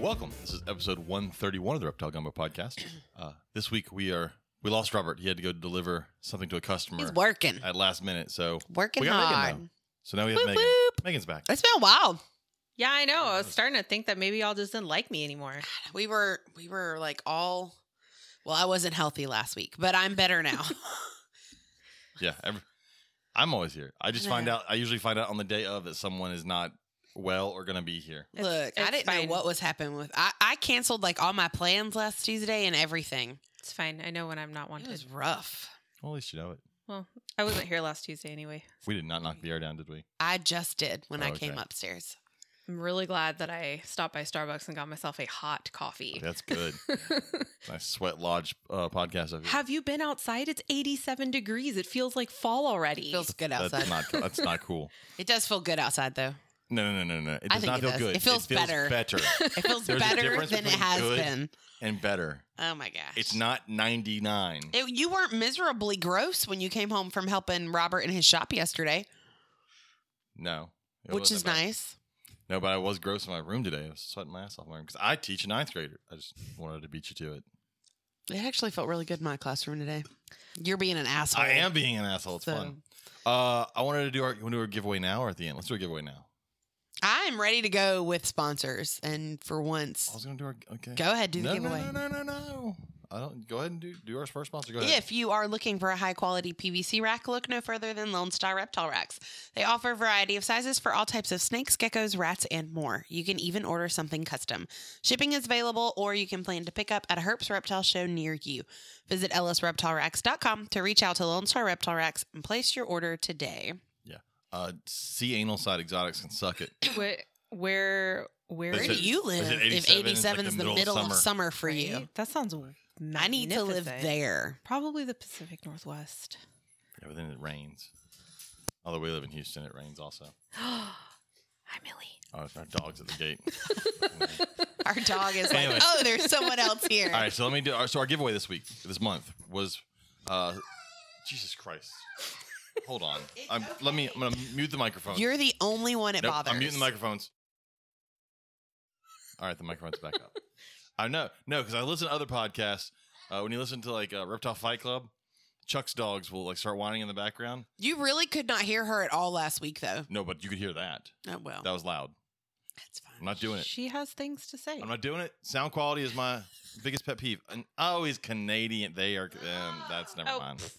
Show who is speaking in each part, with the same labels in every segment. Speaker 1: Welcome. This is episode 131 of the Reptile Gumbo podcast. Uh, this week we are we lost Robert. He had to go deliver something to a customer
Speaker 2: He's working,
Speaker 1: at last minute. So
Speaker 2: working
Speaker 1: we got
Speaker 2: hard.
Speaker 1: Megan though. So now we have
Speaker 2: Whoop,
Speaker 1: Megan.
Speaker 2: whoop.
Speaker 1: Megan's back.
Speaker 2: It's been a while.
Speaker 3: Yeah, I know. I was starting to think that maybe y'all just didn't like me anymore.
Speaker 2: We were we were like all. Well, I wasn't healthy last week, but I'm better now.
Speaker 1: Yeah. every- I'm always here. I just find
Speaker 2: No.
Speaker 1: out I usually find out on the day of that someone is not well or gonna be here.
Speaker 3: It's-
Speaker 2: Look, I
Speaker 3: it's
Speaker 2: didn't
Speaker 3: fine.
Speaker 2: know what was happening with. I, I canceled like all my plans last Tuesday and everything.
Speaker 3: It's fine. I know when I'm not
Speaker 2: It
Speaker 3: wanted.
Speaker 2: was rough.
Speaker 1: Well, at least you know it.
Speaker 3: I wasn't here last Tuesday anyway.
Speaker 1: We did not knock the air down, did we?
Speaker 2: I just did when I
Speaker 1: Oh, okay.
Speaker 2: came upstairs.
Speaker 3: I'm really glad that I stopped by Starbucks and got myself a hot coffee.
Speaker 1: That's good. nice sweat lodge uh, podcast of
Speaker 3: Have you been outside? It's 87 degrees. It feels like fall already.
Speaker 2: It feels good outside.
Speaker 1: That's not that's not cool.
Speaker 2: it does feel good outside though.
Speaker 1: No, no, no, no, no. It
Speaker 2: I
Speaker 1: does
Speaker 2: think
Speaker 1: not
Speaker 2: it
Speaker 1: feel
Speaker 2: does.
Speaker 1: good.
Speaker 2: It feels better.
Speaker 1: Better
Speaker 2: It feels
Speaker 1: There's a
Speaker 2: better
Speaker 1: difference
Speaker 2: than it
Speaker 1: between
Speaker 2: has
Speaker 1: good-
Speaker 2: been.
Speaker 1: and better.
Speaker 2: Oh my gosh!
Speaker 1: It's not 99.
Speaker 2: It, you weren't miserably gross when you came home from helping Robert in his shop yesterday,
Speaker 1: no. it
Speaker 2: which
Speaker 1: wasn't
Speaker 2: is
Speaker 1: bad.
Speaker 2: nice.
Speaker 1: No, but I was gross in my room today. I was sweating my ass off in my room because I teach a ninth grader. I just wanted to beat you to it.
Speaker 2: It actually felt really good in my classroom today. You're being an asshole.
Speaker 1: I am being an asshole. It's
Speaker 2: So-
Speaker 1: fun. Uh, I wanted to do our, you wanna do our giveaway now or at the end. Let's do a giveaway now.
Speaker 2: I'm ready to go with sponsors, and for
Speaker 1: I
Speaker 2: once,
Speaker 1: was going to do our, okay.
Speaker 2: go ahead do the
Speaker 1: no,
Speaker 2: giveaway.
Speaker 1: no, no, no, no, no. I don't, go ahead and do, do our first sponsor. Go ahead.
Speaker 2: If you are looking for a high quality PVC rack, look no further than Lone Star Reptile Racks. They offer a variety of sizes for all types of snakes, geckos, rats, and more. You can even order something custom. Shipping is available, or you can plan to pick up at a Herps Reptile Show near you. Visit lsreptileracks.com to reach out to Lone Star Reptile Racks and place your order today.
Speaker 1: Uh, sea anal side exotics can suck it.
Speaker 3: Where, where, where
Speaker 1: Is
Speaker 2: Where
Speaker 1: it-
Speaker 2: do you
Speaker 1: is
Speaker 2: live
Speaker 1: it
Speaker 2: if
Speaker 1: 87 is
Speaker 2: 87
Speaker 1: like
Speaker 2: is the middle of summer for
Speaker 3: Right?
Speaker 2: you?
Speaker 3: That sounds
Speaker 2: I need to live
Speaker 3: magnificent.
Speaker 2: there.
Speaker 3: Probably the Pacific Northwest.
Speaker 1: Yeah, but then it rains. Although we live in Houston, it rains also.
Speaker 3: Hi, Millie.
Speaker 1: Oh, our dog's at the gate.
Speaker 2: Our dog is like,
Speaker 1: Anyway.
Speaker 2: oh, there's someone else here.
Speaker 1: All right, so let me do. Our, so our giveaway this week, this month, was uh, Jesus Christ. Hold on. I'm, Let me. I'm gonna mute the microphone.
Speaker 2: You're the only one it
Speaker 1: Nope,
Speaker 2: bothers.
Speaker 1: I'm muting the microphones. All right, the microphone's back up. I know, no, because I listen to other podcasts. Uh, when you listen to like uh, Reptile Fight Club, Chuck's dogs will like start whining in the background.
Speaker 2: You really could not hear her at all last week, though.
Speaker 1: No, but you could hear that.
Speaker 2: Oh well,
Speaker 1: That was loud.
Speaker 2: that's fine.
Speaker 1: I'm not doing it.
Speaker 3: She has things to say.
Speaker 1: I'm not doing it. Sound quality is my biggest pet peeve. And always Canadian. They are. Um, that's never
Speaker 3: Oh,
Speaker 1: mind.
Speaker 3: pff,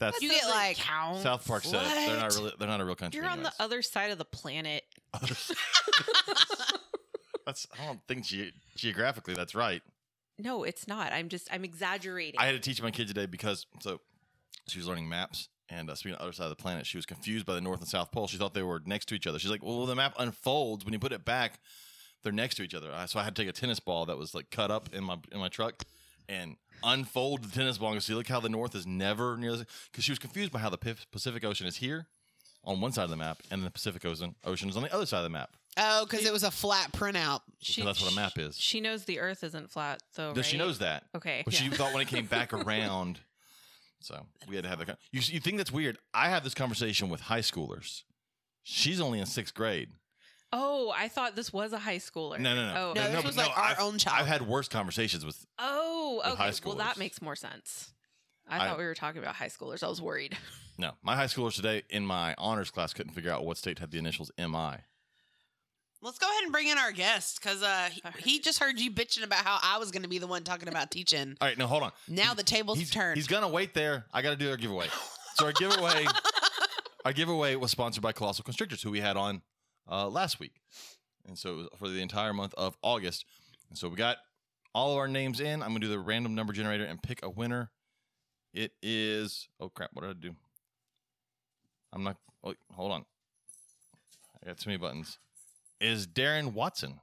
Speaker 1: That's
Speaker 2: You get like
Speaker 1: South Park said it. they're not
Speaker 2: What?
Speaker 1: really they're not a real country.
Speaker 3: You're on the
Speaker 1: anyways.
Speaker 3: other side of the planet.
Speaker 1: that's I don't think ge- geographically that's right.
Speaker 3: No, it's not. I'm just I'm exaggerating.
Speaker 1: I had to teach my kid today because so she was learning maps and uh, speaking of the other side of the planet, she was confused by the North and South Pole. She thought they were next to each other. She's like, well, the map unfolds when you put it back. They're next to each other. I- So I had to take a tennis ball that was like cut up in my in my truck and unfold the tennis ball and go, see look how the North is never near the because she was confused by how the Pif- Pacific Ocean is here on one side of the map and the Pacific Ocean Ocean is on the other side of the map.
Speaker 2: Oh, because it was a flat printout.
Speaker 3: she,
Speaker 1: that's what a map is.
Speaker 3: She knows the Earth isn't flat, though.
Speaker 4: Oh,
Speaker 1: No, She
Speaker 3: right?
Speaker 1: knows that.
Speaker 3: Okay.
Speaker 1: But she thought when it came back around. So we had to have that. con- You, you think that's weird? I have this conversation with high schoolers. She's only in sixth grade.
Speaker 3: Oh, I thought this was a high schooler.
Speaker 1: No, no, no.
Speaker 3: Oh,
Speaker 2: No,
Speaker 3: okay.
Speaker 2: this
Speaker 1: but
Speaker 2: was like our
Speaker 1: I've,
Speaker 2: own child.
Speaker 1: I've had worse conversations with.
Speaker 3: oh,
Speaker 1: with
Speaker 3: okay.
Speaker 1: high
Speaker 3: well,
Speaker 1: schoolers.
Speaker 3: that makes more sense. I,
Speaker 1: I-
Speaker 3: thought we were talking about high schoolers. I was worried.
Speaker 1: No, my high schoolers today in my honors class couldn't figure out what state had the initials MI.
Speaker 2: Let's go ahead and bring in our guest because uh, he,
Speaker 3: I heard
Speaker 2: he just heard you bitching about how I was going to be the one talking about teaching.
Speaker 1: All right, no, hold on.
Speaker 2: Now the tables
Speaker 1: he's,
Speaker 2: turned.
Speaker 1: He's gonna wait there. I gotta do our giveaway. So our giveaway, our giveaway was sponsored by Colossal Constrictors, who we had on uh, last week, and so it was for the entire month of August. And so we got all of our names in. I'm gonna do the random number generator and pick a winner. It is oh crap! What did I do? I'm not. Oh, hold on. I got too many buttons. Is Darren Watson?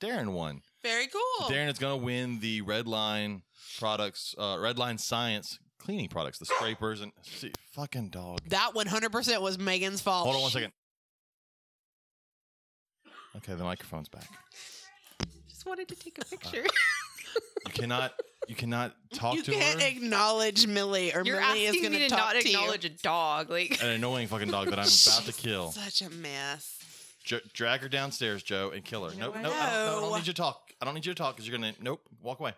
Speaker 1: Darren won.
Speaker 2: Very cool.
Speaker 1: Darren is going to win the Red Line products, uh, Red Line Science cleaning products, the scrapers and see, fucking dog.
Speaker 2: that 100% was Megan's fault.
Speaker 1: Hold on one second. Okay, the microphone's back.
Speaker 3: Just wanted to take a picture.
Speaker 1: You cannot. You cannot talk
Speaker 2: you
Speaker 1: to
Speaker 2: can't
Speaker 1: her.
Speaker 2: acknowledge Millie, or
Speaker 3: You're
Speaker 2: Millie is
Speaker 3: asking
Speaker 2: going
Speaker 3: me to
Speaker 2: talk
Speaker 3: not
Speaker 2: to you.
Speaker 3: acknowledge a dog. Like
Speaker 1: An annoying fucking dog that I'm about to kill.
Speaker 2: Such a mess.
Speaker 1: Jo- drag her downstairs, Joe, and kill her.
Speaker 3: You know
Speaker 1: nope,
Speaker 3: what?
Speaker 1: nope. I don't, no, I don't
Speaker 2: No.
Speaker 1: need you to talk. I don't need you to talk because you're gonna. Nope. Walk away.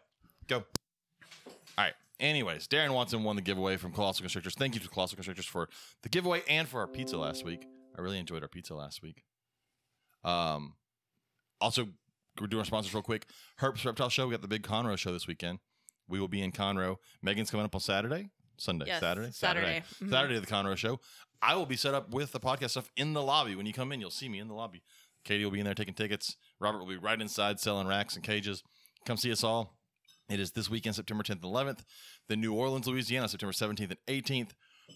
Speaker 1: Go. All right. Anyways, Darren Watson won the giveaway from Colossal Constrictors. Thank you to Colossal Constrictors for the giveaway and for our pizza last week. I really enjoyed our pizza last week. Um, also we're doing our sponsors real quick. Herps Reptile Show. We got the big Conroe show this weekend. We will be in Conroe. Megan's coming up on Saturday, Sunday,
Speaker 3: Yes,
Speaker 1: Saturday,
Speaker 3: Saturday.
Speaker 2: Mm-hmm.
Speaker 3: Mhm.
Speaker 1: Saturday the Conroe show. I will be set up with the podcast stuff in the lobby. When you come in, you'll see me in the lobby. Katie will be in there taking tickets. Robert will be right inside selling racks and cages. Come see us all. It is this weekend, September 10th and 11th. Then New Orleans, Louisiana, September 17th and 18th.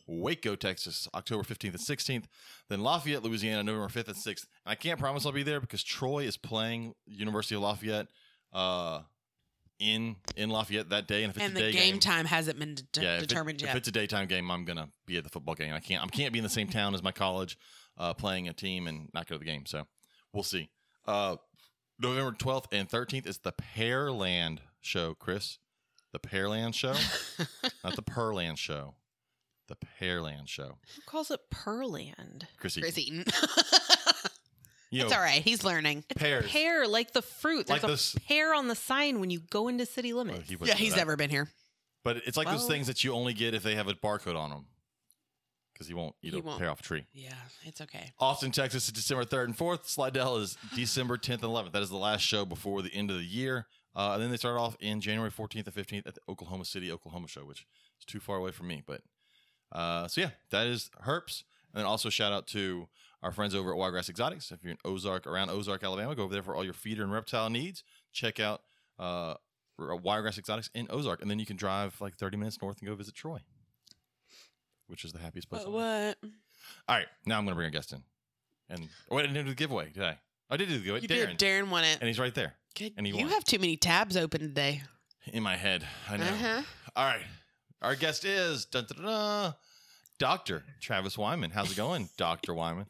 Speaker 1: Waco, Texas, October 15th and 16th. Then Lafayette, Louisiana, November 5th and 6th. And I can't promise I'll be there because Troy is playing University of Lafayette uh, in in Lafayette that day. And if it's
Speaker 2: And
Speaker 1: a day
Speaker 2: the game time hasn't been de-
Speaker 1: yeah, if it-
Speaker 2: determined
Speaker 1: If
Speaker 2: yet.
Speaker 1: it's a daytime game, I'm gonna be at the football game. I can't. I can't be in the same town as my college, uh, playing a team and not go to the game. So we'll see. Uh, November 12th and 13th is the Pearland show, Chris. The Pearland show, not the Pearland show. The Pearland show,
Speaker 3: who calls it Pearland?
Speaker 1: Chrissy.
Speaker 2: Chris Eaton.
Speaker 1: You
Speaker 2: it's all right. He's learning.
Speaker 1: Pears.
Speaker 3: Pear, like the fruit. There's
Speaker 1: Like
Speaker 3: a
Speaker 1: this-
Speaker 3: pear on the sign when you go into city
Speaker 1: Oh,
Speaker 3: limits.
Speaker 1: he wouldn't
Speaker 2: Yeah,
Speaker 1: know
Speaker 2: he's
Speaker 1: that.
Speaker 2: never been here.
Speaker 1: But it's like those
Speaker 3: Well-
Speaker 1: things that you only get if they have a barcode on them, because he won't eat
Speaker 2: He
Speaker 1: a
Speaker 2: won't.
Speaker 1: pear off a tree.
Speaker 2: Yeah, it's okay.
Speaker 1: Austin, Texas is December 3rd and 4th. Slidell is December 10th and 11th. That is the last show before the end of the year. Uh, and then they start off in January 14th and 15th at the Oklahoma City, Oklahoma show, which is too far away from me. But uh, so, yeah, that is Herps. And then also shout out to our friends over at Wildgrass Exotics. If you're in Ozark, around Ozark, Alabama, go over there for all your feeder and reptile needs. Check out uh, Wiregrass Exotics in Ozark. And then you can drive like 30 minutes north and go visit Troy, which is the happiest place. on earth.
Speaker 2: what?
Speaker 1: All right, now I'm gonna bring a guest in. And oh, wait, I didn't do the giveaway, did I? Oh, I did do the giveaway.
Speaker 2: You
Speaker 1: Darren.
Speaker 2: did. Darren won it.
Speaker 1: And he's right there
Speaker 2: Good.
Speaker 1: and he
Speaker 2: you
Speaker 1: won.
Speaker 2: have too many tabs open today.
Speaker 1: in my head. I know.
Speaker 2: Uh-huh.
Speaker 1: All right, our guest is dun, dun, dun, dun, Dr. Travis Wyman. How's it going, Dr. Wyman?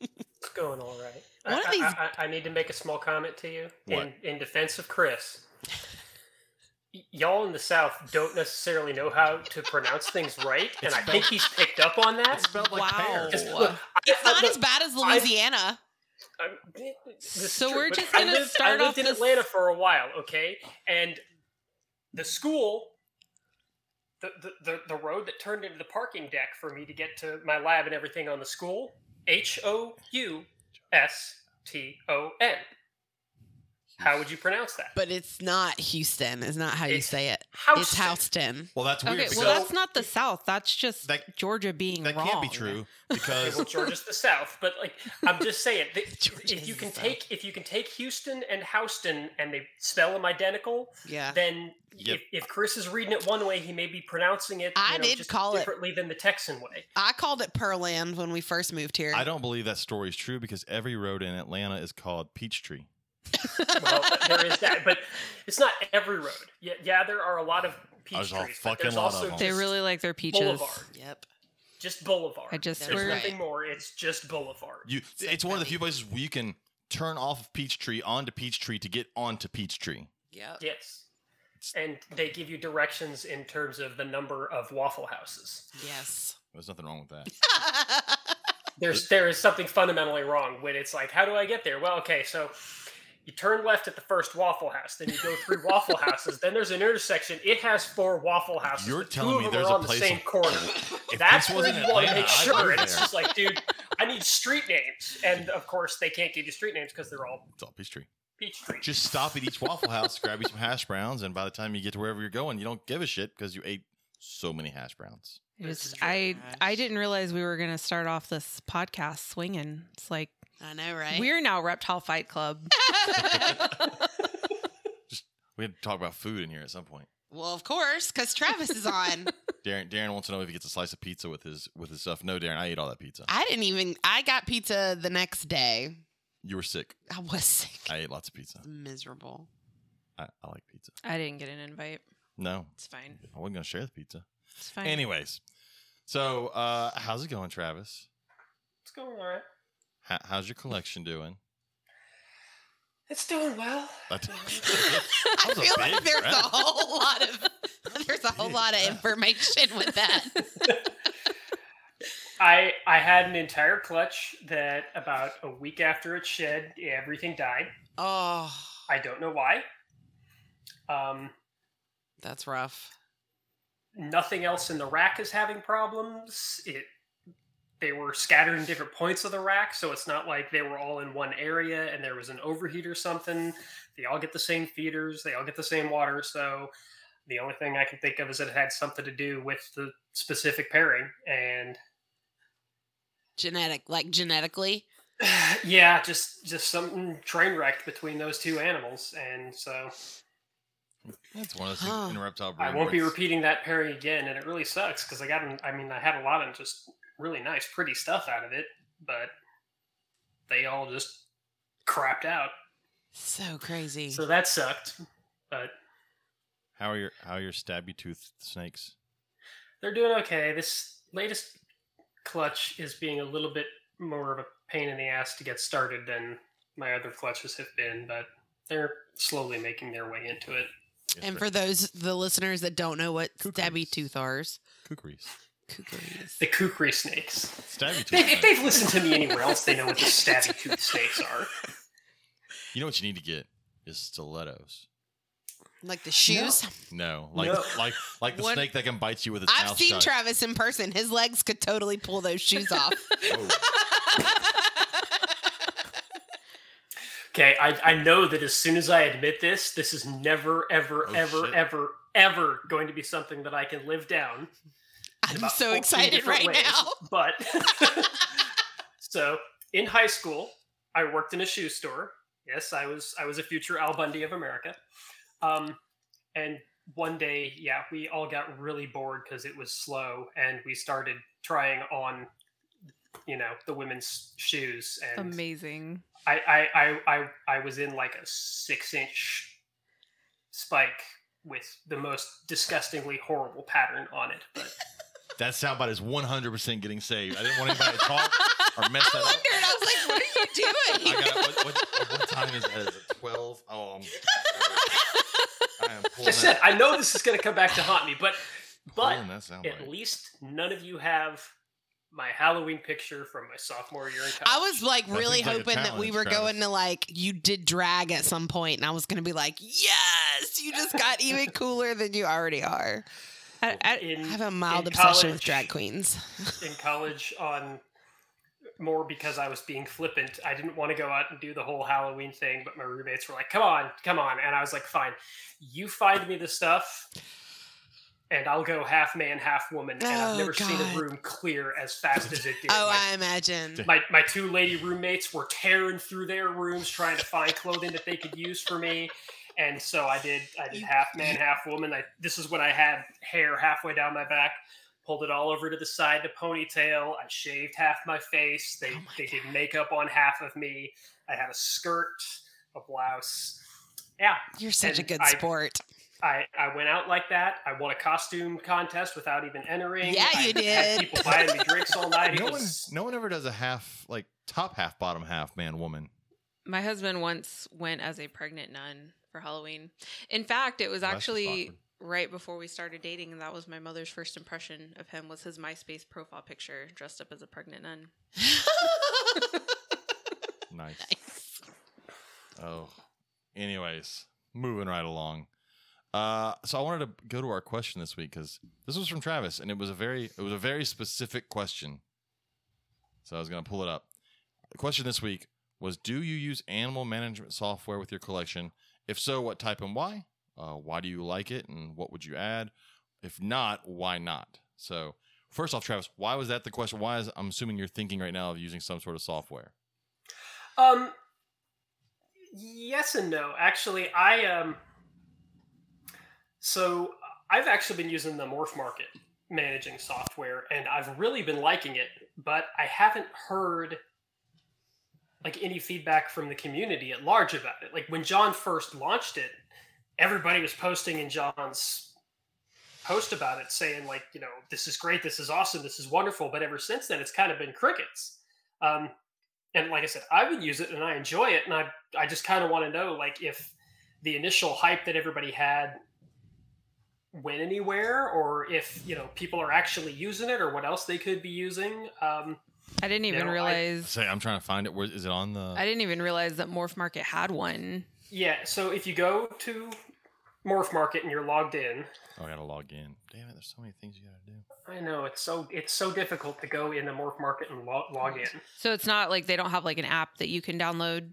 Speaker 5: It's going all right.
Speaker 2: One
Speaker 5: I,
Speaker 2: of these-
Speaker 5: I, I, I need to make a small comment to you
Speaker 1: What?
Speaker 5: in in defense of Chris. Y- Y'all in the South don't necessarily know how to pronounce things right, and
Speaker 1: It's
Speaker 5: I
Speaker 1: spelled-
Speaker 5: think he's picked up on that.
Speaker 1: Spelled like
Speaker 2: Wow.
Speaker 1: pear.
Speaker 5: Just look,
Speaker 2: It's
Speaker 5: I- I-
Speaker 2: not
Speaker 5: look,
Speaker 2: as bad as
Speaker 5: I-
Speaker 2: Louisiana.
Speaker 5: I'm- this is
Speaker 3: So
Speaker 5: true,
Speaker 3: we're
Speaker 5: but
Speaker 3: just
Speaker 5: I
Speaker 3: gonna
Speaker 5: lived-
Speaker 3: start
Speaker 5: I lived
Speaker 3: off
Speaker 5: in
Speaker 3: this-
Speaker 5: Atlanta for a while, okay? And the school, the, the the the road that turned into the parking deck for me to get to my lab and everything on the school, H O U S T O N. How would you pronounce that?
Speaker 2: But it's not Houston. It's not how you
Speaker 5: It's
Speaker 2: say it.
Speaker 5: Houston.
Speaker 2: It's Houston.
Speaker 1: Well, that's weird
Speaker 3: Okay,
Speaker 1: because
Speaker 3: well that's not the South. That's just
Speaker 1: That-
Speaker 3: Georgia being
Speaker 1: that
Speaker 3: wrong.
Speaker 1: can't be true
Speaker 5: Okay,
Speaker 1: because
Speaker 5: well, Georgia's the South, but like I'm just saying, that if
Speaker 2: Georgia's
Speaker 5: you
Speaker 2: the
Speaker 5: can
Speaker 2: South.
Speaker 5: take if you can take Houston and Houston and they spell them identical,
Speaker 2: Yeah.
Speaker 5: then
Speaker 1: Yep.
Speaker 5: if, if Chris is reading it one way, he may be pronouncing it. you
Speaker 2: I
Speaker 5: know,
Speaker 2: did
Speaker 5: just
Speaker 2: call it-
Speaker 5: differently than the Texan way.
Speaker 2: I called it Pearland when we first moved here.
Speaker 1: I don't believe that story is true because every road in Atlanta is called Peachtree.
Speaker 5: Well, there is that, but it's not every road. Yeah, yeah, there are a lot of peach
Speaker 1: There's a
Speaker 5: trees,
Speaker 1: fucking
Speaker 5: but there's
Speaker 1: lot of
Speaker 5: also
Speaker 1: them.
Speaker 5: just
Speaker 3: They really like their peaches.
Speaker 5: Boulevard,
Speaker 2: Yep.
Speaker 5: just Boulevard.
Speaker 3: I just-
Speaker 5: there's
Speaker 2: we're-
Speaker 5: nothing more. It's just Boulevard.
Speaker 1: You,
Speaker 2: So
Speaker 1: it's one of the
Speaker 2: funny.
Speaker 1: few places where you can turn off of Peachtree onto Peachtree to get onto Peachtree.
Speaker 2: Yep.
Speaker 5: Yes, and they give you directions in terms of the number of Waffle Houses.
Speaker 2: Yes.
Speaker 1: There's nothing wrong with that.
Speaker 5: there's there is something fundamentally wrong when it's like, how do I get there? Well, okay, so you turn left at the first Waffle House, then you go through Waffle Houses, then there's an intersection. It has four Waffle Houses.
Speaker 1: You're
Speaker 5: the
Speaker 1: telling
Speaker 5: two
Speaker 1: me
Speaker 5: of them
Speaker 1: there's
Speaker 5: are
Speaker 1: a
Speaker 5: on
Speaker 1: place-
Speaker 5: the same corner.
Speaker 1: If
Speaker 5: That's
Speaker 1: this
Speaker 5: where
Speaker 1: wasn't
Speaker 5: you want to
Speaker 1: Atlanta,
Speaker 5: make
Speaker 1: I'd
Speaker 5: sure.
Speaker 1: live
Speaker 5: And it's
Speaker 1: there.
Speaker 5: just like, dude, I need street names, and of course they can't give you street names because they're all
Speaker 1: It's all Peachtree.
Speaker 5: peach trees.
Speaker 1: just stop at each Waffle House, grab you some hash browns, and by the time you get to wherever you're going, you don't give a shit because you ate so many hash browns.
Speaker 3: It was- I I didn't realize we were gonna start off this podcast swinging. It's like
Speaker 2: I know, right?
Speaker 3: we're now Reptile Fight Club.
Speaker 1: We had to talk about food in here at some point.
Speaker 2: well, of course, because Travis is on.
Speaker 1: Darren, Darren wants to know if he gets a slice of pizza with his with his stuff. No, Darren, I ate all that pizza.
Speaker 2: I didn't even. I got pizza the next day.
Speaker 1: you were sick.
Speaker 2: I was sick.
Speaker 1: I ate lots of pizza.
Speaker 2: Miserable.
Speaker 1: I, I like pizza.
Speaker 3: I didn't get an invite.
Speaker 1: No,
Speaker 3: It's fine.
Speaker 1: I wasn't gonna share the pizza.
Speaker 3: It's fine.
Speaker 1: Anyways, so uh, how's it going, Travis?
Speaker 5: It's going all right.
Speaker 1: How, how's your collection doing?
Speaker 5: It's doing well.
Speaker 1: I d-
Speaker 2: I
Speaker 1: That was a
Speaker 2: feel like
Speaker 1: big
Speaker 2: there's
Speaker 1: breath.
Speaker 2: a whole lot of there's a whole
Speaker 1: Big
Speaker 2: lot of
Speaker 1: breath.
Speaker 2: information with that.
Speaker 5: I I had an entire clutch that about a week after it shed, everything died.
Speaker 2: Oh,
Speaker 5: I don't know why. Um,
Speaker 2: that's rough.
Speaker 5: nothing else in the rack is having problems. It they were scattered in different points of the rack, so it's not like they were all in one area and there was an overheat or something. They all get the same feeders, they all get the same water, so the only thing I can think of is that it had something to do with the specific pairing and
Speaker 2: Genetic, like genetically.
Speaker 5: yeah, just just something train wrecked between those two animals and so
Speaker 1: That's one of those
Speaker 2: Huh.
Speaker 1: things in reptile
Speaker 5: I
Speaker 1: brain
Speaker 5: won't be
Speaker 1: where it's-
Speaker 5: repeating that pairing again and it really sucks cuz I got an- I mean I had a lot of just really nice pretty stuff out of it, but they all just crapped out.
Speaker 2: So crazy.
Speaker 5: So that sucked. But
Speaker 1: How are your how are your stabby tooth snakes?
Speaker 5: they're doing okay. This latest clutch is being a little bit more of a pain in the ass to get started than my other clutches have been, but they're slowly making their way into it.
Speaker 1: Yes,
Speaker 2: and
Speaker 1: sir.
Speaker 2: for those the listeners that don't know what stabby
Speaker 1: Kukris.
Speaker 2: tooth are,
Speaker 1: kukris,
Speaker 2: kukris.
Speaker 5: The kukri snakes.
Speaker 1: stabby
Speaker 5: They,
Speaker 1: tooth.
Speaker 5: if
Speaker 1: snakes.
Speaker 5: they've listened to me anywhere else, they know what the stabby tooth snakes are.
Speaker 1: You know what you need to get is stilettos.
Speaker 2: like the shoes.
Speaker 1: No, like
Speaker 5: No.
Speaker 1: like like the
Speaker 2: What-
Speaker 1: snake that can bite you with its
Speaker 2: I've
Speaker 1: mouth
Speaker 2: seen
Speaker 1: shut.
Speaker 2: Travis in person. His legs could totally pull those shoes off.
Speaker 1: Oh,
Speaker 5: Okay, I, I know that as soon as I admit this, this is never, ever,
Speaker 1: Oh,
Speaker 5: ever,
Speaker 1: shit.
Speaker 5: ever, ever going to be something that I can live down. in
Speaker 2: I'm
Speaker 5: about
Speaker 2: so
Speaker 5: 14
Speaker 2: excited right
Speaker 5: different ways,
Speaker 2: now.
Speaker 5: But so in high school, I worked in a shoe store. Yes, I was I was a future Al Bundy of America. Um, and one day, yeah, we all got really bored because it was slow, and we started trying on, you know, the women's shoes. And
Speaker 3: Amazing.
Speaker 5: I, I, I, I, I was in like a six inch spike with the most disgustingly horrible pattern on it. But
Speaker 1: that soundbite is one hundred percent getting saved. I didn't want anybody to talk or mess
Speaker 2: I
Speaker 1: that up.
Speaker 2: wondered. I was like, what are you
Speaker 1: I
Speaker 2: doing?
Speaker 1: got what, what, what time is that? Is it twelve? Oh, I'm, I am pulling
Speaker 5: just said,
Speaker 1: that,
Speaker 5: I know this is going to come back to haunt me, but but
Speaker 1: pulling that sound
Speaker 5: at least none of you have my Halloween picture from my sophomore year in college.
Speaker 2: I was like really
Speaker 1: seems like a
Speaker 2: hoping that
Speaker 1: talent,
Speaker 2: we were
Speaker 1: Travis.
Speaker 2: going to like you did drag at some point, and I was going to be like, yes, you just got even cooler than you already are.
Speaker 3: I, I,
Speaker 5: in
Speaker 2: I have a mild
Speaker 5: in
Speaker 2: obsession with
Speaker 5: college-
Speaker 2: drag queens.
Speaker 5: in college on more because I was being flippant. I didn't want to go out and do the whole Halloween thing, but my roommates were like, "Come on, come on," and I was like, "Fine, you find me the stuff." And I'll go half man, half woman, and
Speaker 2: Oh,
Speaker 5: I've never seen
Speaker 2: God.
Speaker 5: a room clear as fast as it did.
Speaker 2: Oh,
Speaker 5: my,
Speaker 2: I imagine.
Speaker 5: my my two lady roommates were tearing through their rooms trying to find clothing that they could use for me. And so I did I did
Speaker 2: You-
Speaker 5: half man, half woman. I this is when I had hair halfway down my back, pulled it all over to the side to ponytail. I shaved half my face. They
Speaker 2: Oh my
Speaker 5: they did makeup on half of me. I had a skirt, a blouse. Yeah.
Speaker 2: You're such a
Speaker 5: and
Speaker 2: good
Speaker 5: I-
Speaker 2: sport.
Speaker 5: I, I went out like that. I won a costume contest without even entering.
Speaker 2: Yeah,
Speaker 5: I
Speaker 2: you
Speaker 5: had
Speaker 2: did.
Speaker 5: people buying me drinks all night. It
Speaker 1: no one,
Speaker 5: was-
Speaker 1: no one ever does a half like top half, bottom half, man, woman.
Speaker 3: my husband once went as a pregnant nun for Halloween. In fact, it was
Speaker 1: Well, that's just
Speaker 3: actually
Speaker 1: awkward.
Speaker 3: right before we started dating, and that was my mother's first impression of him was his MySpace profile picture dressed up as a pregnant nun.
Speaker 1: Nice. Oh. Anyways, moving right along. Uh, so I wanted to go to our question this week because this was from Travis, and it was a very it was a very specific question. So I was gonna pull it up. The question this week was: Do you use animal management software with your collection? If so, what type and why? Uh, why do you like it, and what would you add? If not, why not? So first off, Travis, why was that the question? Why is I'm assuming you're thinking right now of using some sort of software?
Speaker 5: Um, yes and no. Actually, I um. So I've actually been using the Morph Market managing software, and I've really been liking it. But I haven't heard like any feedback from the community at large about it. Like when John first launched it, everybody was posting in John's post about it, saying like, you know, this is great, this is awesome, this is wonderful. But ever since then, it's kind of been crickets. Um, and like I said, I've been using it and I enjoy it, and I I just kind of want to know like if the initial hype that everybody had went anywhere, or if you know people are actually using it, or what else they could be using. Um,
Speaker 4: I didn't even
Speaker 5: know, I-
Speaker 4: realize.
Speaker 1: Say, I'm trying to find it. Where is it on the?
Speaker 4: I, didn't even realize that Morph Market had one.
Speaker 5: yeah, so if you go to Morph Market and you're logged in,
Speaker 1: oh, I gotta log in. Damn it! There's so many things you gotta do.
Speaker 5: I know it's so it's so difficult to go into Morph Market and log, log in.
Speaker 4: So it's not like they don't have like an app that you can download.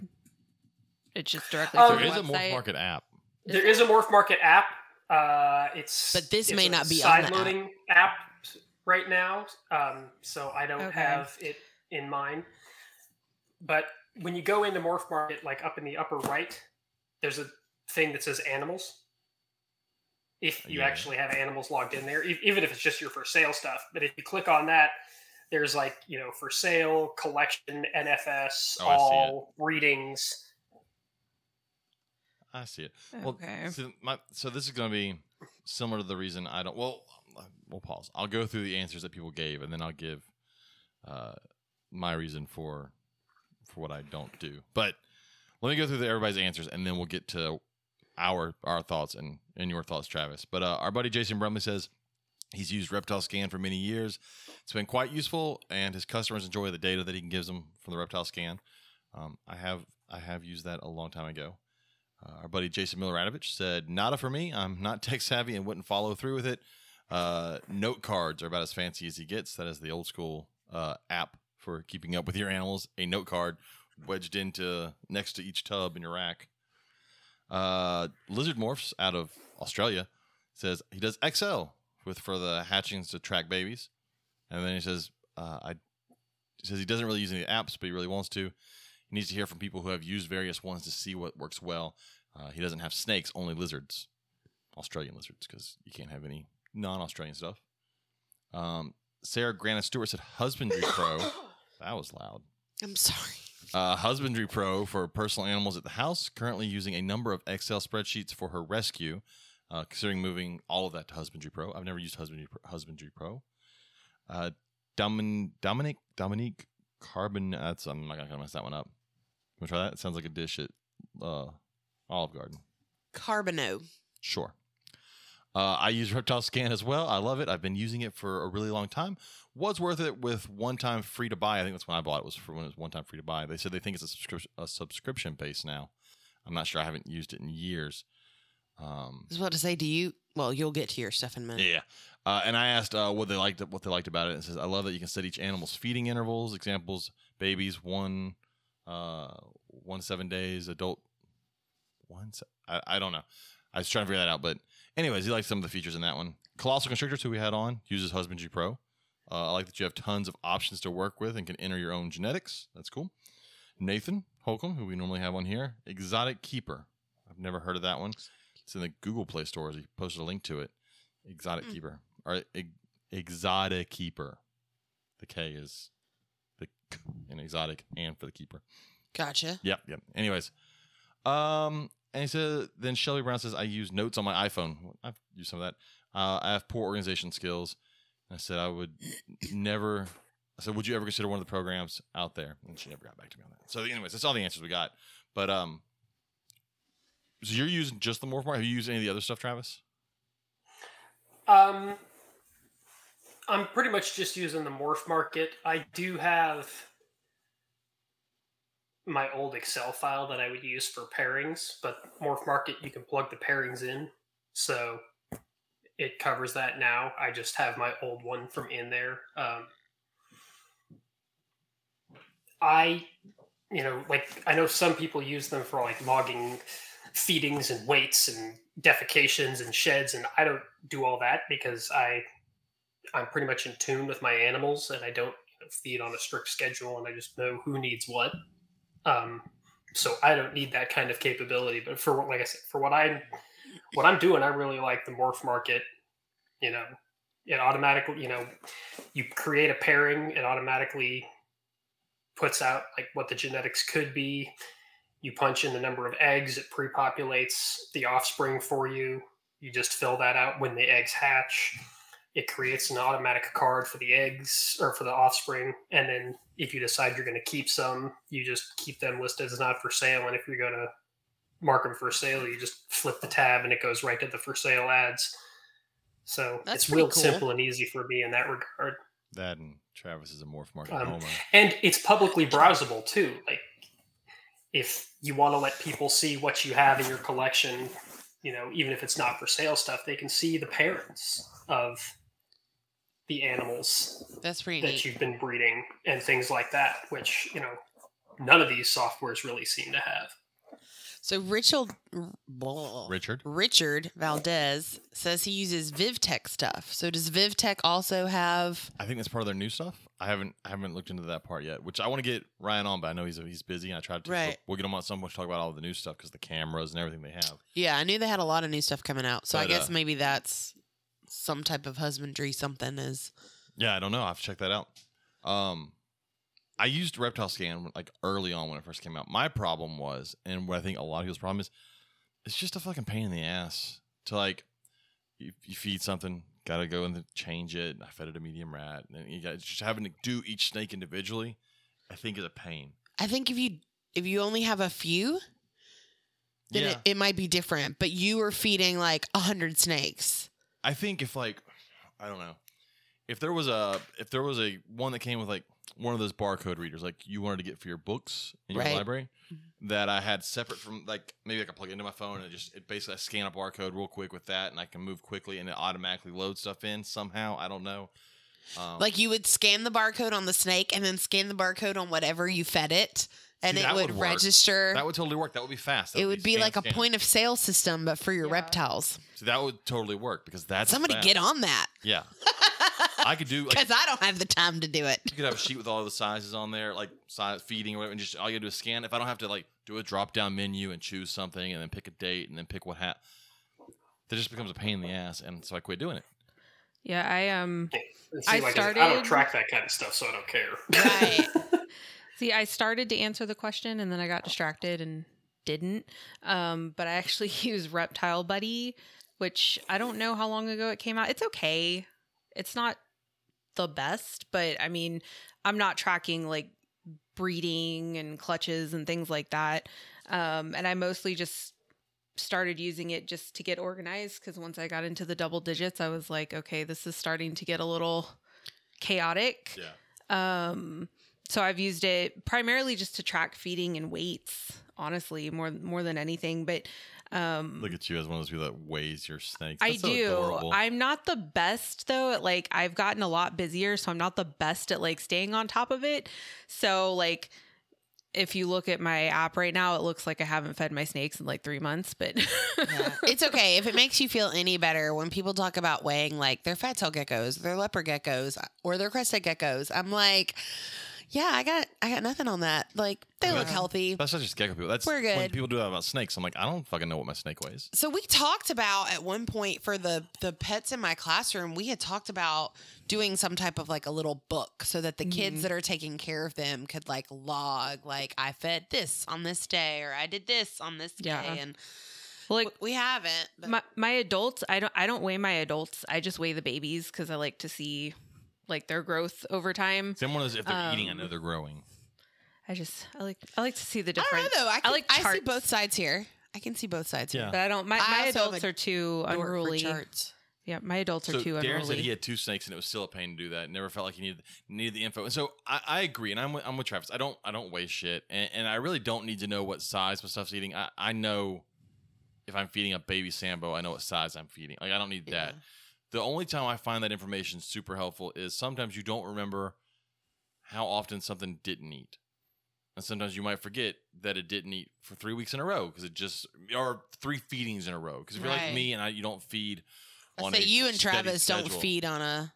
Speaker 4: It's just directly
Speaker 5: Oh,
Speaker 4: from
Speaker 1: there
Speaker 4: the
Speaker 1: is a
Speaker 4: website.
Speaker 1: Morph Market app.
Speaker 5: There is a Morph Market app. Uh, it's
Speaker 2: But this
Speaker 5: it's
Speaker 2: may
Speaker 5: a
Speaker 2: not be on the app.
Speaker 5: side-loading app. right now, um, so I don't
Speaker 4: Okay.
Speaker 5: have it in mind. But when you go into Morph Market, like up in the upper right, there's a thing that says animals. If you
Speaker 1: Yeah.
Speaker 5: actually have animals logged in there, e- even if it's just your for sale stuff, but if you click on that, there's like you know for sale, collection, NFS,
Speaker 1: Oh, I see it.
Speaker 5: all readings.
Speaker 1: I see it. Well,
Speaker 4: Okay.
Speaker 1: so, my, so this is gonna be similar to the reason I don't. Well, we'll pause. I'll go through the answers that people gave, and then I'll give uh, my reason for for what I don't do. But let me go through the, everybody's answers, and then we'll get to our our thoughts and and your thoughts, Travis. But uh, our buddy Jason Brumley says he's used Reptile Scan for many years. It's been quite useful, and his customers enjoy the data that he gives them from the Reptile Scan. Um, I have I have used that a long time ago. Uh, our buddy Jason Miloradovich said, "Nada for me. I'm not tech savvy and wouldn't follow through with it. Uh, note cards are about as fancy as he gets. That is the old school uh, app for keeping up with your animals. A note card wedged into next to each tub in your rack." Uh, Lizard Morphs out of Australia says he does XL with for the hatchings to track babies, and then he says, uh, "I." he says he doesn't really use any apps, but he really wants to. He needs to hear from people who have used various ones to see what works well. Uh, he doesn't have snakes, only lizards, Australian lizards, because you can't have any non-Australian stuff. Um, Sarah Granite Stewart said husbandry pro. that was loud.
Speaker 2: I'm sorry.
Speaker 1: Uh, husbandry pro for personal animals at the house. Currently using a number of Excel spreadsheets for her rescue. Uh, considering moving all of that to husbandry pro. I've never used husbandry pro, husbandry pro. Uh, Domin, Dominic Dominique Carbon. That's I'm not gonna mess that one up. Want to try that? It sounds like a dish at uh, Olive Garden.
Speaker 2: Carbono.
Speaker 1: Sure. Uh, I use Reptile Scan as well. I love it. I've been using it for a really long time. Was worth it with one time free to buy. I think that's when I bought it. Was for when it was one time free to buy. They said they think it's a subscription a subscription base now. I'm not sure. I haven't used it in years. Um,
Speaker 2: I was about to say, do you? Well, you'll get to your stuff in a minute.
Speaker 1: yeah. Uh, and I asked uh, what they liked what they liked about it. And it says, I love that you can set each animal's feeding intervals. Examples: babies one, uh, one to seven days, adult one. Se- I, I don't know. I was trying to figure that out, but anyways, he likes some of the features in that one. Colossal Constrictors, who we had on, uses Husbandry Pro. Uh, I like that you have tons of options to work with and can enter your own genetics. That's cool. Nathan Holcomb, who we normally have on here, Exotic Keeper. I've never heard of that one. It's in the Google Play Store. He posted a link to it. Exotic
Speaker 2: Hmm.
Speaker 1: Keeper or ex- Exotic Keeper. The K is the K in exotic and for the keeper.
Speaker 2: Gotcha.
Speaker 1: Yep, yep. Anyways, um, and he said, then Shelby Brown says, I use notes on my iPhone. I've used some of that. Uh, I have poor organization skills. And I said, I would never. I said, would you ever consider one of the programs out there? And she never got back to me on that. So, anyways, that's all the answers we got. But um, so you're using just the Morph Mark? Have you used any of the other stuff, Travis?
Speaker 5: Um, I'm pretty much just using the morph market. I do have my old Excel file that I would use for pairings, but morph market you can plug the pairings in, so it covers that now. I just have my old one from in there. Um, I, you know, like I know some people use them for like logging feedings and weights and defecations and sheds and I don't do all that because I I'm pretty much in tune with my animals and I don't you know, feed on a strict schedule and I just know who needs what. Um, so I don't need that kind of capability. But for what- like I said, for what I what I'm doing, I really like the morph market. You know, it automatically you know you create a pairing, it automatically puts out like what the genetics could be. You punch in the number of eggs, it pre-populates the offspring for you. You just fill that out when the eggs hatch. it creates an automatic card for the eggs or for the offspring. And then if you decide you're going to keep some, you just keep them listed as not for sale. And if you're going to mark them for sale, you just flip the tab and it goes right to the for sale ads. So
Speaker 2: That's
Speaker 5: it's real
Speaker 2: pretty cool.
Speaker 5: simple and easy for me in that regard.
Speaker 1: That and Travis is a morph market
Speaker 5: Um,
Speaker 1: homo.
Speaker 5: And it's publicly browsable too. Like if you want to let people see what you have in your collection, you know, even if it's not for sale stuff, they can see the parents of the animals
Speaker 2: That's pretty
Speaker 5: that
Speaker 2: neat.
Speaker 5: you've been breeding and things like that, which, you know, none of these softwares really seem to have.
Speaker 2: so Richard, blah.
Speaker 1: Richard.
Speaker 2: Richard Valdez says he uses VivTech stuff. So does VivTech also have?
Speaker 1: I think that's part of their new stuff. I haven't I haven't looked into that part yet, which I want to get Ryan on, but I know he's he's busy. And I tried to
Speaker 2: Right.
Speaker 1: we'll, get him on at some point to talk about all the new stuff because the cameras and everything they have.
Speaker 2: Yeah, I knew they had a lot of new stuff coming out. So I
Speaker 1: But,
Speaker 2: guess
Speaker 1: uh,
Speaker 2: maybe that's some type of husbandry. Something is
Speaker 1: Yeah, I don't know. I have to check that out. Um, I used Reptile Scan like early on when it first came out. My problem was, and what I think a lot of people's problem is, it's just a fucking pain in the ass to like you, you feed something, gotta go and change it. I fed it a medium rat, and then you got just having to do each snake individually. I think is a pain.
Speaker 2: I think if you if you only have a few, then it, it might be different. But you were feeding like a hundred snakes.
Speaker 1: I think if like I don't know if there was a if there was a one that came with like one of those barcode readers like you wanted to get for your books in your
Speaker 2: Right. Mm-hmm.
Speaker 1: library that I had separate from like maybe I could plug it into my phone and it just it basically I scan a barcode real quick with that and I can move quickly and it automatically loads stuff in somehow I don't know um,
Speaker 2: Like you would scan the barcode on the snake and then scan the barcode on whatever you fed it, and
Speaker 1: See,
Speaker 2: it
Speaker 1: that
Speaker 2: would,
Speaker 1: would work.
Speaker 2: register.
Speaker 1: that would totally work that would be fast That
Speaker 2: it would be
Speaker 1: scan,
Speaker 2: like a
Speaker 1: scan.
Speaker 2: point of sale system, but for your
Speaker 4: Yeah.
Speaker 2: reptiles.
Speaker 1: so that would totally work because that's
Speaker 2: Somebody
Speaker 1: fast.
Speaker 2: get on that
Speaker 1: yeah I could do like
Speaker 2: because I don't have the time to do it.
Speaker 1: you could have a sheet with all the sizes on there, like size feeding or whatever, and just all you gotta do is scan. If I don't have to like do a drop down menu and choose something and then pick a date and then pick what hat, that just becomes a pain in the ass, and so I quit doing it.
Speaker 4: Yeah, I um
Speaker 5: And
Speaker 4: I
Speaker 5: I don't
Speaker 4: started-
Speaker 5: track that kind of stuff, so I don't care.
Speaker 2: Right.
Speaker 4: see I started to answer the question and then I got distracted and didn't. Um, but I actually use Reptile Buddy, which I don't know how long ago it came out. It's okay. It's not the best, but I mean, I'm not tracking like breeding and clutches and things like that. Um, and I mostly just started using it just to get organized because once I got into the double digits, I was like, okay, this is starting to get a little chaotic.
Speaker 1: Yeah.
Speaker 4: Um, so I've used it primarily just to track feeding and weights, honestly, more more than anything. But um,
Speaker 1: Look at you as one of those people that weighs your snakes.
Speaker 4: I
Speaker 1: That's so
Speaker 4: do.
Speaker 1: adorable.
Speaker 4: I'm not the best though at like I've gotten a lot busier, so I'm not the best at like staying on top of it. So like if you look at my app right now, it looks like I haven't fed my snakes in like three months, but
Speaker 2: Yeah. It's okay if it makes you feel any better when people talk about weighing like their fat tail geckos, their leopard geckos, or their crested geckos. I'm like, yeah, I got I got nothing on that. Like they look
Speaker 4: Yeah.
Speaker 2: healthy.
Speaker 1: That's not just gecko people. That's
Speaker 2: We're
Speaker 1: when
Speaker 2: good.
Speaker 1: people do that about snakes. I'm like, I don't fucking know what my snake weighs.
Speaker 2: So we talked about at one point for the the pets in my classroom, we had talked about doing some type of like a little book so that the kids
Speaker 4: Mhm.
Speaker 2: that are taking care of them could like log like I fed this on this day or I did this on this
Speaker 4: Yeah.
Speaker 2: day and
Speaker 4: like
Speaker 2: w- we haven't. But
Speaker 4: my my adults, I don't I don't weigh my adults. I just weigh the babies because I like to see like their growth over time.
Speaker 1: See, I'm one of those if they're eating, I know
Speaker 4: Um,
Speaker 1: they're growing.
Speaker 4: I just I like I like to see the
Speaker 2: I don't
Speaker 4: difference.
Speaker 2: know though. I, can,
Speaker 4: like
Speaker 2: I see
Speaker 4: charts.
Speaker 2: both sides here. I can see both sides
Speaker 1: Yeah.
Speaker 2: here.
Speaker 4: But I don't. My,
Speaker 2: I
Speaker 4: my
Speaker 2: also have
Speaker 4: adults
Speaker 2: a
Speaker 4: are too
Speaker 2: Dork for
Speaker 4: unruly.
Speaker 2: charts.
Speaker 4: Yeah, my adults are
Speaker 1: So
Speaker 4: too
Speaker 1: Darren said
Speaker 4: unruly.
Speaker 1: he had two snakes and it was still a pain to do that. Never felt like he needed needed the info. And so I, I agree, and I'm with, I'm with Travis. I don't I don't weigh shit, and, and I really don't need to know what size my stuff's eating. I, I know if I'm feeding a baby sambo, I know what size I'm feeding. Like I don't need that.
Speaker 2: Yeah.
Speaker 1: The only time I find that information super helpful is sometimes you don't remember how often something didn't eat. And sometimes you might forget that it didn't eat for three weeks in a row because it just, or three feedings in a row. Because if you're like
Speaker 2: Right.
Speaker 1: me and I, you don't feed
Speaker 2: I
Speaker 1: on
Speaker 2: say
Speaker 1: a
Speaker 2: you and
Speaker 1: steady
Speaker 2: Travis don't
Speaker 1: schedule.
Speaker 2: feed on a.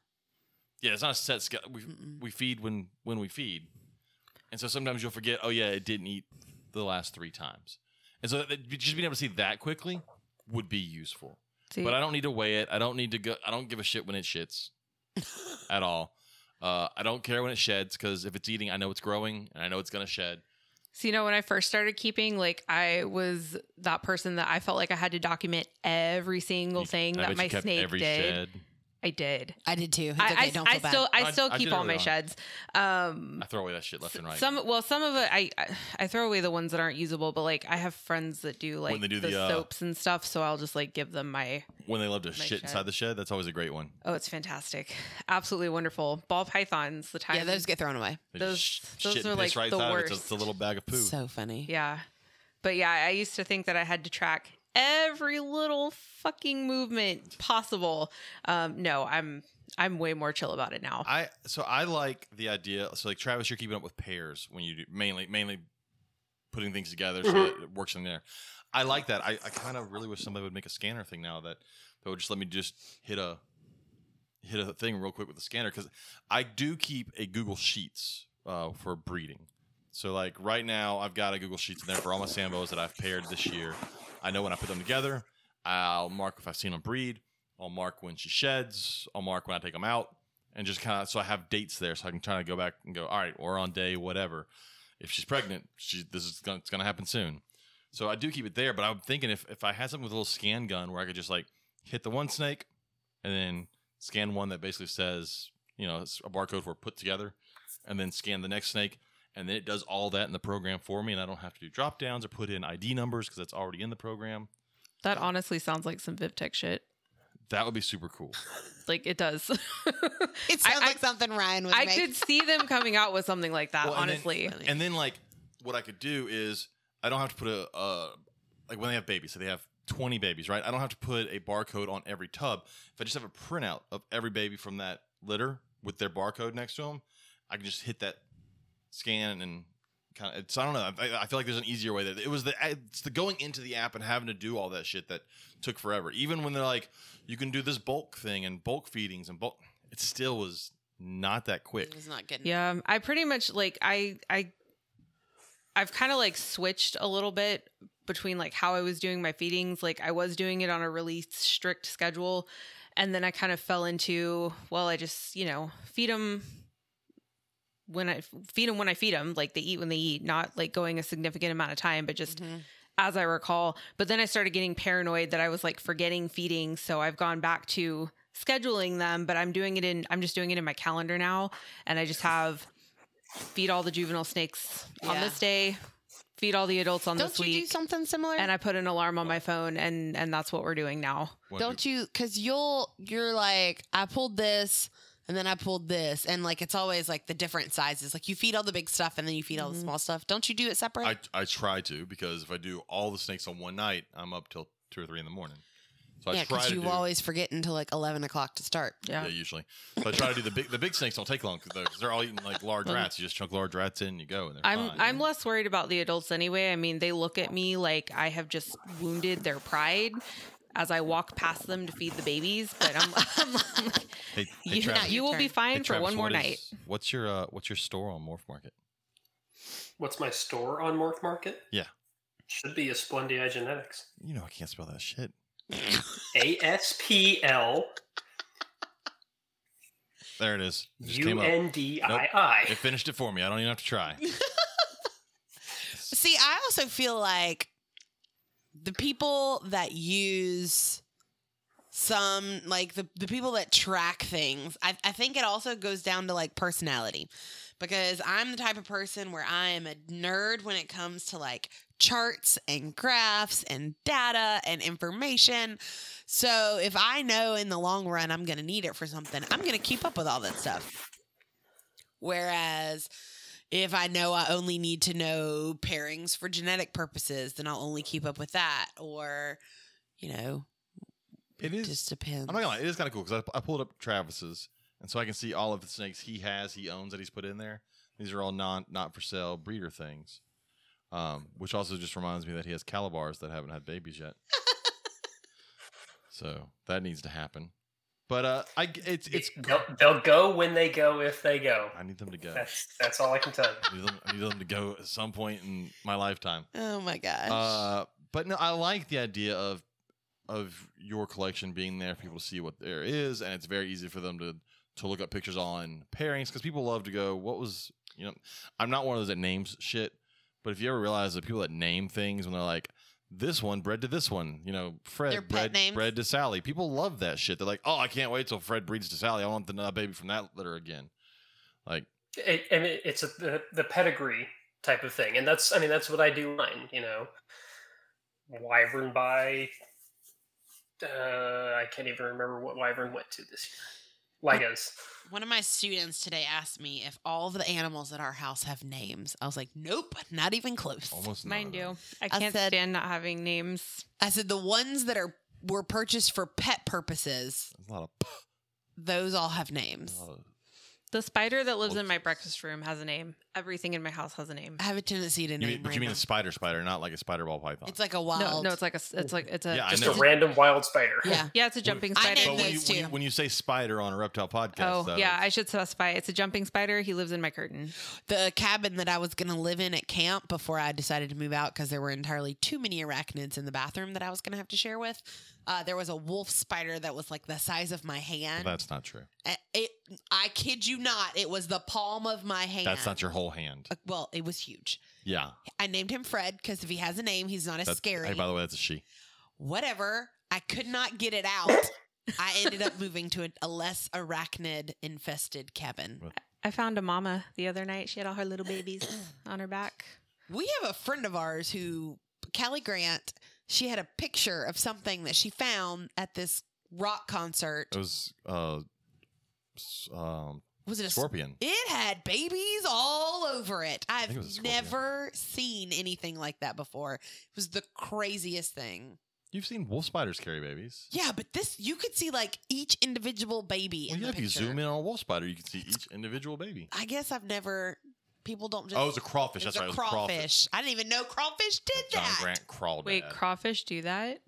Speaker 1: Yeah, it's not a set schedule. We,
Speaker 2: Mm-mm.
Speaker 1: we feed when when we feed, and so sometimes you'll forget. Oh yeah, it didn't eat the last three times, and so that, that- just being able to see that quickly would be useful.
Speaker 4: See,
Speaker 1: But I don't need to weigh it. I don't need to go. I don't give a shit when it shits, at all. Uh, I don't care when it sheds because if it's eating, I know it's growing and I know it's gonna shed.
Speaker 4: so you know when I first started keeping, like I was that person that I felt like I had to document every single
Speaker 1: You-
Speaker 4: thing
Speaker 1: I bet
Speaker 4: that
Speaker 1: you
Speaker 4: my
Speaker 1: kept
Speaker 4: snake
Speaker 1: every
Speaker 4: did.
Speaker 1: Shed.
Speaker 4: I did.
Speaker 2: I did too. It's
Speaker 4: I,
Speaker 2: okay,
Speaker 4: I,
Speaker 2: don't
Speaker 4: I
Speaker 2: feel bad.
Speaker 4: still
Speaker 1: I-
Speaker 4: I still
Speaker 1: I
Speaker 4: keep
Speaker 1: did it
Speaker 4: all
Speaker 1: early
Speaker 4: my
Speaker 1: on.
Speaker 4: sheds. Um,
Speaker 1: I throw away that shit left and right.
Speaker 4: Some well, some of it I I- I throw away the ones that aren't usable, but like I have friends that do like
Speaker 1: they do
Speaker 4: the,
Speaker 1: the, uh,
Speaker 4: soaps and stuff, so I'll just like give them my.
Speaker 1: when they love to
Speaker 4: my
Speaker 1: shit
Speaker 4: shed.
Speaker 1: inside the shed, that's always a great one.
Speaker 4: Oh, it's fantastic, absolutely wonderful. Ball pythons, the time.
Speaker 2: yeah, those get thrown away.
Speaker 1: They
Speaker 4: Those-
Speaker 1: just sh-
Speaker 4: those
Speaker 1: shit
Speaker 4: are,
Speaker 1: and piss
Speaker 4: like,
Speaker 1: right
Speaker 4: the
Speaker 1: inside of it. It's
Speaker 4: worst.
Speaker 1: just a little bag of poo.
Speaker 2: So funny.
Speaker 4: Yeah, but yeah, I used to think that I had to track every little fucking movement possible. Um, no, I'm I'm way more chill about it now.
Speaker 1: I so I like the idea. So like Travis, you're keeping up with pairs when you do mainly mainly putting things together so that it works in there. I like that. I, I kind of really wish somebody would make a scanner thing now that that would just let me just hit a hit a thing real quick with the scanner because I do keep a Google Sheets uh, for breeding. So like right now, I've got a Google Sheets in there for all my Sambos that I've paired this year. I know when I put them together. I'll mark if I've seen them breed. I'll mark when she sheds. I'll mark when I take them out, and just kind of so I have dates there, so I can try to go back and go. All right, we're on day whatever. If she's pregnant, she this is gonna, it's going to happen soon. So I do keep it there, but I'm thinking if if I had something with a little scan gun where I could just like hit the one snake, and then scan one that basically says you know it's a barcode for put together, and then scan the next snake, and then it does all that in the program for me, and I don't have to do drop downs or put in ID numbers because that's already in the program.
Speaker 4: That honestly sounds like some VivTech shit.
Speaker 1: That would be super cool.
Speaker 4: Like it does.
Speaker 2: It
Speaker 4: I-
Speaker 2: sounds
Speaker 4: I-
Speaker 2: like something Ryan would
Speaker 4: I
Speaker 2: make.
Speaker 4: could see them coming out with something like that.
Speaker 1: Well, and then-
Speaker 4: honestly,
Speaker 1: And then like what I could do is I don't have to put a uh, like when they have babies, so they have 20 babies, right? I don't have to put a barcode on every tub. If I just have a printout of every baby from that litter with their barcode next to them, I can just hit that scan and kind of. So I don't know. I, I feel like there's an easier way that it was the it's the going into the app and having to do all that shit that took forever. Even when they're like, you can do this bulk thing and bulk feedings and bulk, it still was not that quick.
Speaker 2: It was not good.
Speaker 4: Yeah, um, I pretty much like I I I've kind of like switched a little bit between like how I was doing my feedings. Like I was doing it on a really strict schedule and then I kind of fell into well, I just, you know, feed them when I feed them when I feed them, like they eat when they eat, not like going a significant amount of time, but just
Speaker 2: Mhm.
Speaker 4: as I recall. But then I started getting paranoid that I was like forgetting feeding. So I've gone back to scheduling them, but I'm doing it in, I'm just doing it in my calendar now. And I just have feed all the juvenile snakes on
Speaker 2: Yeah.
Speaker 4: this day, feed all the adults on
Speaker 2: Don't
Speaker 4: this
Speaker 2: you do
Speaker 4: week.
Speaker 2: something similar?
Speaker 4: and I put an alarm on my phone and, and that's what we're doing now.
Speaker 1: What do-
Speaker 2: Don't you? Because you'll you're like I pulled this and then I pulled this and like it's always like the different sizes. Like you feed all the big stuff and then you feed all the
Speaker 4: Mhm.
Speaker 2: small stuff. Don't you do it separate?
Speaker 1: I, I try to because if I do all the snakes on one night, I'm up till two or three in the morning. So
Speaker 2: yeah,
Speaker 1: I try
Speaker 2: because
Speaker 1: to
Speaker 2: you
Speaker 1: do,
Speaker 2: always forget until like eleven o'clock to start.
Speaker 1: yeah usually. So I try to do the big the big snakes don't take long because they're, 'cause they're all eating like large
Speaker 4: Well,
Speaker 1: rats. You just chunk large rats in, and you go, and they're
Speaker 4: I'm
Speaker 1: fine.
Speaker 4: I'm less worried about the adults anyway. I mean, they look at me like I have just wounded their pride as I walk past them to feed the babies. But I'm, I'm, like,
Speaker 1: Hey, hey,
Speaker 4: you,
Speaker 1: Travis,
Speaker 2: not
Speaker 4: you will be
Speaker 2: Hey,
Speaker 1: hey,
Speaker 4: fine for
Speaker 1: Travis,
Speaker 4: one more
Speaker 1: what is-
Speaker 4: night.
Speaker 1: What's your uh, what's your store on Morph Market?
Speaker 5: What's my store on Morph Market?
Speaker 1: Yeah.
Speaker 5: Should be Esplendia Genetics.
Speaker 1: You know I can't spell that shit.
Speaker 5: A S P L
Speaker 1: There it is. It just
Speaker 5: U
Speaker 1: came up.
Speaker 5: N D I I.
Speaker 1: It finished it for me. I don't even have to try.
Speaker 2: See, I also feel like the people that use some like the, the people that track things, I, I think it also goes down to like personality. Because I'm the type of person where I am a nerd when it comes to like charts and graphs and data and information. So if I know in the long run I'm going to need it for something, I'm going to keep up with all that stuff. Whereas if I know I only need to know pairings for genetic purposes, then I'll only keep up with that. Or, you know,
Speaker 1: It is.
Speaker 2: just depends.
Speaker 1: I'm not gonna lie, it is kind of cool because I, I pulled up Travis's, and so I can see all of the snakes he has, he owns that he's put in there. These are all non not for sale breeder things, um, which also just reminds me that he has Calibars that haven't had babies yet. so that needs to happen. But uh, I g- it's it's
Speaker 5: they'll, they'll go when they go if they go.
Speaker 1: I need them to go.
Speaker 5: That's that's all I can tell. you.
Speaker 1: I need them, I need them to go at some point in my lifetime.
Speaker 2: Oh my gosh.
Speaker 1: Uh, but no, I like the idea of of your collection being there for people to see what there is, and it's very easy for them to to look up pictures on pairings because people love to go. What was you know? I'm not one of those that names shit, but if you ever realize the people that name things when they're like, this one bred to this one. You know, Fred
Speaker 2: Their pet
Speaker 1: bred
Speaker 2: names.
Speaker 1: bred to Sally. People love that shit. They're like, oh, I can't wait till Fred breeds to Sally. I want the uh, baby from that litter again. Like,
Speaker 5: it, and it, it's a, the, the pedigree type of thing and that's i mean that's what i do mine you know wyvern by uh, i can't even remember what wyvern went to this year legos
Speaker 2: One of my students today asked me if all of the animals at our house have names. I was like, nope, not even close.
Speaker 1: almost none
Speaker 4: Mine
Speaker 1: of them.
Speaker 4: do. I
Speaker 2: I
Speaker 4: can't
Speaker 2: said-
Speaker 4: stand not having names.
Speaker 2: I said the ones that are were purchased for pet purposes,
Speaker 1: There's a lot of,
Speaker 2: those all have names.
Speaker 1: there's a lot of-
Speaker 4: The spider that lives in my breakfast room has a name. Everything in my house has a name.
Speaker 2: I have a tendency to
Speaker 1: You
Speaker 2: name
Speaker 1: mean, but you mean a
Speaker 2: random-
Speaker 1: spider spider, not like a spider ball python.
Speaker 2: It's like a
Speaker 4: No,
Speaker 2: wild.
Speaker 4: no, it's like a. s- It's like it's a.
Speaker 1: Yeah, I
Speaker 4: just-
Speaker 5: just
Speaker 1: know.
Speaker 5: a random wild spider
Speaker 2: yeah.
Speaker 4: yeah, it's a jumping
Speaker 2: I
Speaker 4: spider.
Speaker 2: named
Speaker 1: but when you,
Speaker 2: those
Speaker 1: when, you,
Speaker 2: too.
Speaker 1: when you say spider on a reptile podcast,
Speaker 4: Oh
Speaker 1: though,
Speaker 4: yeah, I should specify. It's a jumping spider. He lives in my curtain.
Speaker 2: The cabin that I was going to live in at camp before I decided to move out because there were entirely too many arachnids in the bathroom that I was going to have to share with. Uh, there was a wolf spider that was like the size of my hand.
Speaker 1: that's not true.
Speaker 2: Uh, it, I kid you not, it was the palm of my hand.
Speaker 1: That's not your whole hand.
Speaker 2: Uh, well, it was huge.
Speaker 1: Yeah.
Speaker 2: I named him Fred because if he has a name, he's not as
Speaker 1: That's,
Speaker 2: scary.
Speaker 1: Hey, by the way, that's a she.
Speaker 2: Whatever. I could not get it out. I ended up moving to a, a less arachnid infested cabin.
Speaker 4: I found a mama the other night. She had all her little babies on her back.
Speaker 2: We have a friend of ours who, Callie Grant, she had a picture of something that she found at this rock concert.
Speaker 1: It was uh, s- um,
Speaker 2: Was it a
Speaker 1: scorpion.
Speaker 2: It had babies all over it. I've
Speaker 1: think it was a scorpion.
Speaker 2: never seen anything like that before. It was the craziest thing.
Speaker 1: You've seen wolf spiders carry babies.
Speaker 2: Yeah, but this you could see like each individual baby
Speaker 1: Well,
Speaker 2: in
Speaker 1: yeah,
Speaker 2: the
Speaker 1: if
Speaker 2: picture.
Speaker 1: you zoom in on a wolf spider, you can see each individual baby.
Speaker 2: I guess I've never people don't just
Speaker 1: Oh, it was a crawfish.
Speaker 2: It was
Speaker 1: That's right.
Speaker 2: a
Speaker 1: It was
Speaker 2: crawfish. I didn't even know crawfish did
Speaker 1: John
Speaker 2: that.
Speaker 1: Grant crawled.
Speaker 4: Wait,
Speaker 1: at.
Speaker 4: crawfish do that?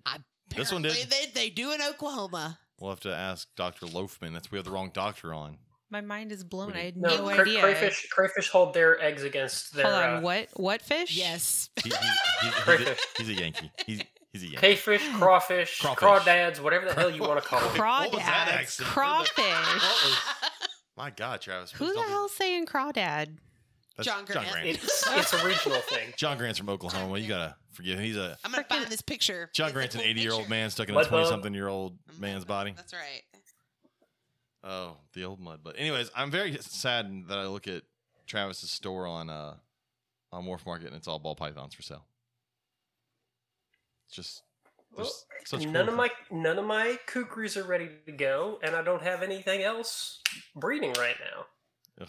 Speaker 1: This one did.
Speaker 2: Apparently They, they do in Oklahoma.
Speaker 1: We'll have to ask Doctor Loafman. That's we have the wrong doctor on.
Speaker 4: My mind is blown. I had
Speaker 5: no,
Speaker 4: no,
Speaker 5: cra-
Speaker 4: idea.
Speaker 5: crayfish crayfish hold their eggs against their
Speaker 4: Hold on,
Speaker 5: uh,
Speaker 4: what? What fish?
Speaker 2: Yes.
Speaker 1: He- he- he- he's, a, he's a Yankee. He's, he's a Yankee.
Speaker 5: Crayfish, crawfish,
Speaker 1: Crawfish.
Speaker 5: crawdads, whatever the hell you want to call them.
Speaker 1: What was that
Speaker 4: Crawdads.
Speaker 1: accent?
Speaker 4: Crawfish.
Speaker 1: What was- my God, Travis. please
Speaker 4: Who the
Speaker 1: don't do-
Speaker 4: hell's saying crawdad?
Speaker 1: That's
Speaker 2: John Grant.
Speaker 5: It's, it's a regional thing.
Speaker 1: John Grant's from Oklahoma. You gotta forgive him. He's a
Speaker 2: I'm gonna find
Speaker 4: Frickin-
Speaker 2: this picture.
Speaker 1: John
Speaker 2: It's a
Speaker 1: Grant's an
Speaker 2: cool
Speaker 1: 80 year old
Speaker 2: picture.
Speaker 1: man stuck in a
Speaker 5: Mud bug.
Speaker 1: 20 something year old man's body.
Speaker 2: That's right.
Speaker 1: Oh, the old mud. But anyways, I'm very saddened that I look at Travis's store on uh on Wharf Market and it's all ball pythons for sale. It's just there's such
Speaker 5: none
Speaker 1: cruelty.
Speaker 5: of my none of my kukris are ready to go, and I don't have anything else breeding right now.
Speaker 1: Ugh.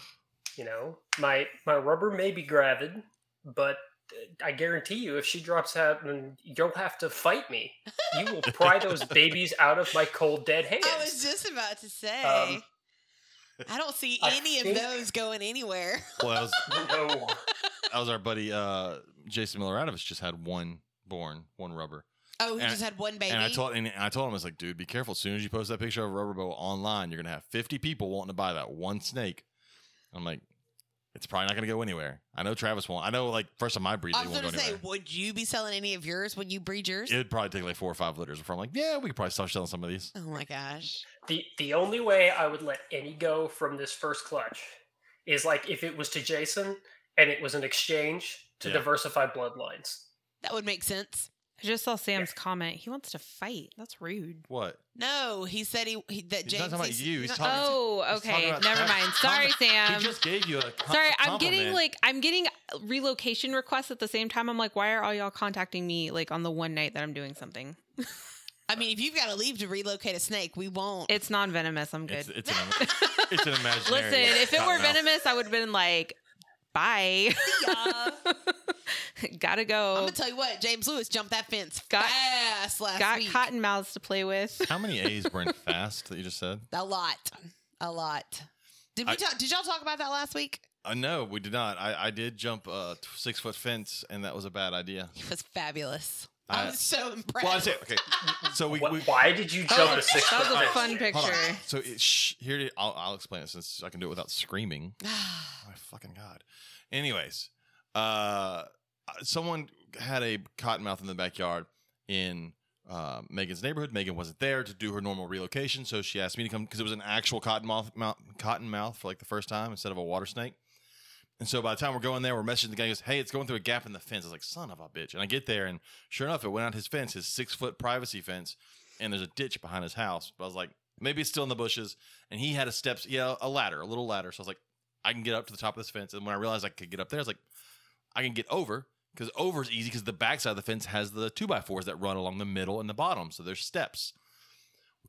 Speaker 5: You know, my my rubber may be gravid, but uh, I guarantee you, if she drops out, then you'll have to fight me. You will pry those babies out of my cold dead hands.
Speaker 2: I was just about to say.
Speaker 5: Um,
Speaker 2: I don't see
Speaker 5: I
Speaker 2: any of
Speaker 5: think-
Speaker 2: those going anywhere.
Speaker 1: Well, that was,
Speaker 5: no,
Speaker 1: that was our buddy uh Jason Milleradovich just had one born, one rubber.
Speaker 2: Oh, he
Speaker 1: And-
Speaker 2: just had one baby.
Speaker 1: And I told and I told him I was like, dude, be careful. As soon as you post that picture of a rubber boa online, you're gonna have 50 people wanting to buy that one snake. I'm like, it's probably not gonna go anywhere. I know Travis won't. I know like first time I breed,
Speaker 2: I
Speaker 1: they
Speaker 2: was
Speaker 1: won't go
Speaker 2: going to say,
Speaker 1: anywhere.
Speaker 2: would you be selling any of yours when you breed yours?
Speaker 1: It'd probably take like four or five litters before I'm like, yeah, we could probably start selling some of these.
Speaker 2: oh my gosh.
Speaker 5: the the only way I would let any go from this first clutch is like if it was to Jason and it was an exchange to
Speaker 1: Yeah.
Speaker 5: diversify bloodlines.
Speaker 2: That would make sense.
Speaker 4: I just saw Sam's comment. He wants to fight. That's rude.
Speaker 1: What?
Speaker 2: No, he said he, he that
Speaker 1: He's
Speaker 2: James.
Speaker 1: not talking about you, he's
Speaker 2: not-
Speaker 1: talking-
Speaker 4: Oh,
Speaker 1: he's talking
Speaker 4: okay.
Speaker 1: about
Speaker 4: Never
Speaker 1: Travis.
Speaker 4: mind. Sorry,
Speaker 1: he
Speaker 4: Sam.
Speaker 1: just gave you a. com-
Speaker 4: Um, Sorry, I'm
Speaker 1: compliment.
Speaker 4: getting like I'm getting uh, relocation requests at the same time. I'm like, why are all y'all contacting me like on the one night that I'm doing something?
Speaker 2: I mean, if you've got to leave to relocate a snake, we won't.
Speaker 4: It's non venomous. I'm
Speaker 1: It's,
Speaker 4: good.
Speaker 1: it's, an, it's an imaginary.
Speaker 4: Listen, if it were
Speaker 1: cottonmouth.
Speaker 4: venomous, I would have been like, bye.
Speaker 2: ya.
Speaker 4: Gotta
Speaker 2: I'm
Speaker 4: go.
Speaker 2: gonna tell you what, James Lewis jumped that fence
Speaker 4: Got-
Speaker 2: fast last
Speaker 4: Got
Speaker 2: week.
Speaker 4: cotton mouths to play with.
Speaker 1: How many A's burned fast that you just said?
Speaker 2: A lot, a lot. Did we
Speaker 1: I-
Speaker 2: talk? Did y'all talk about that last week?
Speaker 1: Uh, no, we did not. I, I did jump a t- six foot fence, and that was a bad idea.
Speaker 2: It was fabulous. I,
Speaker 1: I-
Speaker 2: was so impressed.
Speaker 1: Well, I say okay. So we,
Speaker 5: Wh-
Speaker 1: we
Speaker 5: why did you jump
Speaker 4: That
Speaker 5: to
Speaker 4: was,
Speaker 5: six
Speaker 4: that was
Speaker 5: foot
Speaker 4: a
Speaker 5: nine?
Speaker 4: fun
Speaker 1: hold on.
Speaker 4: picture.
Speaker 1: So it, shh, here it, I'll, I'll explain it since I can do it without screaming. Oh, my fucking god. Anyways, uh, someone had a cottonmouth in the backyard in uh, Megan's neighborhood. Megan wasn't there to do her normal relocation, so she asked me to come because it was an actual cottonmouth mouth, cottonmouth for like the first time instead of a water snake. And so by the time we're going there, we're messaging the guy. He goes, "Hey, it's going through a gap in the fence." I was like, "Son of a bitch!" And I get there, and sure enough, it went out his fence, his six foot privacy fence, and there's a ditch behind his house. But I was like, maybe it's still in the bushes. And he had a steps, yeah, a ladder, a little ladder. So I was like, I can get up to the top of this fence. And when I realized I could get up there, I was like, I can get over because over is easy because the backside of the fence has the two by fours that run along the middle and the bottom. So there's steps.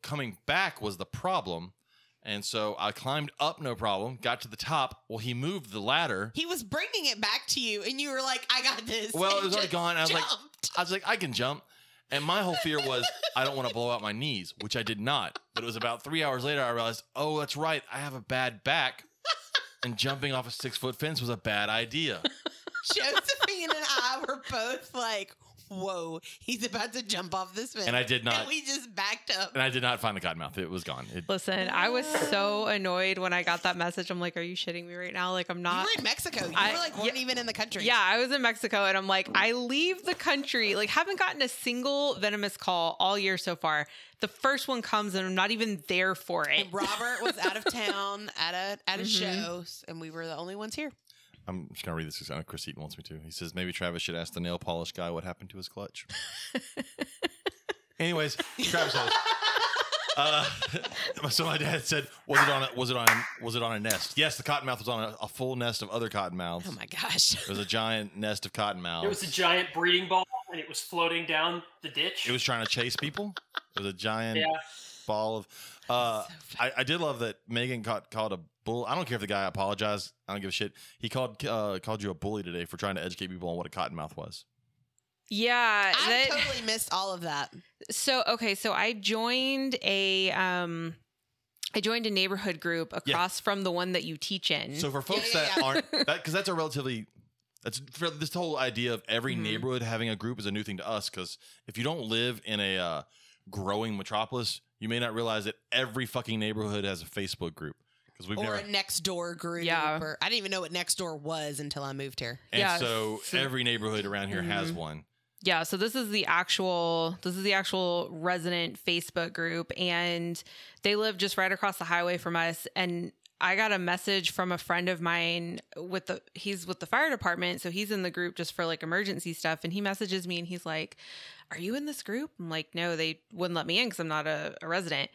Speaker 1: Coming back was the problem. And so I climbed up, no problem, got to the top. Well, he moved the ladder.
Speaker 2: He was bringing it back to you, and you were like, "I got this."
Speaker 1: Well, it
Speaker 2: and
Speaker 1: was already
Speaker 2: just
Speaker 1: gone. I was like,
Speaker 2: jumped.
Speaker 1: I was like, I can jump. And my whole fear was, I don't want to blow out my knees, which I did not. But it was about three hours later, I realized, oh, that's right. I have a bad back. And jumping off a six foot fence was a bad idea.
Speaker 2: Josephine and I were both like, "Whoa, he's about to jump off this fence,"
Speaker 1: And I did not.
Speaker 2: And we just backed up.
Speaker 1: And I did not find the cottonmouth. It was gone. It,
Speaker 4: Listen, I was so annoyed when I got that message. I'm like, are you shitting me right now? Like, I'm
Speaker 2: you
Speaker 1: Uh,
Speaker 4: not.
Speaker 2: were in Mexico. You
Speaker 4: I-
Speaker 2: were like, weren't even in the country.
Speaker 4: Yeah, I was in Mexico and I'm like, I leave the country, like, haven't gotten a single venomous call all year so far. The first one comes and I'm not even there for it.
Speaker 2: And Robert was out of town at a
Speaker 1: Mm-hmm.
Speaker 2: at a
Speaker 4: Mhm.
Speaker 2: show, and we were the only ones here.
Speaker 1: I'm just going to read this because I know Chris Eaton wants me to. He says, maybe Travis should ask the nail polish guy what happened to his clutch. Anyways, Travis says, uh, so my dad said, was it on a, was it on a, was it on a nest? Yes, the cottonmouth was on a, a full nest of other cottonmouths.
Speaker 2: Oh my gosh.
Speaker 1: It was a giant nest of cottonmouths.
Speaker 5: There was a giant breeding ball, and it was floating down the ditch.
Speaker 1: it was trying to chase people. It was a giant
Speaker 5: yeah.
Speaker 1: ball of. Uh, I, I did love that Megan caught called a bull. I don't care if the guy apologized. I don't give a shit. He called uh, called you a bully today for trying to educate people on what a cottonmouth was.
Speaker 4: Yeah.
Speaker 2: I
Speaker 4: that-
Speaker 2: totally missed all of that.
Speaker 4: so, okay. So I joined a, um, I joined a neighborhood group across from the one that you teach in.
Speaker 1: So for folks
Speaker 2: Yeah, yeah,
Speaker 1: that
Speaker 2: yeah.
Speaker 1: aren't that because that's a relatively that's for this whole idea of every
Speaker 2: Mm-hmm.
Speaker 4: Mhm.
Speaker 1: neighborhood having a group is a new thing to us because if you don't live in a uh, growing metropolis, you may not realize that every fucking neighborhood has a Facebook group because we've
Speaker 2: or
Speaker 1: never
Speaker 2: a next door group.
Speaker 4: Yeah.
Speaker 2: Or, I didn't even know what next door was until I moved here.
Speaker 1: And
Speaker 4: Yeah,
Speaker 1: so
Speaker 4: so-
Speaker 1: every neighborhood around here has
Speaker 2: Mm-hmm.
Speaker 4: Mhm.
Speaker 1: one.
Speaker 4: Yeah, so this is the actual this is the actual resident Facebook group and they live just right across the highway from us and I got a message from a friend of mine with the he's with the fire department so he's in the group just for like emergency stuff and he messages me and he's like are you in this group? I'm like no, they wouldn't let me in cuz I'm not a, a resident.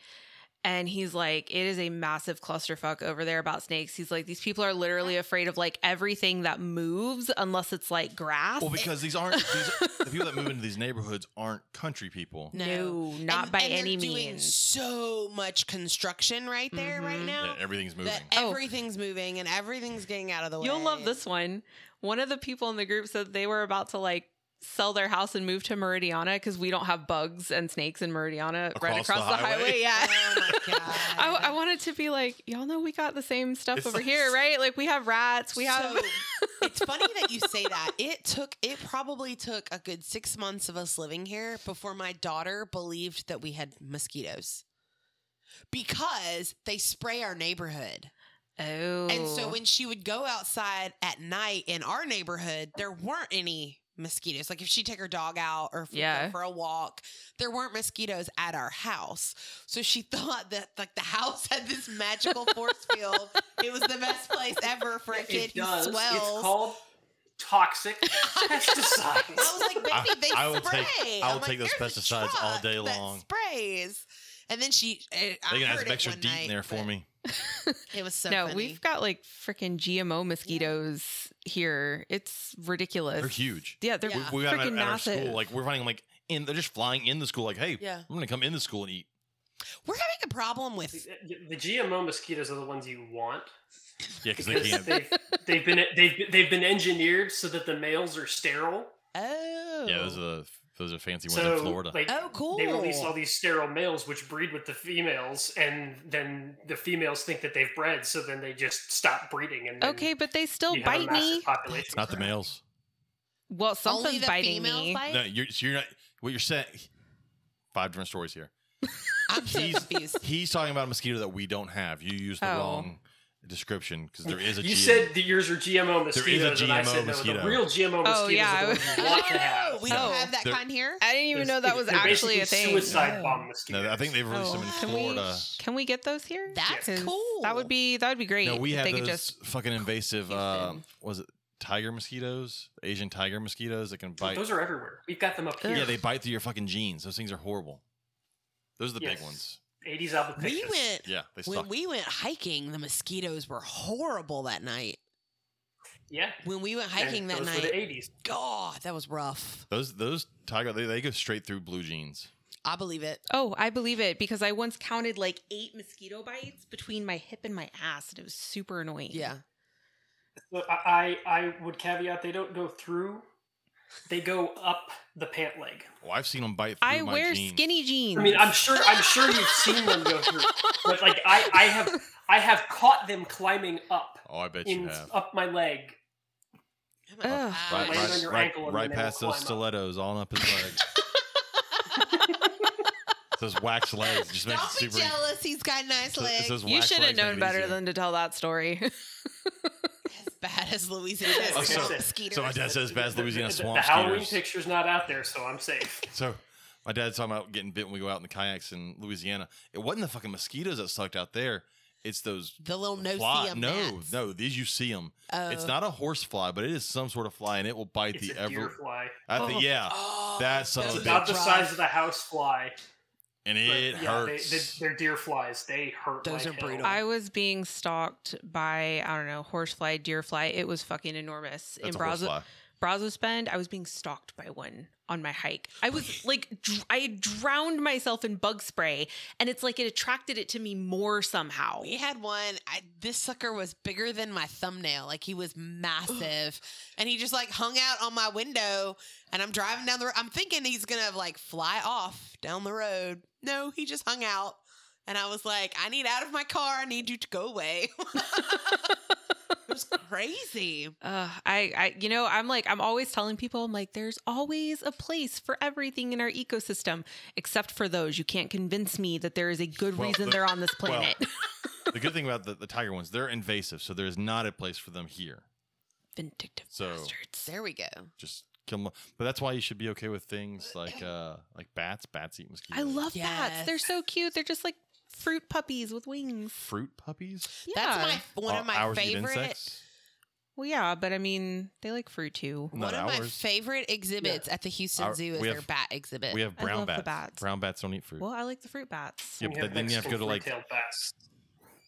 Speaker 4: And he's like, it is a massive clusterfuck over there about snakes. He's like, these people are literally afraid of like everything that moves unless it's like grass.
Speaker 1: Well, because these aren't these, the people that move into these neighborhoods aren't country people.
Speaker 4: No, not
Speaker 2: And-
Speaker 4: by
Speaker 2: and they're
Speaker 4: any
Speaker 2: doing
Speaker 4: means.
Speaker 2: so much construction right there, right
Speaker 4: Mhm.
Speaker 2: now.
Speaker 1: Yeah, everything's moving.
Speaker 2: that
Speaker 4: Oh.
Speaker 2: everything's moving and everything's getting out of the way.
Speaker 4: You'll love this one. One of the people in the group said they were about to like sell their house and move to Meridiana because we don't have bugs and snakes in Meridiana right
Speaker 1: Across the
Speaker 4: across the
Speaker 1: highway?
Speaker 4: highway. Yeah.
Speaker 2: Oh my god!
Speaker 4: I, I wanted to be like, y'all know we got the same stuff
Speaker 1: It's
Speaker 4: over
Speaker 1: like-
Speaker 4: here, right? Like we have rats, we have.
Speaker 2: So, it's funny that you say that. It took. It probably took a good six months of us living here before my daughter believed that we had mosquitoes because they spray our neighborhood.
Speaker 4: oh,
Speaker 2: And so when she would go outside at night in our neighborhood, there weren't any mosquitoes. Like if she took her dog out or if we go
Speaker 4: Yeah.
Speaker 2: for a walk, there weren't mosquitoes at our house. So she thought that like the house had this magical force field. It was the best place ever for a kid
Speaker 5: It
Speaker 2: who
Speaker 5: does.
Speaker 2: swells.
Speaker 5: It's called toxic
Speaker 2: I
Speaker 5: pesticides.
Speaker 2: was like, baby, they
Speaker 1: I will
Speaker 2: spray.
Speaker 1: take- I will
Speaker 2: I'm like,
Speaker 1: take those
Speaker 2: "There's a
Speaker 1: pesticides all
Speaker 2: truck
Speaker 1: day
Speaker 2: that
Speaker 1: long."
Speaker 2: Sprays. And then she, eh, I
Speaker 1: They can
Speaker 2: heard
Speaker 1: have some
Speaker 2: it
Speaker 1: extra
Speaker 2: one
Speaker 1: deep in
Speaker 2: night,
Speaker 1: there for
Speaker 2: but
Speaker 1: me.
Speaker 2: It was so
Speaker 4: no,
Speaker 2: funny.
Speaker 4: we've got like freaking GMO mosquitoes here. It's ridiculous.
Speaker 1: They're huge.
Speaker 4: Yeah, they're
Speaker 2: We-
Speaker 1: We got them
Speaker 4: freaking
Speaker 1: at, at our
Speaker 4: massive.
Speaker 1: school. Like we're finding them like in. They're just flying in the school. Like hey,
Speaker 2: yeah,
Speaker 1: I'm gonna come in the school and eat.
Speaker 2: we're having a problem with
Speaker 5: the GMO mosquitoes are the ones you want
Speaker 1: Yeah, because they
Speaker 5: because
Speaker 1: can't.
Speaker 5: they've, they've been they've they've been engineered so that the males are sterile.
Speaker 2: Oh.
Speaker 1: Yeah, those are the, those are fancy ones
Speaker 5: so
Speaker 1: in Florida.
Speaker 5: like
Speaker 2: Oh, cool.
Speaker 5: they release all these sterile males which breed with the females and then the females think that they've bred so then they just stop breeding and then
Speaker 4: Okay, but they still
Speaker 5: you have a
Speaker 4: bite
Speaker 5: massive
Speaker 4: me.
Speaker 5: population.
Speaker 1: Not the males.
Speaker 4: Well,
Speaker 2: Only
Speaker 4: something's
Speaker 2: the
Speaker 4: biting
Speaker 2: females
Speaker 4: me.
Speaker 2: bite?
Speaker 1: No, you're so you're not. What you're saying. Five different stories here.
Speaker 2: I'm so
Speaker 1: He's-
Speaker 2: confused.
Speaker 1: He's talking about a mosquito that we don't have. You use the
Speaker 4: Oh.
Speaker 1: wrong. description because there is a
Speaker 5: You
Speaker 1: GM.
Speaker 5: said that yours are GMO mosquitoes, and I
Speaker 1: GMO
Speaker 5: said no,
Speaker 1: mosquito.
Speaker 5: the real GMO mosquitoes
Speaker 4: Oh, yeah,
Speaker 5: are the
Speaker 4: I
Speaker 5: ones
Speaker 4: was-
Speaker 5: you want to have.
Speaker 2: We
Speaker 1: No.
Speaker 2: don't have that
Speaker 1: They're-
Speaker 2: kind here.
Speaker 4: I didn't even know that was
Speaker 5: They're
Speaker 4: actually a
Speaker 5: basically
Speaker 4: thing.
Speaker 5: Suicide bomb mosquitoes.
Speaker 1: no, I think they've released them in
Speaker 2: Oh.
Speaker 4: Can we,
Speaker 1: Florida.
Speaker 4: can we get those here?
Speaker 2: That's
Speaker 4: 'Cause
Speaker 2: cool.
Speaker 4: That would be that would be great.
Speaker 1: No, we
Speaker 4: if
Speaker 1: have
Speaker 4: they
Speaker 1: those
Speaker 4: could just
Speaker 1: fucking invasive. Uh,
Speaker 4: Houston.
Speaker 1: was it tiger mosquitoes? Asian tiger mosquitoes that can bite.
Speaker 5: Those are everywhere. We've got them up here.
Speaker 1: yeah, they bite through your fucking jeans. Those things are horrible. Those are the
Speaker 5: Yes.
Speaker 1: big ones.
Speaker 5: 80s album
Speaker 2: We went
Speaker 1: Yeah, they suck.
Speaker 2: when we went hiking. The mosquitoes were horrible that night.
Speaker 5: Yeah.
Speaker 2: When we went hiking
Speaker 5: And
Speaker 2: that
Speaker 5: those were the
Speaker 2: night,
Speaker 5: 80s.
Speaker 2: God, that was rough.
Speaker 1: those those tiger they, they go straight through blue jeans.
Speaker 2: I believe it.
Speaker 4: Oh, I believe it because I once counted like eight mosquito bites between my hip and my ass, and it was super annoying.
Speaker 2: Yeah.
Speaker 5: But I, I I would caveat they don't go through. They go up the pant leg.
Speaker 1: Oh, I've seen them bite. Through
Speaker 4: I
Speaker 1: my
Speaker 4: wear
Speaker 1: jeans.
Speaker 4: skinny jeans.
Speaker 5: I mean, I'm sure I'm sure you've seen them go through, but like I, I have I have caught them climbing up
Speaker 1: Oh, I bet you
Speaker 5: in
Speaker 1: have.
Speaker 5: up my leg.
Speaker 2: Oh my
Speaker 4: Ugh.
Speaker 2: gosh.
Speaker 1: Right,
Speaker 5: Land on
Speaker 1: right,
Speaker 5: your
Speaker 1: right,
Speaker 5: ankle and
Speaker 1: right
Speaker 5: then they
Speaker 1: past
Speaker 5: will
Speaker 1: those
Speaker 5: climb up.
Speaker 1: stilettos, all up his legs. those wax legs just make it
Speaker 2: Don't be
Speaker 1: super.
Speaker 2: jealous. He's got nice
Speaker 1: so-
Speaker 2: legs.
Speaker 1: it's those
Speaker 4: you
Speaker 1: wax
Speaker 4: should have
Speaker 1: legs make
Speaker 4: known
Speaker 1: it
Speaker 4: better
Speaker 1: easier.
Speaker 4: than to tell that story.
Speaker 2: as bad as Louisiana
Speaker 5: Oh,
Speaker 2: is.
Speaker 5: so-
Speaker 2: about
Speaker 5: so
Speaker 2: mosquitoes.
Speaker 1: So my dad says
Speaker 5: The-
Speaker 1: Baz
Speaker 5: the-
Speaker 1: Louisiana
Speaker 5: the-
Speaker 1: swamp
Speaker 5: The Halloween
Speaker 1: skeeters.
Speaker 5: picture's not out there, so I'm safe.
Speaker 1: So my dad's talking about getting bit when we go out in the kayaks in Louisiana. It wasn't the fucking mosquitoes that sucked out there. It's those
Speaker 2: the little no
Speaker 1: fly.
Speaker 2: see 'em
Speaker 1: no,
Speaker 2: bats.
Speaker 1: no, these you see them.
Speaker 2: Oh.
Speaker 1: It's not a horse fly, but it is some sort of fly, and it will bite
Speaker 5: It's
Speaker 1: the
Speaker 5: a deer
Speaker 1: ever.
Speaker 5: fly.
Speaker 1: I think
Speaker 4: Oh.
Speaker 1: yeah,
Speaker 2: Oh,
Speaker 1: That's
Speaker 2: those
Speaker 1: a
Speaker 5: It's
Speaker 2: are
Speaker 1: bitch.
Speaker 5: about the
Speaker 2: rough.
Speaker 5: size of the house fly.
Speaker 1: and
Speaker 5: but
Speaker 1: it
Speaker 5: yeah, they,
Speaker 1: hurts.
Speaker 5: they, are deer flies. They hurt.
Speaker 2: Those
Speaker 5: like
Speaker 2: are
Speaker 5: hell.
Speaker 2: brutal.
Speaker 4: I was being stalked by I don't know horsefly, deerfly. It was fucking enormous
Speaker 1: That's
Speaker 4: in
Speaker 1: a horse
Speaker 4: Brazos.
Speaker 1: fly.
Speaker 4: Brazos Bend, I was being stalked by one on my hike. I was like, dr- I had drowned myself in bug spray, and it's like it attracted it to me more somehow.
Speaker 2: We had one. I, this sucker was bigger than my thumbnail. Like he was massive, and he just like hung out on my window. And I'm driving down the road. I'm thinking he's gonna like fly off down the road. No, he just hung out. And I was like, I need out of my car. I need you to go away. it was crazy.
Speaker 4: Uh, I, I, you know, I'm like, I'm always telling people, I'm like, there's always a place for everything in our ecosystem, except for those. You can't convince me that there is a good
Speaker 1: Well,
Speaker 4: reason
Speaker 1: the-
Speaker 4: they're on this
Speaker 1: well,
Speaker 4: planet.
Speaker 1: the good thing about the, the tiger ones, they're invasive, so there is not a place for them here.
Speaker 4: Vindictive
Speaker 1: so-
Speaker 4: bastards.
Speaker 2: There we go.
Speaker 1: Just kill them. But that's why you should be okay with things like uh like bats. Bats eat mosquitoes.
Speaker 4: I love bats. They're
Speaker 2: Yes.
Speaker 4: so cute. They're just like fruit puppies with wings.
Speaker 1: fruit puppies.
Speaker 4: Yeah.
Speaker 2: That's my one
Speaker 1: Uh,
Speaker 2: of my
Speaker 1: ours eat
Speaker 2: favorite
Speaker 1: insects?
Speaker 4: well, yeah, but I mean, they like fruit too.
Speaker 1: Not
Speaker 2: one of my
Speaker 1: ours.
Speaker 2: favorite exhibits at the Houston
Speaker 1: Our-
Speaker 2: Zoo is
Speaker 1: we
Speaker 2: their
Speaker 1: have-
Speaker 2: bat exhibit.
Speaker 1: We have
Speaker 4: Eh, I
Speaker 1: brown
Speaker 4: love the
Speaker 1: bats.
Speaker 4: bats.
Speaker 1: Brown bats don't eat fruit.
Speaker 4: Well, I like the fruit bats.
Speaker 1: yeah,
Speaker 5: We
Speaker 1: but then you have to go to
Speaker 5: Mexican
Speaker 1: like
Speaker 5: three-tailed bats.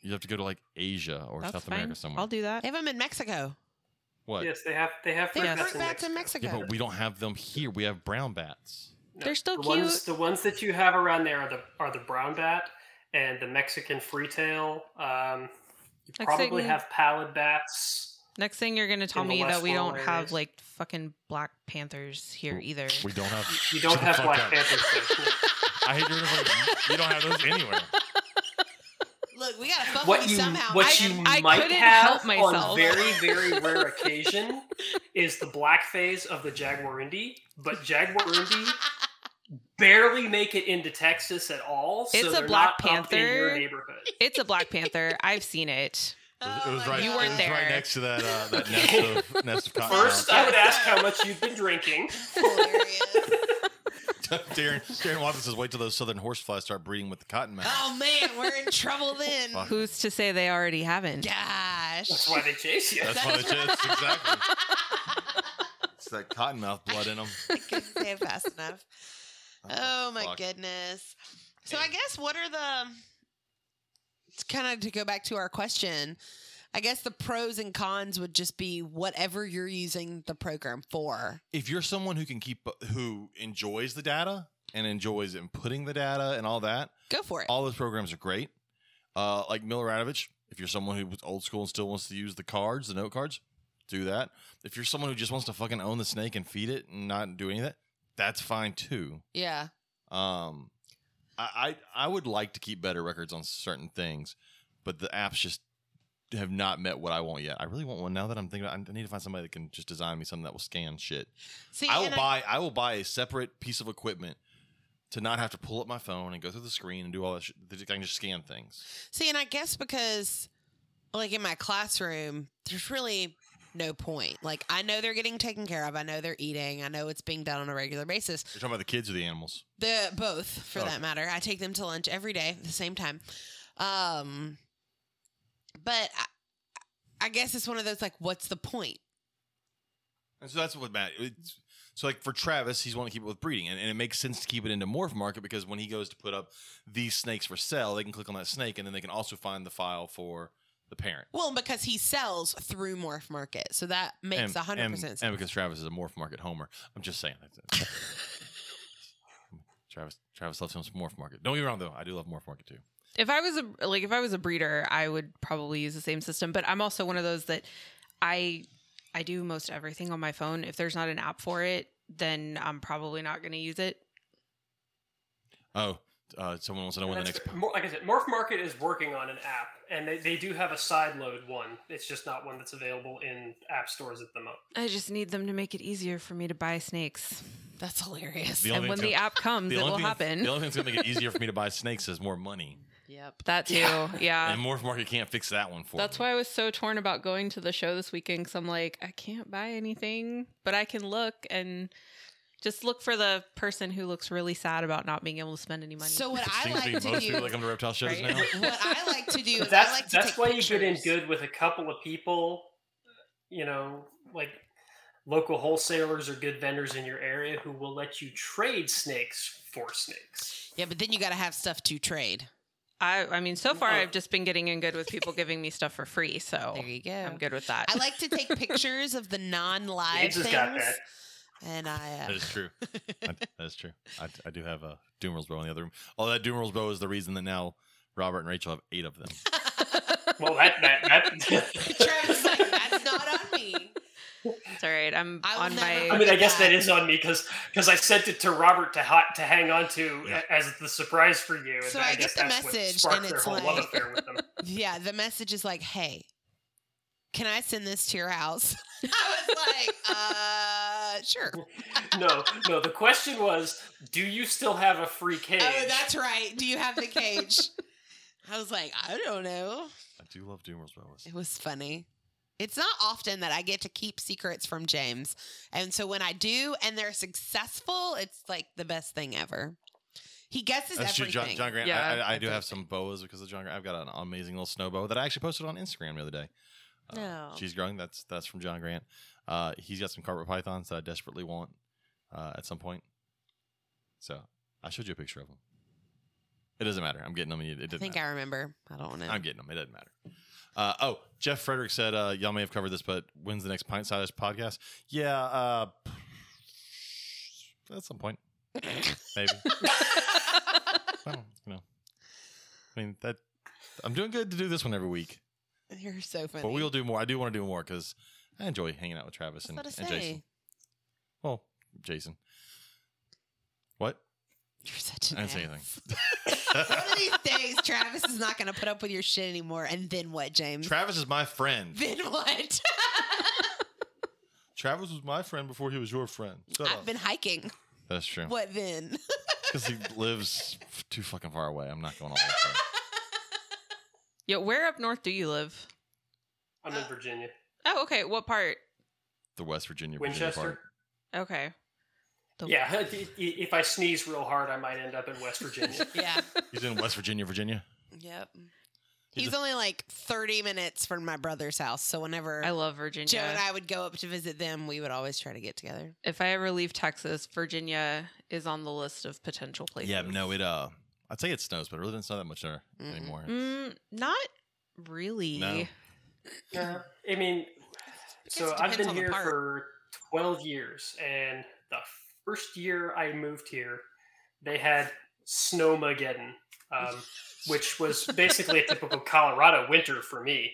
Speaker 1: you have to go to like Asia or
Speaker 4: That's
Speaker 1: South
Speaker 4: fine.
Speaker 1: America somewhere.
Speaker 4: I'll do that.
Speaker 2: they have them in Mexico.
Speaker 1: what?
Speaker 5: Yes, they have. They have
Speaker 2: They have
Speaker 5: bats
Speaker 2: fruit bats in Mexico.
Speaker 1: Yeah, but we don't have them here. We have brown bats.
Speaker 5: No,
Speaker 4: They're still
Speaker 5: the
Speaker 4: cute.
Speaker 5: Ones, the ones that you have around there are the are the brown bat and the Mexican freetail. Um, you
Speaker 4: Mexican-
Speaker 5: probably have pallid bats.
Speaker 4: Next thing you're gonna tell
Speaker 5: In the
Speaker 4: me that
Speaker 5: West
Speaker 4: we don't
Speaker 5: Lawn
Speaker 4: have
Speaker 5: areas.
Speaker 4: like fucking black panthers here either.
Speaker 1: We don't have.
Speaker 5: You don't
Speaker 1: Shut the
Speaker 5: have
Speaker 1: fuck
Speaker 5: black
Speaker 1: up.
Speaker 5: panthers. there.
Speaker 1: I hate your You don't have those anywhere.
Speaker 2: Look, we gotta fuck
Speaker 5: what
Speaker 2: with
Speaker 5: you
Speaker 2: somehow.
Speaker 5: what
Speaker 2: I-
Speaker 5: you
Speaker 4: I
Speaker 5: might
Speaker 4: couldn't
Speaker 5: have
Speaker 4: help
Speaker 5: on
Speaker 4: myself.
Speaker 5: very very rare occasion is the black phase of the jaguar Indi, but jaguar Indi barely make it into Texas at all.
Speaker 4: It's
Speaker 5: so
Speaker 4: a
Speaker 5: they're
Speaker 4: Black
Speaker 5: not up in your
Speaker 4: Panther.
Speaker 5: neighborhood.
Speaker 4: It's a black panther. I've seen it.
Speaker 1: It was, it
Speaker 2: Oh
Speaker 1: was
Speaker 2: my
Speaker 1: right.
Speaker 4: You
Speaker 2: God.
Speaker 4: weren't
Speaker 1: it was
Speaker 4: there.
Speaker 1: Right next to that uh, that nest of nest of cotton.
Speaker 5: First, I would ask how much you've been drinking.
Speaker 2: Hilarious.
Speaker 1: Darren Darren Watson says, "Wait till those southern horseflies start breeding with the cottonmouth."
Speaker 2: oh man, we're in trouble then.
Speaker 1: Fuck.
Speaker 4: Who's to say they already haven't?
Speaker 2: Gosh.
Speaker 5: That's why they chase you.
Speaker 1: That's what it is. Exactly. It's that cottonmouth blood in them.
Speaker 2: I couldn't say it fast enough. Oh my
Speaker 1: fuck.
Speaker 2: goodness. So I guess what are the it's kind of to go back to our question. I guess the pros and cons would just be whatever you're using the program for.
Speaker 1: if you're someone who can keep who enjoys the data and enjoys inputting the data and all that,
Speaker 2: Go for it.
Speaker 1: all those programs are great. Uh, like Miloradovich, if you're someone who was old school and still wants to use the cards, the note cards, do that. If you're someone who just wants to fucking own the snake and feed it and not do any of that, that's fine too.
Speaker 2: yeah.
Speaker 1: Um, I, I I would like to keep better records on certain things, but the apps just have not met what I want yet. I really want one now that I'm thinking. About, I need to find somebody that can just design me something that will scan shit.
Speaker 2: See,
Speaker 1: I will
Speaker 2: and
Speaker 1: buy I will buy a separate piece of equipment to not have to pull up my phone and go through the screen and do all that shit. I can just scan things.
Speaker 2: See, and I guess because like in my classroom, there's really no point. Like I know they're getting taken care of. I know they're eating. I know it's being done on a regular basis.
Speaker 1: You're talking about the kids or the animals?
Speaker 2: The both, for
Speaker 1: Oh.
Speaker 2: that matter. I take them to lunch every day at the same time. Um, but I, I guess it's one of those like, what's the point?
Speaker 1: And so that's what Matt. It's, so like for Travis, he's wanting to keep it with breeding, and, and it makes sense to keep it into morph market because when he goes to put up these snakes for sale, they can click on that snake, and then they can also find the file for the parent.
Speaker 2: Well, because he sells through Morph Market, so that makes
Speaker 1: And-
Speaker 2: hundred
Speaker 1: and-
Speaker 2: percent
Speaker 1: And
Speaker 2: sense.
Speaker 1: because Travis is a morph market homer, I'm just saying that. Travis, Travis loves him some morph market. Don't get me wrong though, I do love morph market too.
Speaker 4: if I was a like if I was a breeder, I would probably use the same system. But I'm also one of those that I I do most everything on my phone. If there's not an app for it, then I'm probably not going to use it.
Speaker 1: Oh, uh, someone wants to know when the
Speaker 5: That's
Speaker 1: next.
Speaker 5: good. Mor- like I said, Morph Market is working on an app, and they, they do have a sideload one. It's just not one that's available in app stores at the moment.
Speaker 4: I just need them to make it easier for me to buy snakes.
Speaker 2: That's hilarious.
Speaker 1: The only
Speaker 4: and when
Speaker 1: thing-
Speaker 4: the app comes, it
Speaker 1: only
Speaker 4: will
Speaker 1: thing-
Speaker 4: happen.
Speaker 1: The only thing that's gonna make it easier for me to buy snakes is more money,
Speaker 2: Yep.
Speaker 4: that too, yeah.
Speaker 1: and morph market can't fix that one for me.
Speaker 4: That's why I was so torn about going to the show this weekend because I'm like, I can't buy anything, but I can look and just look for the person who looks really sad about not being able to spend any money.
Speaker 2: So what I
Speaker 1: Seems to be
Speaker 2: like to
Speaker 1: most people
Speaker 2: do,
Speaker 1: that come to reptile shows
Speaker 4: Right?
Speaker 1: now.
Speaker 2: what I like to do
Speaker 5: But
Speaker 2: is
Speaker 5: that's
Speaker 2: I like to
Speaker 5: that's
Speaker 2: take
Speaker 5: why
Speaker 2: pictures.
Speaker 5: you get in good with a couple of people. You know, like local wholesalers or good vendors in your area who will let you trade snakes for snakes.
Speaker 2: Yeah, but then you got to have stuff to trade.
Speaker 4: I, I mean, so far
Speaker 5: Oh.
Speaker 4: I've just been getting in good with people giving me stuff for free, so
Speaker 2: There you go.
Speaker 4: I'm good with that.
Speaker 2: I like to take pictures of the non-live
Speaker 5: James
Speaker 2: things,
Speaker 5: has got that.
Speaker 2: and I
Speaker 1: That
Speaker 2: uh,
Speaker 1: is true. I, that is true. I, I do have a Doomer's bow in the other room. Although that Doomer's bow is the reason that now Robert and Rachel have eight of them.
Speaker 5: Well, that that that.
Speaker 2: Travis, like, that's not on me.
Speaker 4: it's all right. I'm
Speaker 2: I will
Speaker 4: on
Speaker 2: never-
Speaker 5: I
Speaker 4: my.
Speaker 5: mean, I guess that is on me because I sent it to Robert to hot to hang on to
Speaker 1: Yeah.
Speaker 5: a- as the surprise for you. And
Speaker 2: So I
Speaker 5: I,
Speaker 2: get
Speaker 5: guess
Speaker 2: the
Speaker 5: that's what
Speaker 2: message,
Speaker 5: sparked
Speaker 2: and
Speaker 5: their
Speaker 2: it's
Speaker 5: whole love
Speaker 2: like-
Speaker 5: affair with them.
Speaker 2: Yeah, the message is like, "Hey, can I send this to your house?" I was like, "Uh, sure."
Speaker 5: No, no. The question was, do you still have a free cage?
Speaker 2: Oh, that's right. Do you have the cage? I was like, "I don't know."
Speaker 1: I do love Doomer's bows.
Speaker 2: It was funny. It's not often that I get to keep secrets from James. And so when I do and they're successful, it's like the best thing ever. He guesses
Speaker 1: That's true.
Speaker 2: everything.
Speaker 1: John, John Grant.
Speaker 4: Yeah,
Speaker 1: I, I, I
Speaker 4: that's
Speaker 1: do have some boas because of John Grant. I've got an amazing little snow boa that I actually posted on Instagram the other day.
Speaker 2: Um,
Speaker 4: No.
Speaker 1: She's growing. That's that's from John Grant. Uh, he's got some carpet pythons that I desperately want uh, at some point. So I showed you a picture of them. It doesn't matter. I'm getting them. It
Speaker 2: I
Speaker 1: doesn't
Speaker 2: think
Speaker 1: matter.
Speaker 2: I remember. I don't know.
Speaker 1: I'm getting them. It doesn't matter. Uh, oh, Jeff Frederick said, uh, y'all may have covered this, but when's the next Pint Size podcast? Yeah, uh, at some point. Maybe. I don't you know. I mean, that I'm doing good to do this one every week,
Speaker 2: You're so funny.
Speaker 1: but we'll do more. I do want to do more because I enjoy hanging out with Travis
Speaker 2: I was
Speaker 1: and,
Speaker 2: about to
Speaker 1: and Jason.
Speaker 2: say.
Speaker 1: Well, Jason. What?
Speaker 2: You're such an
Speaker 1: I didn't say
Speaker 2: ass. One of these days, Travis is not going to put up with your shit anymore. And then what, James?
Speaker 1: Travis is my friend.
Speaker 2: then what?
Speaker 1: Travis was my friend before he was your friend. Shut
Speaker 2: I've
Speaker 1: up.
Speaker 2: been hiking.
Speaker 1: That's true.
Speaker 2: What then?
Speaker 1: Because he lives f- too fucking far away. I'm not going all that far.
Speaker 4: Yeah, where up north do you live?
Speaker 5: I'm
Speaker 2: uh,
Speaker 5: in Virginia,
Speaker 4: Oh, okay. What part?
Speaker 1: The West Virginia, Virginia
Speaker 5: Winchester.
Speaker 1: part.
Speaker 4: Okay.
Speaker 5: Yeah, i- i- if I sneeze real hard, I might end up in West Virginia.
Speaker 2: yeah.
Speaker 1: He's in West Virginia, Virginia.
Speaker 2: Yep.
Speaker 1: He's
Speaker 2: He's,
Speaker 1: a-
Speaker 2: only like 30 minutes from my brother's house. So whenever
Speaker 4: I love Virginia.
Speaker 2: Joe and I would go up to visit them, we would always try to get together.
Speaker 4: if I ever leave Texas, Virginia is on the list of potential places.
Speaker 1: Yeah, no, it. Uh, I'd say it snows, but it really doesn't snow that much there
Speaker 2: Mm-mm.
Speaker 1: anymore.
Speaker 4: Mm, not really.
Speaker 1: No.
Speaker 5: Yeah, I mean, so
Speaker 2: it
Speaker 5: I've
Speaker 2: depends
Speaker 5: been
Speaker 2: on the
Speaker 5: here
Speaker 2: park.
Speaker 5: for 12 years, and the first year I moved here, they had Snowmageddon, um, which was basically a typical Colorado winter for me.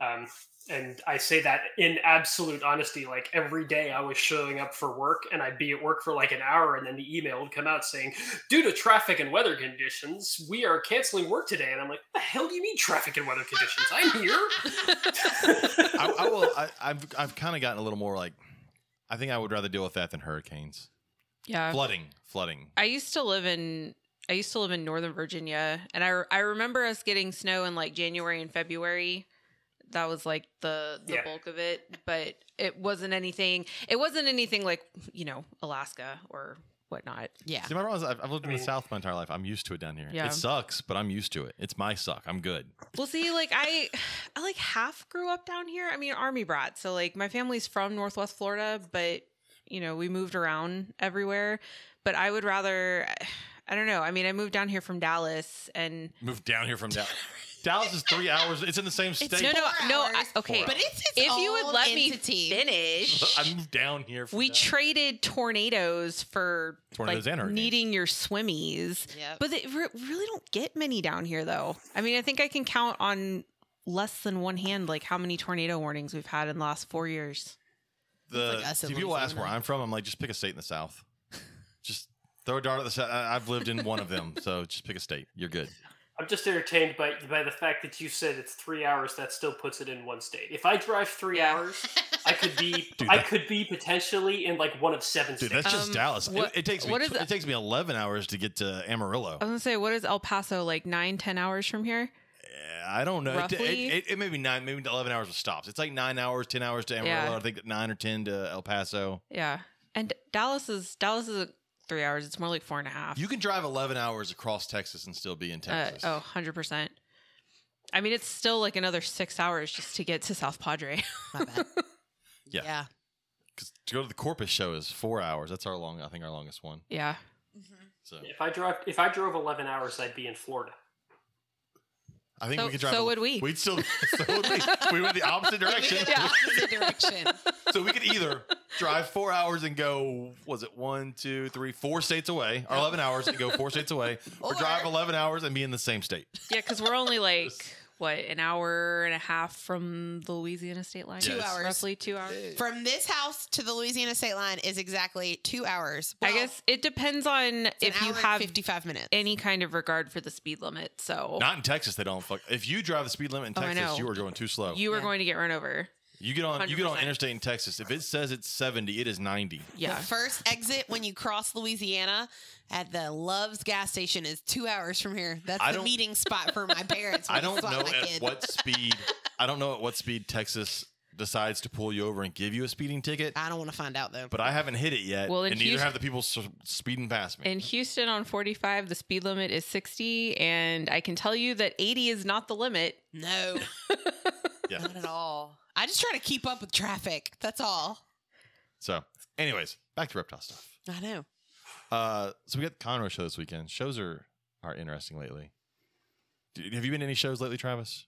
Speaker 5: Um, and I say that in absolute honesty. Like every day I was showing up for work and I'd be at work for like an hour, and then the email would come out saying, Due to traffic and weather conditions, we are canceling work today. And I'm like, What the hell do you mean traffic and weather conditions? I'm here.
Speaker 1: I, I will. I, I've I've kind of gotten a little more like. I think I would rather deal with that than hurricanes,
Speaker 4: Yeah.
Speaker 1: flooding, flooding.
Speaker 4: I used to live in I used to live in Northern Virginia, and I I remember us getting snow in like January and February, that was like the the
Speaker 5: Yeah.
Speaker 4: bulk of it but it wasn't anything it wasn't anything like you know alaska or whatnot
Speaker 2: Yeah.
Speaker 1: See, my problem is I've, I've lived in
Speaker 5: I
Speaker 1: the
Speaker 5: mean-
Speaker 1: South my entire life. I'm used to it down here.
Speaker 4: Yeah.
Speaker 1: It sucks, but I'm used to it. It's my suck. I'm good.
Speaker 4: well see like i i like half grew up down here i mean army brat so like my family's from northwest florida but you know we moved around everywhere but i would rather i don't know i mean i moved down here from dallas and
Speaker 1: Moved down here from Dallas. Dallas is three hours. It's in the same state.
Speaker 4: no no
Speaker 2: four
Speaker 4: no I,
Speaker 2: hours.
Speaker 4: okay
Speaker 1: Four
Speaker 2: But it's its
Speaker 4: if you
Speaker 2: own
Speaker 4: would let
Speaker 2: entity.
Speaker 4: me finish
Speaker 1: I moved down here. From
Speaker 4: we
Speaker 1: Dallas.
Speaker 4: traded tornadoes for
Speaker 1: Tornadoes and
Speaker 4: like
Speaker 1: hurricanes.
Speaker 4: needing your swimmies
Speaker 2: Yep.
Speaker 4: but they re- really don't get many down here though i mean i think i can count on less than one hand like how many tornado warnings we've had in the last four years
Speaker 1: the
Speaker 2: like us in
Speaker 1: see, people ask where
Speaker 2: Louisiana.
Speaker 1: I'm from. I'm like, just pick a state in the South. Just throw a dart at the South. I- I've lived in one of them, so just pick a state. You're good.
Speaker 5: I'm just entertained by by the fact that you said it's three hours. That still puts it in one state. If I drive three
Speaker 4: Yeah.
Speaker 5: hours, I could be
Speaker 1: Dude,
Speaker 5: I
Speaker 1: that-
Speaker 5: could be potentially in like one of seven
Speaker 1: Dude,
Speaker 5: states.
Speaker 1: that's just
Speaker 4: Um,
Speaker 1: Dallas.
Speaker 4: what-
Speaker 1: it, it takes me
Speaker 4: what is Oh,
Speaker 1: tw-
Speaker 4: the-
Speaker 1: it takes me 11 hours to get to Amarillo.
Speaker 4: i was gonna say what is el paso like nine ten hours from here
Speaker 1: Yeah, I don't know. It,
Speaker 4: Roughly?
Speaker 1: it, it, it may be nine, maybe eleven hours with stops. It's like nine hours, ten hours to Amarillo.
Speaker 4: Yeah.
Speaker 1: I think nine or ten to El Paso.
Speaker 4: yeah and dallas is dallas is like three hours it's more like four and a half
Speaker 1: You can drive eleven hours across Texas and still be in
Speaker 4: uh,
Speaker 1: Texas.
Speaker 4: oh 100% i mean it's still like another six hours just to get to south padre
Speaker 2: My bad.
Speaker 1: Yeah. because to go to the Corpus show is four hours. That's our long. I think our longest one.
Speaker 4: yeah
Speaker 1: So
Speaker 5: if I drive if I drove eleven hours, I'd be in Florida.
Speaker 1: I think
Speaker 4: So-
Speaker 1: we could drive.
Speaker 4: so
Speaker 1: a-
Speaker 4: would we.
Speaker 1: We'd still. So would we. we went the opposite direction.
Speaker 2: The opposite direction.
Speaker 1: So we could either drive four hours and go. Was it one, two, three, four states away, or eleven hours and go four states away, or,
Speaker 2: Or-
Speaker 1: drive eleven hours and be in the same state?
Speaker 4: Yeah, because we're only like what an hour and a half from the Louisiana state line.
Speaker 1: Two
Speaker 4: Yes.
Speaker 2: hours.
Speaker 4: roughly two hours.
Speaker 2: From this house to the Louisiana state line is exactly two hours.
Speaker 4: I
Speaker 2: Well,
Speaker 4: guess it depends on
Speaker 2: it's an
Speaker 4: if
Speaker 2: hour
Speaker 4: you
Speaker 2: and
Speaker 4: have
Speaker 2: 55 minutes.
Speaker 4: any kind of regard for the speed limit. So
Speaker 1: Not in Texas, they don't fuck. If you drive the speed limit in
Speaker 4: Oh, I
Speaker 1: Texas,
Speaker 4: know.
Speaker 1: you are going too slow.
Speaker 4: you are
Speaker 2: Yeah.
Speaker 4: going to get run over.
Speaker 1: You get on you get on
Speaker 4: 100%.
Speaker 1: interstate in Texas. If it says it's seventy, it is ninety.
Speaker 4: Yeah.
Speaker 2: The first exit when you cross Louisiana at the Love's gas station is two hours from here. That's
Speaker 1: I
Speaker 2: the
Speaker 1: don't-
Speaker 2: meeting spot for my parents. when
Speaker 1: I
Speaker 2: they
Speaker 1: don't
Speaker 2: swap
Speaker 1: know
Speaker 2: my
Speaker 1: at
Speaker 2: kid.
Speaker 1: what speed. I don't know at what speed Texas decides to pull you over and give you a speeding ticket.
Speaker 2: I don't want to find out though.
Speaker 1: But I haven't hit it yet,
Speaker 4: Ah. Well, in
Speaker 1: and neither
Speaker 4: Houston-
Speaker 1: have the people s speeding past me.
Speaker 4: In Houston on 45, the speed limit is 60, and I can tell you that 80 is not the limit.
Speaker 2: no,
Speaker 1: Yeah.
Speaker 2: not at all. I just try to keep up with traffic. That's all.
Speaker 1: So, anyways, back to reptile stuff.
Speaker 2: I know.
Speaker 1: Uh, so we got the Conroe show this weekend. Shows are are interesting lately. Dude, have you been to any shows lately, Travis?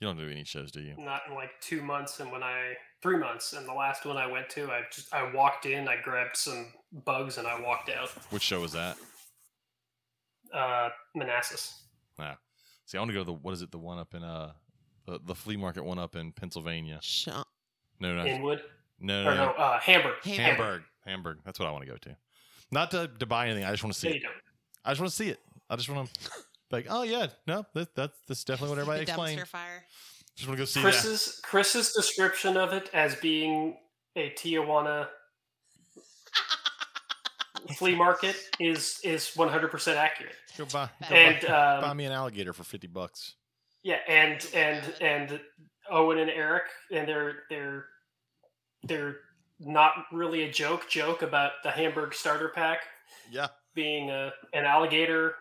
Speaker 1: You don't do any shows, do you?
Speaker 5: Not in like two months, and when I three months, and the last one I went to, I just I walked in, I grabbed some bugs, and I walked out.
Speaker 1: Which show was that?
Speaker 5: Uh, Manassas.
Speaker 1: See, I want to go to the what is it? The one up in uh, the, the flea market one up in Pennsylvania.
Speaker 2: Sh-
Speaker 1: No, no,
Speaker 5: Inwood,
Speaker 1: no,
Speaker 5: or
Speaker 1: no,
Speaker 5: no,
Speaker 1: no.
Speaker 5: uh, Hamburg.
Speaker 2: Hamburg.
Speaker 1: Hamburg, Hamburg. That's what I want to go to. Not to, to buy anything. I just want to see
Speaker 5: No, you
Speaker 1: it.
Speaker 5: don't.
Speaker 1: I just want to see it. I just want to like, oh yeah, no, that, that's that's definitely what everybody
Speaker 2: The
Speaker 1: explained.
Speaker 2: Dumpster fire.
Speaker 1: Just want to go see that.
Speaker 5: Chris's Chris's description of it as being a Tijuana flea market is is 100% accurate.
Speaker 1: Go buy, go buy,
Speaker 5: And
Speaker 1: buy
Speaker 5: um,
Speaker 1: me an alligator for fifty bucks.
Speaker 5: yeah, and and and Owen and Eric and their their their not really a joke joke about the Hamburg starter pack
Speaker 1: Yeah,
Speaker 5: being a, an alligator,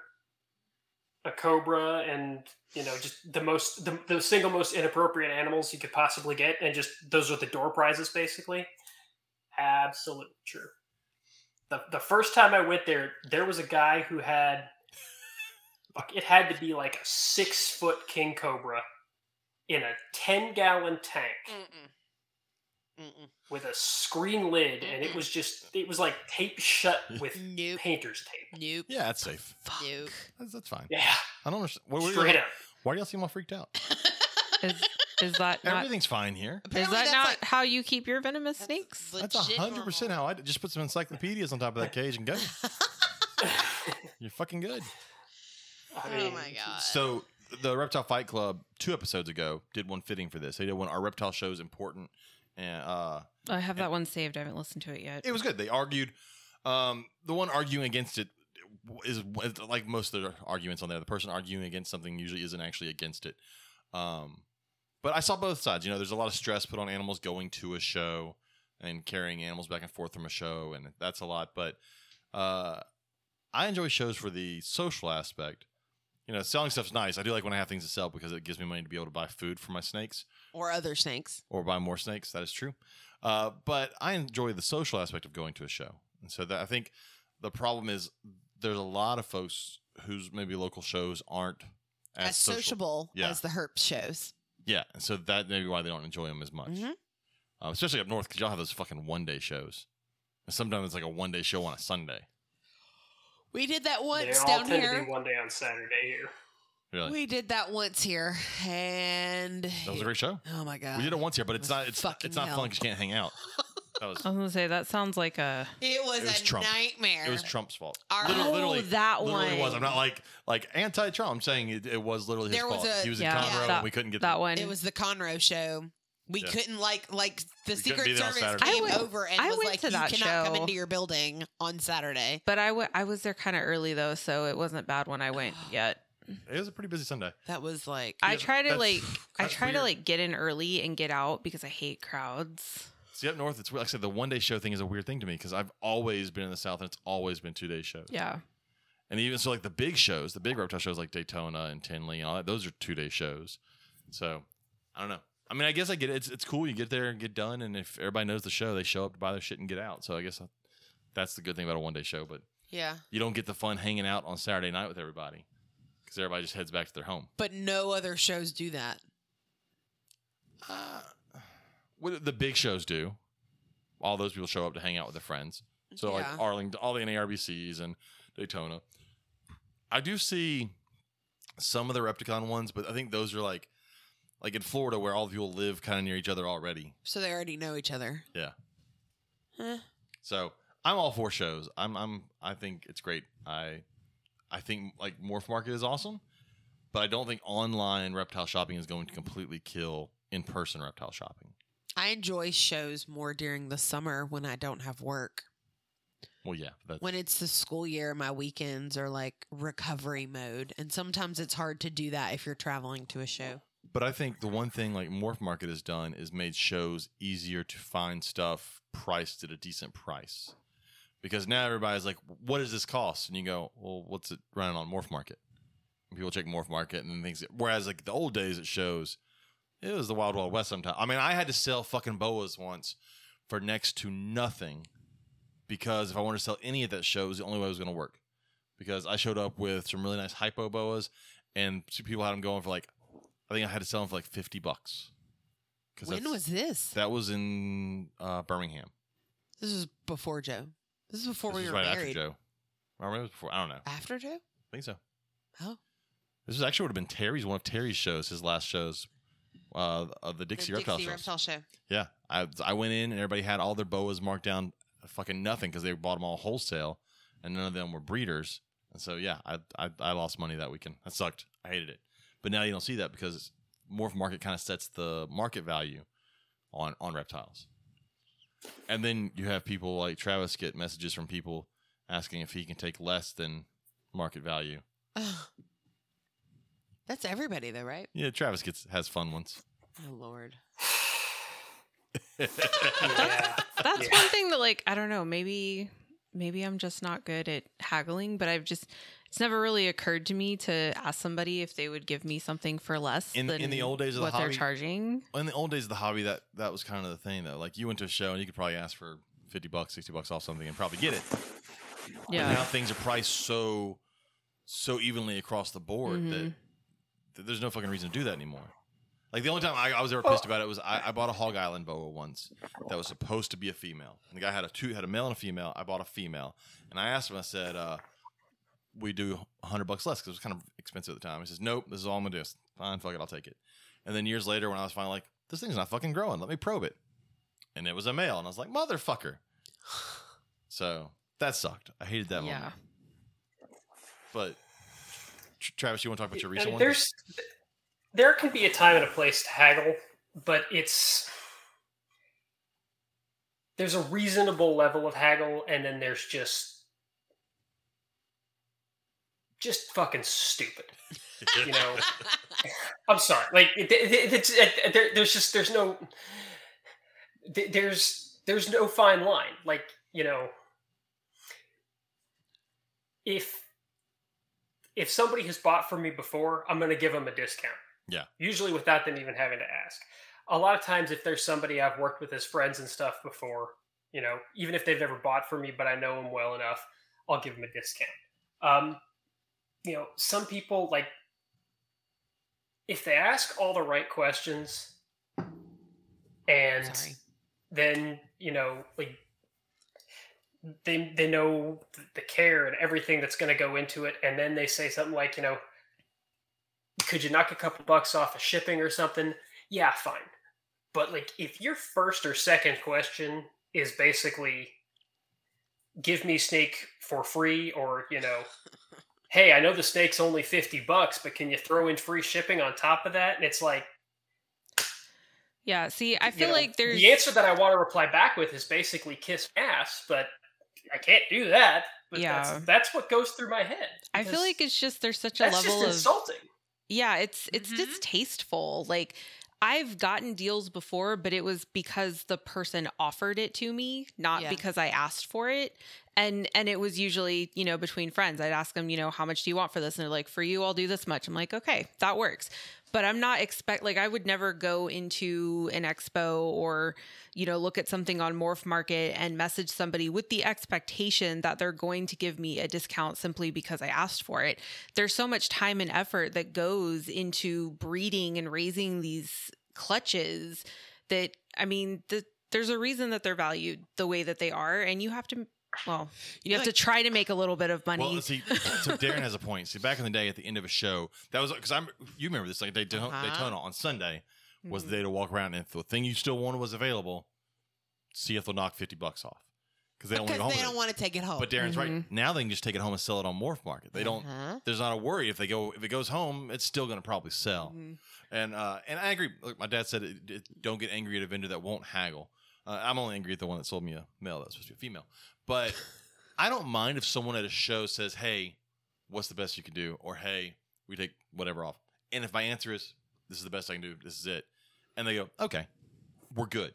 Speaker 5: a cobra, and you know just the most the, the single most inappropriate animals you could possibly get, and just those are the door prizes basically. Absolute true. The the first time I went there, there was a guy who had fuck, it had to be like a six foot king cobra in a ten gallon tank
Speaker 2: Mm. Mm-mm.
Speaker 5: with a screen lid, and it was just it was like tape shut with
Speaker 2: Nope.
Speaker 5: painter's tape.
Speaker 2: Nope.
Speaker 1: yeah, that's safe.
Speaker 2: Nope.
Speaker 1: That's, that's fine.
Speaker 5: Yeah.
Speaker 1: I don't understand. Why, why,
Speaker 5: Straight up.
Speaker 1: why do y'all seem all freaked out?
Speaker 4: Is, is that not, is
Speaker 1: Everything's fine here.
Speaker 2: Apparently
Speaker 4: that
Speaker 2: that's
Speaker 4: not
Speaker 2: like-
Speaker 4: how you keep your venomous
Speaker 2: that's
Speaker 4: snakes?
Speaker 1: That's
Speaker 2: legit
Speaker 1: hundred percent
Speaker 2: normal.
Speaker 1: how I did. just put some encyclopedias on top of that cage and go. You're fucking good.
Speaker 5: I
Speaker 2: Oh
Speaker 5: mean,
Speaker 2: my god.
Speaker 1: So the Reptile Fight Club two episodes ago did one fitting for this. They did one. Our reptile show is important, and uh,
Speaker 4: I have that one saved. I haven't listened to it yet.
Speaker 1: it was good. They argued. Um, the one arguing against it is is like most of the arguments on there. The person arguing against something usually isn't actually against it. Um, But I saw both sides. You know, there's a lot of stress put on animals going to a show and carrying animals back and forth from a show, and that's a lot. But uh, I enjoy shows for the social aspect. You know, selling stuff's nice. I do like when I have things to sell because it gives me money to be able to buy food for my snakes
Speaker 2: or other snakes.
Speaker 1: or buy more snakes. That is true. Uh, but I enjoy the social aspect of going to a show. And so that, I think the problem is there's a lot of folks whose maybe local shows aren't as,
Speaker 2: as
Speaker 1: social.
Speaker 2: sociable
Speaker 1: Yeah.
Speaker 2: as the herp shows.
Speaker 1: Yeah. And so that may be why they don't enjoy them as much.
Speaker 2: Mhm.
Speaker 1: Uh, especially up north because y'all have those fucking one day shows. And sometimes it's like a one day show on a Sunday.
Speaker 2: We did that once
Speaker 5: they all
Speaker 2: down
Speaker 5: tend to
Speaker 2: here.
Speaker 5: be one day on Saturday here.
Speaker 1: Really?
Speaker 2: We did that once here, and
Speaker 1: that was a great show.
Speaker 2: oh my god,
Speaker 1: We did it once here, but it's not it's
Speaker 2: Fucking
Speaker 1: it's not
Speaker 2: hell.
Speaker 1: fun because you can't hang out. That was
Speaker 4: I was gonna say that sounds like a.
Speaker 2: It was,
Speaker 1: It was
Speaker 2: a
Speaker 1: Trump.
Speaker 2: nightmare.
Speaker 1: it was Trump's fault.
Speaker 2: Our-
Speaker 1: Literally-
Speaker 4: oh,
Speaker 1: literally,
Speaker 4: that
Speaker 1: literally
Speaker 4: one.
Speaker 1: was. I'm not like like anti-Trump. I'm saying it, it was literally his
Speaker 2: There was
Speaker 1: fault.
Speaker 2: a-
Speaker 1: he was
Speaker 4: Yeah,
Speaker 1: in Conroe
Speaker 4: that-
Speaker 1: and we couldn't get
Speaker 4: that one.
Speaker 2: It was the Conroe show. We
Speaker 1: Yeah.
Speaker 2: couldn't like like the
Speaker 1: couldn't be
Speaker 2: Secret
Speaker 1: there on
Speaker 2: Service
Speaker 1: Saturday.
Speaker 4: I
Speaker 2: came
Speaker 4: went-
Speaker 2: over and
Speaker 4: I
Speaker 2: was
Speaker 4: went
Speaker 2: like,
Speaker 4: to
Speaker 2: "You
Speaker 4: that
Speaker 2: cannot come
Speaker 4: show.
Speaker 2: into your building on Saturday."
Speaker 4: But I wa- I was there kind of early though, so it wasn't bad when I went yet.
Speaker 1: It was a pretty busy Sunday.
Speaker 2: That was like
Speaker 4: I
Speaker 1: Yeah,
Speaker 4: try to
Speaker 1: that's-
Speaker 4: like I
Speaker 1: that's
Speaker 4: try to
Speaker 1: weird.
Speaker 4: like get in early and get out because I hate crowds.
Speaker 1: See up north, it's weird. like I said the one day show thing is a weird thing to me because I've always been in the south and it's always been two day shows.
Speaker 4: Yeah.
Speaker 1: And even so, like the big shows, the big reptile shows like Daytona and Tinley and all that, those are two day shows. So I don't know. I mean, I guess I get it. It's, it's cool. You get there and get done. And if everybody knows the show, they show up to buy their shit and get out. So I guess that's the good thing about a one day show. But
Speaker 2: yeah,
Speaker 1: you don't get the fun hanging out on Saturday night with everybody because everybody just heads back to their home.
Speaker 2: but no other shows do that.
Speaker 1: Uh, what the big shows do, all those people show up to hang out with their friends. So
Speaker 2: Yeah.
Speaker 1: like Arlington, all the NARBCs and Daytona. I do see some of the Repticon ones, but I think those are like like in Florida where all the people live kind of near each other already.
Speaker 2: So they already know each other.
Speaker 1: Yeah.
Speaker 2: Huh.
Speaker 1: So I'm all for shows. I'm I'm I think it's great. I I think like Morph Market is awesome, but I don't think online reptile shopping is going to completely kill in person reptile shopping.
Speaker 2: I enjoy shows more during the summer when I don't have work.
Speaker 1: Well, yeah, that's
Speaker 2: When it's the school year, my weekends are like recovery mode, and sometimes it's hard to do that if you're traveling to a show.
Speaker 1: But I think the one thing like Morph Market has done is made shows easier to find stuff priced at a decent price. Because now everybody's like, what does this cost? And you go, well, what's it running on Morph Market? And people check Morph Market and things. Whereas like the old days, it shows it was the Wild Wild West sometimes. I mean, I had to sell fucking boas once for next to nothing because if I wanted to sell any of that show, it was the only way it was going to work. Because I showed up with some really nice hypo boas and some people had them going for like I think I had to sell them for like fifty bucks. 'Cause
Speaker 2: When
Speaker 1: that's-
Speaker 2: was this?
Speaker 1: that? Was in uh, Birmingham.
Speaker 2: This was before Joe. This is before
Speaker 1: This
Speaker 2: we
Speaker 1: was
Speaker 2: were
Speaker 1: right
Speaker 2: married.
Speaker 1: after Joe. I remember it was before. I don't know. I
Speaker 2: After Joe?
Speaker 1: think so.
Speaker 2: Oh.
Speaker 1: This was actually would have been Terry's one of Terry's shows, his last shows, uh, of the Dixie, Reptile, shows.
Speaker 2: show.
Speaker 1: Yeah, I I went in and everybody had all their boas marked down, fucking nothing because they bought them all wholesale, and none of them were breeders. And so yeah, I I, I lost money that weekend. That sucked. I hated it. But now you don't see that because morph market kind of sets the market value on on reptiles. And then you have people like Travis get messages from people asking if he can take less than market value.
Speaker 2: Ugh. That's everybody though, right?
Speaker 1: Yeah, Travis gets has fun ones.
Speaker 2: Oh Lord.
Speaker 5: Yeah.
Speaker 4: That's
Speaker 5: Yeah.
Speaker 4: one thing that like I don't know, maybe maybe I'm just not good at haggling, but I've just it's never really occurred to me to ask somebody if they would give me something for less
Speaker 1: In-
Speaker 4: than
Speaker 1: in the old days of the
Speaker 4: what they're
Speaker 1: hobby-
Speaker 4: charging.
Speaker 1: in the old days of the hobby, that that was kind of the thing though. Like you went to a show and you could probably ask for fifty bucks, sixty bucks off something and probably get it. But now
Speaker 4: Yeah.
Speaker 1: things are priced so so evenly across the board that,
Speaker 4: Mhm.
Speaker 1: that there's no fucking reason to do that anymore. Like the only time I, I was ever pissed about it was I, I bought a Hog Island boa once that was supposed to be a female. And the guy had a two had a male and a female. I bought a female, and I asked him. I said, uh, "We do hundred bucks less because it was kind of expensive at the time." He says, "Nope, this is all I'm gonna do." I said, Fine, fuck it, I'll take it. And then years later, when I was finally like, "This thing's not fucking growing. Let me probe it," and it was a male, and I was like, "Motherfucker!" So that sucked. I hated that
Speaker 4: yeah.
Speaker 1: moment. But Tr- Travis, you want to talk about your
Speaker 5: I
Speaker 1: recent
Speaker 5: mean,
Speaker 1: one?
Speaker 5: there's there can be a time and a place to haggle, but it's there's a reasonable level of haggle, and then there's just just fucking stupid. You know, I'm sorry. Like it, it, it, it's, it, there, there's just there's no th- there's there's no fine line. Like you know, if if somebody has bought from me before, I'm going to give them a discount.
Speaker 1: Yeah.
Speaker 5: Usually without them even having to ask. A lot of times, if there's somebody I've worked with as friends and stuff before, you know, even if they've never bought from me, but I know them well enough, I'll give them a discount. Um, you know, some people like if they ask all the right questions and
Speaker 2: Sorry.
Speaker 5: then you know like they they know th- the care and everything that's going to go into it and then they say something like you know could you knock a couple bucks off of shipping or something yeah fine but like if your first or second question is basically give me snake for free or you know hey i know the snake's only 50 bucks but can you throw in free shipping on top of that and it's like
Speaker 4: Yeah. See, I
Speaker 5: you
Speaker 4: feel
Speaker 5: know,
Speaker 4: like there's
Speaker 5: the answer that I want to reply back with is basically kiss ass, but I can't do that. But
Speaker 4: Yeah.
Speaker 5: that's, that's what goes through my head.
Speaker 4: I feel
Speaker 5: because
Speaker 4: like it's just there's such a
Speaker 5: that's
Speaker 4: level
Speaker 5: just
Speaker 4: of
Speaker 5: insulting.
Speaker 4: Yeah, it's it's
Speaker 3: Mhm.
Speaker 4: distasteful. Like I've gotten deals before, but it was because the person offered it to me, not
Speaker 2: Yeah.
Speaker 4: because I asked for it. And and it was usually, you know, between friends. I'd ask them, you know, how much do you want for this? And they're like, for you, I'll do this much. I'm like, okay, that works. But I'm not expect like I would never go into an expo or, you know, look at something on Morph Market and message somebody with the expectation that they're going to give me a discount simply because I asked for it there's so much time and effort that goes into breeding and raising these clutches that I mean, the, there's a reason that they're valued the way that they are, and you have to, well, you have to try to make a little bit of money.
Speaker 1: Well, see, so Darren has a point. See, back in the day, at the end of a show, that was because I'm. You remember this? Like Daytona,
Speaker 2: Uh-huh. Mm-hmm.
Speaker 1: Daytona on Sunday was
Speaker 4: Mhm.
Speaker 1: the day to walk around, and if the thing you still wanted was available, see if they'll knock fifty bucks off because they don't want to go
Speaker 2: Because
Speaker 1: home.
Speaker 2: they
Speaker 1: with
Speaker 2: don't
Speaker 1: it.
Speaker 2: want to Mm-hmm. take it home.
Speaker 1: but Darren's right.
Speaker 4: Mhm.
Speaker 1: Now they can just take it home and sell it on Morph Market. They don't.
Speaker 2: Uh-huh.
Speaker 1: There's not a worry if they go if it goes home, it's still going to probably sell.
Speaker 4: Mhm.
Speaker 1: And uh, and I agree. Look, my dad said, it, it- "Don't get angry at a vendor that won't haggle." Uh, I'm only angry at the one that sold me a male that's supposed to be a female. But I don't mind if someone at a show says, "Hey, what's the best you can do?" or "Hey, we take whatever off." And if my answer is, "This is the best I can do. This is it," and they go, "Okay, we're good."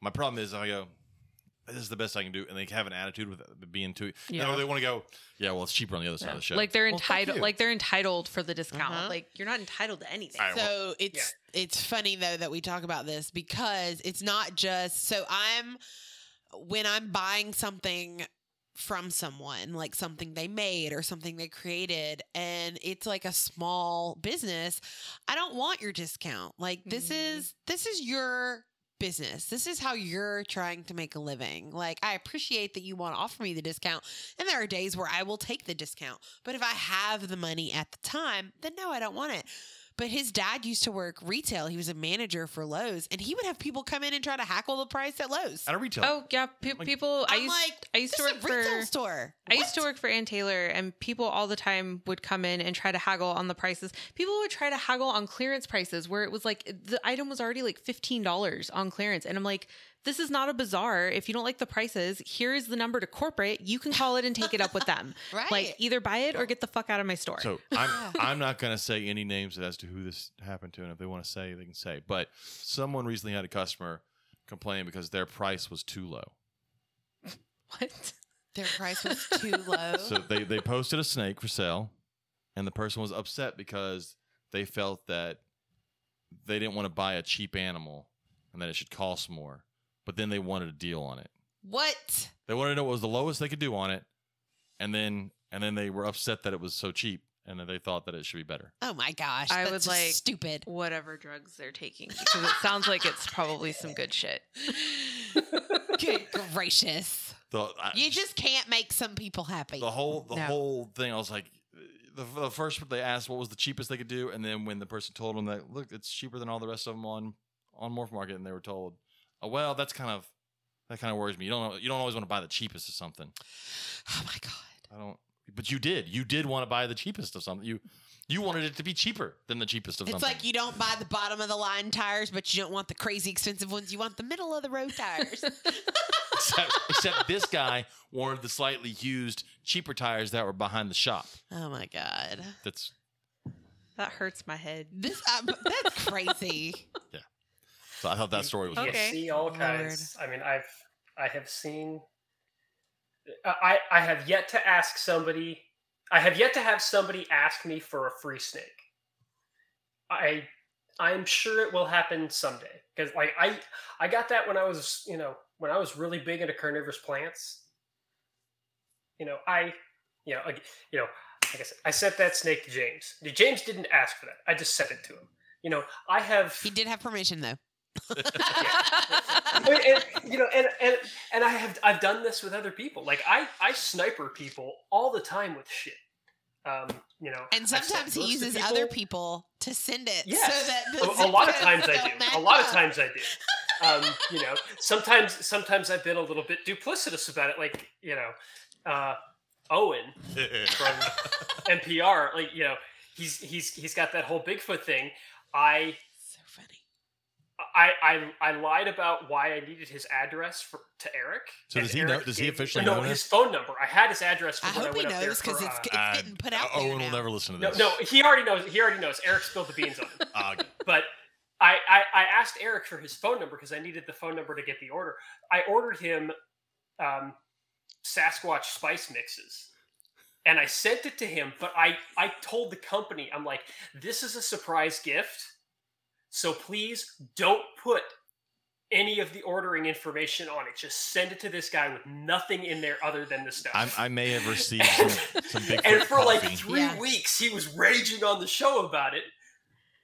Speaker 1: My problem is, I go, "This is the best I can do," and they have an attitude with being too. Yeah.
Speaker 4: Yeah.
Speaker 1: they want to go, "Yeah, well, it's cheaper on the other side of the show."
Speaker 4: Like they're
Speaker 1: Well, fuck
Speaker 4: entitled,
Speaker 1: you.
Speaker 4: like they're entitled for the discount.
Speaker 2: Uh-huh.
Speaker 4: Like you're not entitled to anything.
Speaker 1: I-
Speaker 2: so it's it's funny though that we talk about this because it's not just so I'm when I'm buying something from someone like something they made or something they created and it's like a small business I don't want your discount like this
Speaker 4: Mhm.
Speaker 2: is this is your business this is how you're trying to make a living like I appreciate that you want to offer me the discount and there are days where I will take the discount but if I have the money at the time then no I don't want it but his dad used to work retail. He was a manager for Lowe's, and he would have people come in and try to hackle the price at Lowe's.
Speaker 1: at a retail.
Speaker 4: oh yeah, pe-
Speaker 1: Like-
Speaker 4: people. I
Speaker 2: I'm
Speaker 4: used,
Speaker 2: like,
Speaker 4: I used
Speaker 2: This
Speaker 4: to
Speaker 2: is a
Speaker 4: work
Speaker 2: retail
Speaker 4: for.
Speaker 2: store.
Speaker 4: I used to work for Ann Taylor, and people all the time would come in and try to haggle on the prices. People would try to haggle on clearance prices where it was like the item was already like $15 on clearance. And I'm like, this is not a bazaar. If you don't like the prices, here is the number to corporate. You can call it and take it up with them.
Speaker 2: right.
Speaker 4: Like, either buy it or get the fuck out of my store.
Speaker 1: So I'm
Speaker 2: Yeah.
Speaker 1: I'm not going to say any names as to who this happened to, and if they want to say, they can say. But someone recently had a customer complain because their price was too low.
Speaker 4: what?
Speaker 2: Their price was too low.
Speaker 1: So they they posted a snake for sale, and the person was upset because they felt that they didn't want to buy a cheap animal and that it should cost more. But then they wanted a deal on it.
Speaker 2: what?
Speaker 1: They wanted to know what was the lowest they could do on it, and then and then they were upset that it was so cheap and that they thought that it should be better.
Speaker 2: Oh my gosh.
Speaker 4: I
Speaker 2: that's
Speaker 4: was
Speaker 2: just
Speaker 4: like-
Speaker 2: stupid.
Speaker 4: Whatever drugs they're taking, because it sounds like it's probably some good shit.
Speaker 2: Good gracious.
Speaker 1: The, I-
Speaker 2: You just can't make some people happy.
Speaker 1: the whole the
Speaker 4: No.
Speaker 1: whole thing. I was like, the, the first they asked what was the cheapest they could do, and then when the person told them that look, it's cheaper than all the rest of them on on Morph Market, and they were told, oh, well, that's kind of that kind of worries me. You don't know, you don't always want to buy the cheapest or something.
Speaker 2: Oh my god.
Speaker 1: I don't. But you did. You did want to buy the cheapest of something. You you wanted it to be cheaper than the cheapest of
Speaker 2: It's
Speaker 1: something.
Speaker 2: like you don't buy the bottom of the line tires, but you don't want the crazy expensive ones. You want the middle of the road tires.
Speaker 1: except, except this guy wanted the slightly used, cheaper tires that were behind the shop.
Speaker 2: oh my god,
Speaker 1: That's
Speaker 4: That hurts my head.
Speaker 2: this uh, that's crazy.
Speaker 1: so I thought that story was
Speaker 5: You
Speaker 4: Okay.
Speaker 5: see all
Speaker 2: Lord.
Speaker 5: kinds. I mean, I've I have seen. uh, I I have yet to ask somebody. I have yet to have somebody ask me for a free snake. I I'm sure it will happen someday because like I I got that when I was you know when I was really big into carnivorous plants. You know I you know like, you know like I said I sent that snake to James. James didn't ask for that. I just sent it to him. You know I have
Speaker 2: He did have permission though.
Speaker 5: I mean, and, you know, and, and and I have I've done this with other people. Like I I sniper people all the time with shit. Um, you know,
Speaker 2: And
Speaker 5: I've sent
Speaker 2: sometimes he
Speaker 5: ghosts to
Speaker 2: uses other people to send it.
Speaker 5: Yes.
Speaker 2: So that
Speaker 5: A,
Speaker 2: the
Speaker 5: a lot of
Speaker 2: zip
Speaker 5: times
Speaker 2: codes
Speaker 5: I
Speaker 2: don't match
Speaker 5: do. A lot of
Speaker 2: up.
Speaker 5: times I do. Um, you know, sometimes sometimes I've been a little bit duplicitous about it. Like you know, uh, Owen from NPR. Like you know, he's he's he's got that whole Bigfoot thing. I
Speaker 2: So funny.
Speaker 5: I, I I lied about why I needed his address for, to Eric.
Speaker 1: So
Speaker 5: and
Speaker 1: does he know-
Speaker 5: Eric
Speaker 1: does he
Speaker 5: gave-
Speaker 1: officially
Speaker 5: no,
Speaker 1: know
Speaker 5: his
Speaker 1: this?
Speaker 5: phone number? I had his address. For
Speaker 2: I
Speaker 5: when
Speaker 2: hope
Speaker 5: I
Speaker 2: he
Speaker 5: went up there
Speaker 2: knows
Speaker 5: for,
Speaker 2: because it's,
Speaker 5: uh,
Speaker 2: it's
Speaker 1: uh,
Speaker 2: getting put out there
Speaker 1: Owen
Speaker 2: now.
Speaker 1: will never listen to
Speaker 5: no
Speaker 1: this.
Speaker 5: no he already knows he already knows Eric spilled the beans on him.
Speaker 1: Ah,
Speaker 5: But I, I I asked Eric for his phone number because I needed the phone number to get the order. I ordered him um, Sasquatch spice mixes. And I sent it to him, but I, I told the company, I'm like, this is a surprise gift. So please don't put any of the ordering information on it. Just send it to this guy with nothing in there other than the stuff.
Speaker 1: I'm, I may have received some, some big
Speaker 5: and for
Speaker 1: coffee.
Speaker 5: like three
Speaker 2: Yeah.
Speaker 5: weeks, he was raging on the show about it,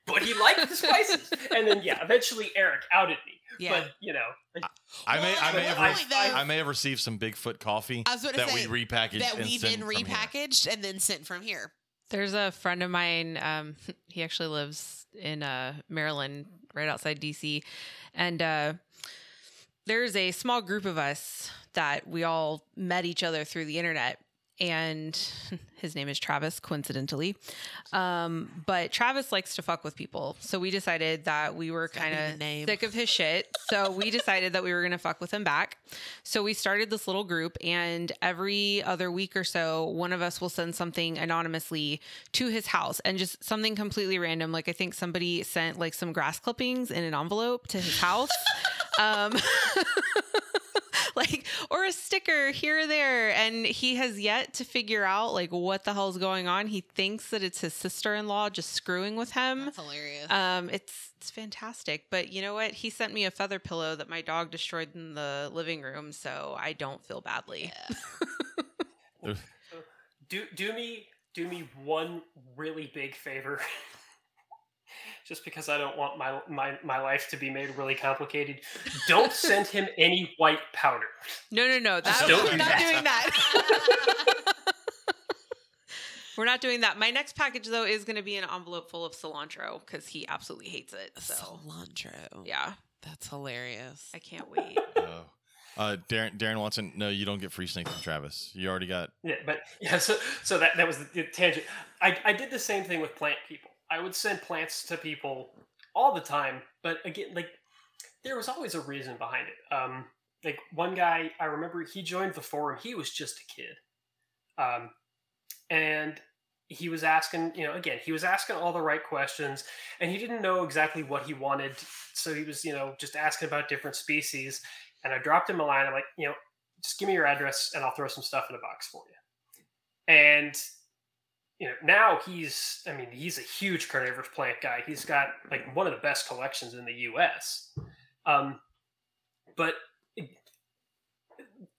Speaker 5: but he liked the spices. and then, yeah, eventually Eric outed me.
Speaker 2: Yeah.
Speaker 5: But, you know,
Speaker 1: I may,
Speaker 2: Well,
Speaker 1: I, may
Speaker 5: at
Speaker 1: have
Speaker 5: one
Speaker 1: re-
Speaker 5: point,
Speaker 2: though-
Speaker 1: I may have received some Bigfoot coffee
Speaker 2: I was going to
Speaker 1: that
Speaker 2: say
Speaker 1: we repackaged.
Speaker 2: that
Speaker 1: and
Speaker 2: we
Speaker 1: sent
Speaker 2: then
Speaker 1: from here.
Speaker 2: repackaged and then sent from here.
Speaker 4: There's a friend of mine. Um, he actually lives in uh, Maryland, right outside DC, and uh, there's a small group of us that we all met each other through the internet. And his name is Travis, coincidentally. Um, but Travis likes to fuck with people, so we decided that we were
Speaker 2: gotta be
Speaker 4: kind
Speaker 2: the name.
Speaker 4: of sick of his shit. So we decided that we were gonna fuck with him back. So we started this little group, and every other week or so, one of us will send something anonymously to his house and just something completely random. Like I think somebody sent like some grass clippings in an envelope to his house. um, like or a sticker here or there and he has yet to figure out like what the hell's going on he thinks that it's his sister-in-law just screwing with him
Speaker 2: That's hilarious.
Speaker 4: um, it's it's fantastic, but you know what? He sent me a feather pillow that my dog destroyed in the living room, so I don't feel badly.
Speaker 5: do do me do me one really big favor just because i don't want my, my my life to be made really complicated don't send him any white powder
Speaker 4: No, no, no. That,
Speaker 5: don't
Speaker 4: we're
Speaker 5: do
Speaker 4: not
Speaker 5: that.
Speaker 4: doing that. we're not doing that. My next package though is going to be an envelope full of cilantro because he absolutely hates it. So
Speaker 2: cilantro.
Speaker 4: yeah,
Speaker 2: That's hilarious.
Speaker 4: I can't wait.
Speaker 1: Oh. Uh, Darren, Darren Watson, no, you don't get free snakes from Travis. You already got.
Speaker 5: yeah, but yeah so so that that was the tangent I, I did the same thing with plant people i would send plants to people all the time but again like there was always a reason behind it um like one guy i remember he joined the forum he was just a kid um and he was asking you know again he was asking all the right questions and he didn't know exactly what he wanted so he was you know just asking about different species and i dropped him a line i'm like you know just give me your address and i'll throw some stuff in a box for you and you know now he's i mean he's a huge carnivorous plant guy he's got like one of the best collections in the us um but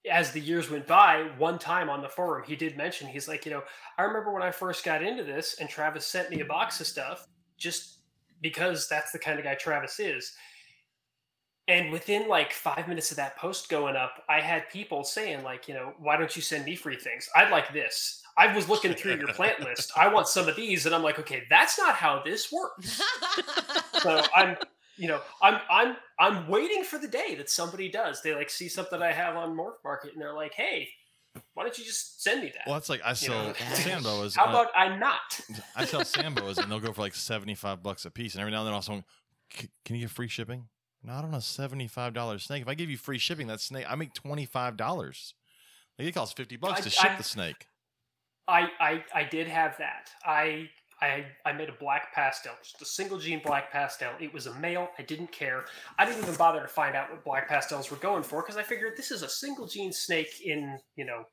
Speaker 5: as the years went by, one time on the forum, he did mention, he's like, you know, I remember when I first got into this and Travis sent me a box of stuff just because that's the kind of guy Travis is. And within like five minutes of that post going up, I had people saying, like, you know, why don't you send me free things? I'd like this. I was looking through your plant list. I want some of these. And I'm like, okay, that's not how this works. So I'm, you know, I'm I'm I'm waiting for the day that somebody does. They like see something I have on Morph Market and they're like, "Hey, Why don't you just send me that?
Speaker 1: Well, that's like I
Speaker 5: You
Speaker 1: sell
Speaker 5: know,
Speaker 1: Sambo as
Speaker 5: How
Speaker 1: uh,
Speaker 5: about I not?
Speaker 1: I sell Sambos and they'll go for like seventy five bucks a piece, and every now and then I'll say, "C- "Can you get free shipping?" No, I don't know. Seventy five dollars snake. If I give you free shipping, that snake I make twenty five dollars. Like it costs fifty bucks
Speaker 5: I-
Speaker 1: to ship
Speaker 5: I-
Speaker 1: the snake.
Speaker 5: I, I I did have that. I I I made a black pastel, just a single gene black pastel. It was a male. I didn't care. I didn't even bother to find out what black pastels were going for because I figured this is a single gene snake in you know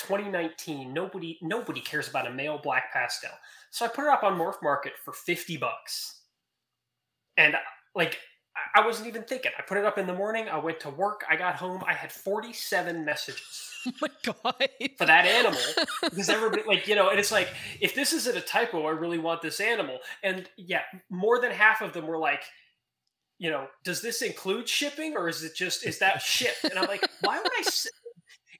Speaker 5: 2019. Nobody nobody cares about a male black pastel. So I put it up on Morph Market for 50 bucks, and like. I- I wasn't even thinking. I put it up in the morning. I went to work. I got home. I had 47 messages
Speaker 4: Oh my god.
Speaker 5: for that animal because everybody like you know and it's like if this isn't a typo i really want this animal and yeah more than half of them were like you know does this include shipping or is it just is that shipped and i'm like why would i s-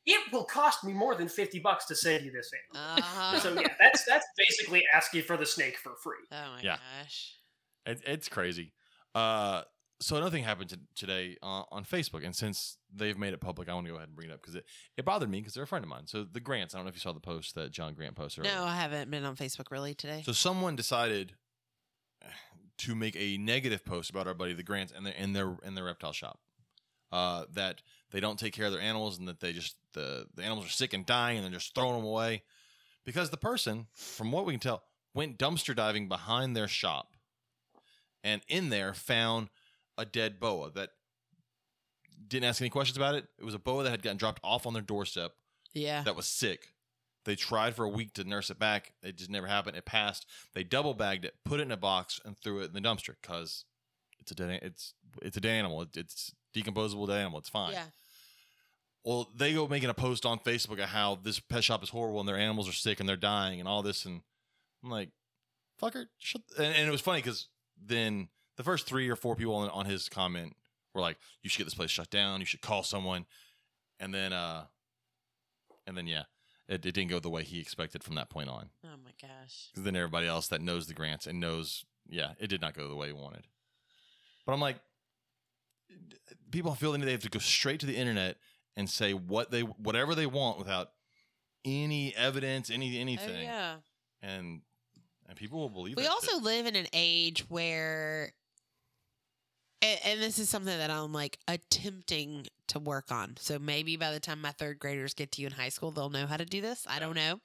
Speaker 5: it will cost me more than 50 bucks to send you this animal
Speaker 2: Uh-huh.
Speaker 5: so yeah that's that's basically asking for the snake for free
Speaker 2: Oh my
Speaker 1: Yeah.
Speaker 2: gosh.
Speaker 1: It, it's crazy. Uh, so another thing happened to, today uh, on Facebook, and since they've made it public, I want to go ahead and bring it up because it, it bothered me because they're a friend of mine. So the Grants, I don't know if you saw the post that John Grant posted.
Speaker 2: No,
Speaker 1: earlier.
Speaker 2: I haven't been on Facebook really today.
Speaker 1: So someone decided to make a negative post about our buddy the Grants and their in their in their reptile shop uh, that they don't take care of their animals and that they just the the animals are sick and dying and they're just throwing them away because the person, from what we can tell, went dumpster diving behind their shop and in there found a dead boa that didn't ask any questions about it. It was a boa that had gotten dropped off on their doorstep
Speaker 2: yeah.
Speaker 1: that was sick. They tried for a week to nurse it back. It just never happened. It passed. They double bagged it, put it in a box, and threw it in the dumpster because it's a dead. It's it's a dead animal. It- It's decomposable dead animal. It's fine.
Speaker 2: Yeah.
Speaker 1: Well, they go making a post on Facebook of how this pet shop is horrible and their animals are sick and they're dying and all this. And I'm like, fucker, shut. th-" And, and it was funny because then the first three or four people on, on his comment were like, you should get this place shut down. You should call someone. And then, uh, and then, yeah, it, it didn't go the way he expected from that point on.
Speaker 2: Oh my gosh.
Speaker 1: 'Cause then everybody else that knows the grants and knows, yeah, it did not go the way he wanted. But I'm like, people feel the need they have to go straight to the internet and say what they whatever they want without any evidence, any anything,
Speaker 2: Oh yeah.
Speaker 1: and and people will believe.
Speaker 2: We
Speaker 1: that
Speaker 2: also
Speaker 1: shit.
Speaker 2: live in an age where, and, and this is something that I'm like attempting to work on. So maybe by the time my third graders get to you in high school, they'll know how to do this. I don't know.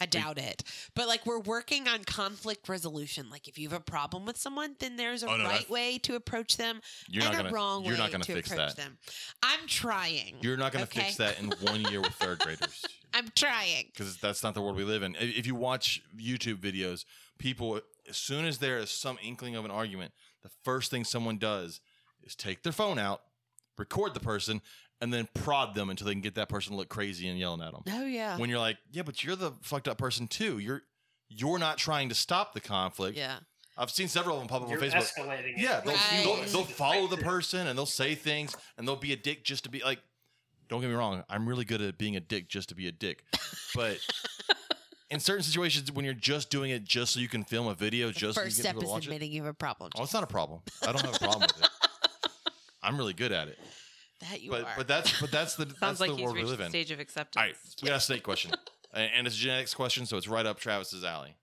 Speaker 2: I doubt it. But like we're working on conflict resolution. Like if you have a problem with someone, then there's a
Speaker 1: Oh, no,
Speaker 2: right
Speaker 1: that's-
Speaker 2: way to approach them
Speaker 1: you're
Speaker 2: and
Speaker 1: not
Speaker 2: a
Speaker 1: gonna
Speaker 2: wrong
Speaker 1: you're
Speaker 2: way
Speaker 1: not gonna
Speaker 2: to
Speaker 1: fix
Speaker 2: approach
Speaker 1: that.
Speaker 2: them. I'm trying.
Speaker 1: You're not gonna
Speaker 2: Okay.
Speaker 1: fix that in one year with third graders
Speaker 2: I'm trying.
Speaker 1: because that's not the world we live in. If if you watch YouTube videos, people as soon as there is some inkling of an argument, the first thing someone does is take their phone out, record the person, and then prod them until they can get that person to look crazy and yelling at them.
Speaker 2: Oh yeah.
Speaker 1: when you're like, yeah, but you're the fucked up person too. You're you're not trying to stop the conflict.
Speaker 2: Yeah. I've
Speaker 1: I've seen several of them pop up on
Speaker 5: you're
Speaker 1: Facebook.
Speaker 5: escalating it.
Speaker 1: Yeah, they'll,
Speaker 2: Right.
Speaker 1: they'll, they'll follow the
Speaker 5: Right.
Speaker 1: person and they'll say things and they'll be a dick just to be like. Don't get me wrong, I'm really good at being a dick just to be a dick, but in certain situations when you're just doing it just so you can film a video,
Speaker 2: The
Speaker 1: just so
Speaker 2: first
Speaker 1: you get
Speaker 2: step
Speaker 1: people to
Speaker 2: is
Speaker 1: watch it.
Speaker 2: admitting you have a problem.
Speaker 1: Oh, it's not a problem. I don't have a problem with it. I'm really good at it.
Speaker 2: that you
Speaker 1: but
Speaker 2: are.
Speaker 1: but that's but that's the that's
Speaker 4: Sounds like
Speaker 1: the
Speaker 4: he's
Speaker 1: world we
Speaker 4: reached
Speaker 1: live
Speaker 4: the
Speaker 1: in.
Speaker 4: stage of
Speaker 1: All
Speaker 4: acceptance.
Speaker 1: right, we got a snake question, A- and it's a genetics question, so it's right up Travis's alley.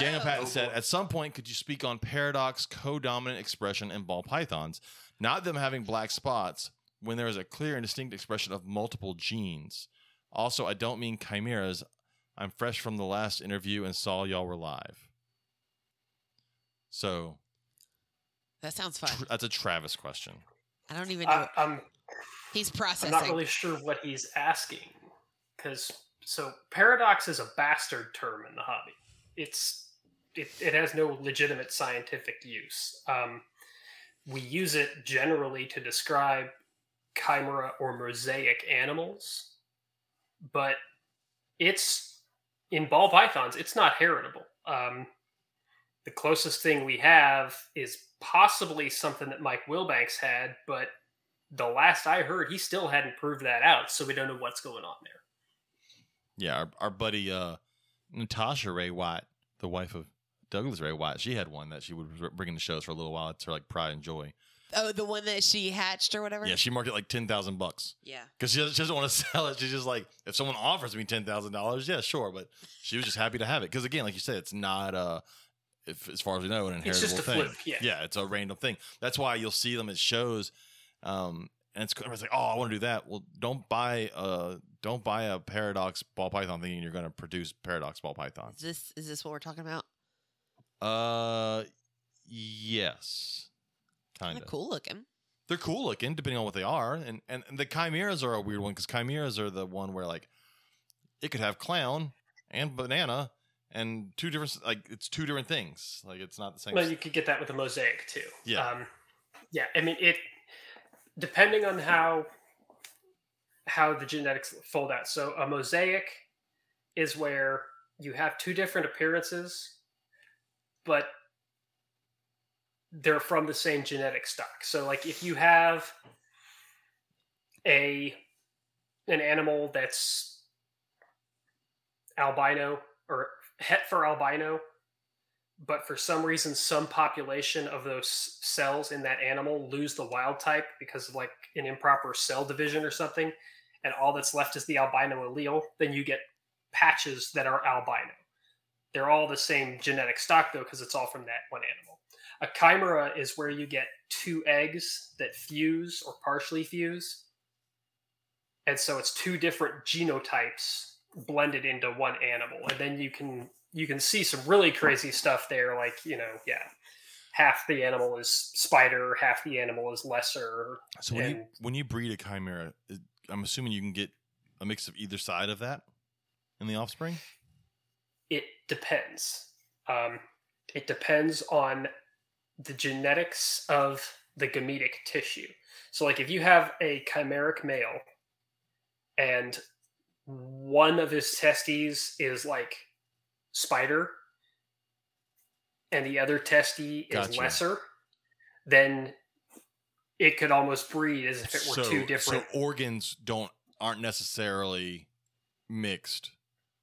Speaker 1: Daniel
Speaker 2: Oh.
Speaker 1: Patton said, "At some point, could you speak on paradox, codominant expression, and ball pythons? Not them having black spots when there is a clear and distinct expression of multiple genes. Also, I don't mean chimeras. I'm fresh from the last interview and saw y'all were live. So
Speaker 2: That sounds fun.
Speaker 1: tr- that's a Travis question.
Speaker 2: I don't even know.
Speaker 5: I, I'm
Speaker 2: He's
Speaker 5: Uh, I'm
Speaker 2: processing.
Speaker 5: not really sure what he's asking because so paradox is a bastard term in the hobby. It's it, it has no legitimate scientific use. Um, we use it generally to describe chimera or mosaic animals, but it's in ball pythons. It's not heritable. Um, the closest thing we have is possibly something that Mike Wilbanks had, but the last I heard, he still hadn't proved that out, so we don't know what's going on there.
Speaker 1: Yeah, our, our buddy uh, Natasha Ray White, the wife of Douglas Ray White, she had one that she would bring to shows for a little while. It's her like pride and joy.
Speaker 2: Oh, the one that she hatched or whatever.
Speaker 1: Yeah, she marked it like ten thousand bucks
Speaker 2: Yeah.
Speaker 1: because she, doesn't- she doesn't want to sell it. She's just like, if someone offers me ten thousand dollars, yeah, sure. But she was just happy to have it because again, like you said, it's not uh, if as far as we know, an
Speaker 5: It's
Speaker 1: inheritable
Speaker 5: just a
Speaker 1: thing.
Speaker 5: fluke, yeah.
Speaker 1: yeah, it's a random thing. That's why you'll see them at shows, um, and it's everybody's like, oh, I want to do that. Well, don't buy a don't buy a paradox ball python thinking you're going to produce paradox ball pythons.
Speaker 2: Is this is this what we're talking about?
Speaker 1: Uh, yes, kind
Speaker 2: Kind
Speaker 1: of.
Speaker 2: of cool looking.
Speaker 1: They're cool looking, depending on what they are, and and, and the chimeras are a weird one because chimeras are the one where like it could have clown and banana and two different like it's two different things. Like it's not the same.
Speaker 5: Well, you could get that with a mosaic too.
Speaker 1: Yeah.
Speaker 5: Um, yeah. I mean, it depending on how how the genetics fold out. So a mosaic is where you have two different appearances, but they're from the same genetic stock. So like if you have a an animal that's albino or het for albino but for some reason some population of those cells in that animal lose the wild type because of like an improper cell division or something and all that's left is the albino allele then you get patches that are albino they're all the same genetic stock though because it's all from that one animal a chimera is where you get two eggs that fuse or partially fuse and so it's two different genotypes blended into one animal and then you can you can see some really crazy stuff there like you know yeah half the animal is spider half the animal is lesser
Speaker 1: so when you
Speaker 5: and-
Speaker 1: when you breed a chimera, it- I'm assuming you can get a mix of either side of that in the offspring.
Speaker 5: it depends um, it depends on the genetics of the gametic tissue so like if you have a chimeric male and one of his testes is like spider and the other testy is
Speaker 1: Gotcha.
Speaker 5: lesser then it could almost breed as if it were
Speaker 1: so,
Speaker 5: two different
Speaker 1: so organs don't aren't necessarily mixed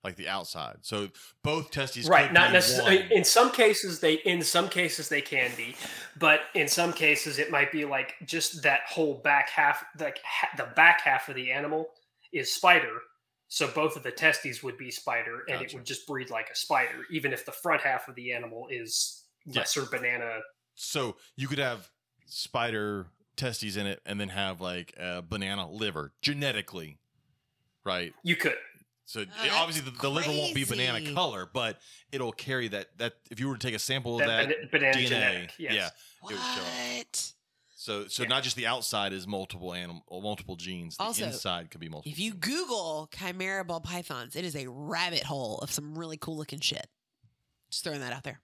Speaker 1: like the outside. So both testes
Speaker 5: right
Speaker 1: could
Speaker 5: not
Speaker 1: be
Speaker 5: necessarily
Speaker 1: one.
Speaker 5: in some cases they in some cases they can be but in some cases it might be like just that whole back half like ha- the back half of the animal is spider so both of the testes would be spider and it
Speaker 1: Gotcha.
Speaker 5: would just breed like a spider even if the front half of the animal is
Speaker 1: Yeah.
Speaker 5: lesser banana
Speaker 1: So you could have spider testes in it and then have like a banana liver genetically, right?
Speaker 5: you could
Speaker 1: So
Speaker 2: Oh,
Speaker 1: obviously the,
Speaker 2: that's
Speaker 1: the liver won't be
Speaker 2: crazy.
Speaker 1: banana color, but it'll carry that that if you were to take a sample of that,
Speaker 5: that, ban- banana
Speaker 1: DNA,
Speaker 5: genetic yes.
Speaker 1: yeah.
Speaker 2: What?
Speaker 1: would show up. So so
Speaker 5: Yeah.
Speaker 1: not just the outside is multiple animal multiple genes, the
Speaker 2: Also,
Speaker 1: inside could be multiple.
Speaker 2: If you
Speaker 1: genes.
Speaker 2: Google chimera ball pythons, it is a rabbit hole of some really cool looking shit. Just throwing that out there.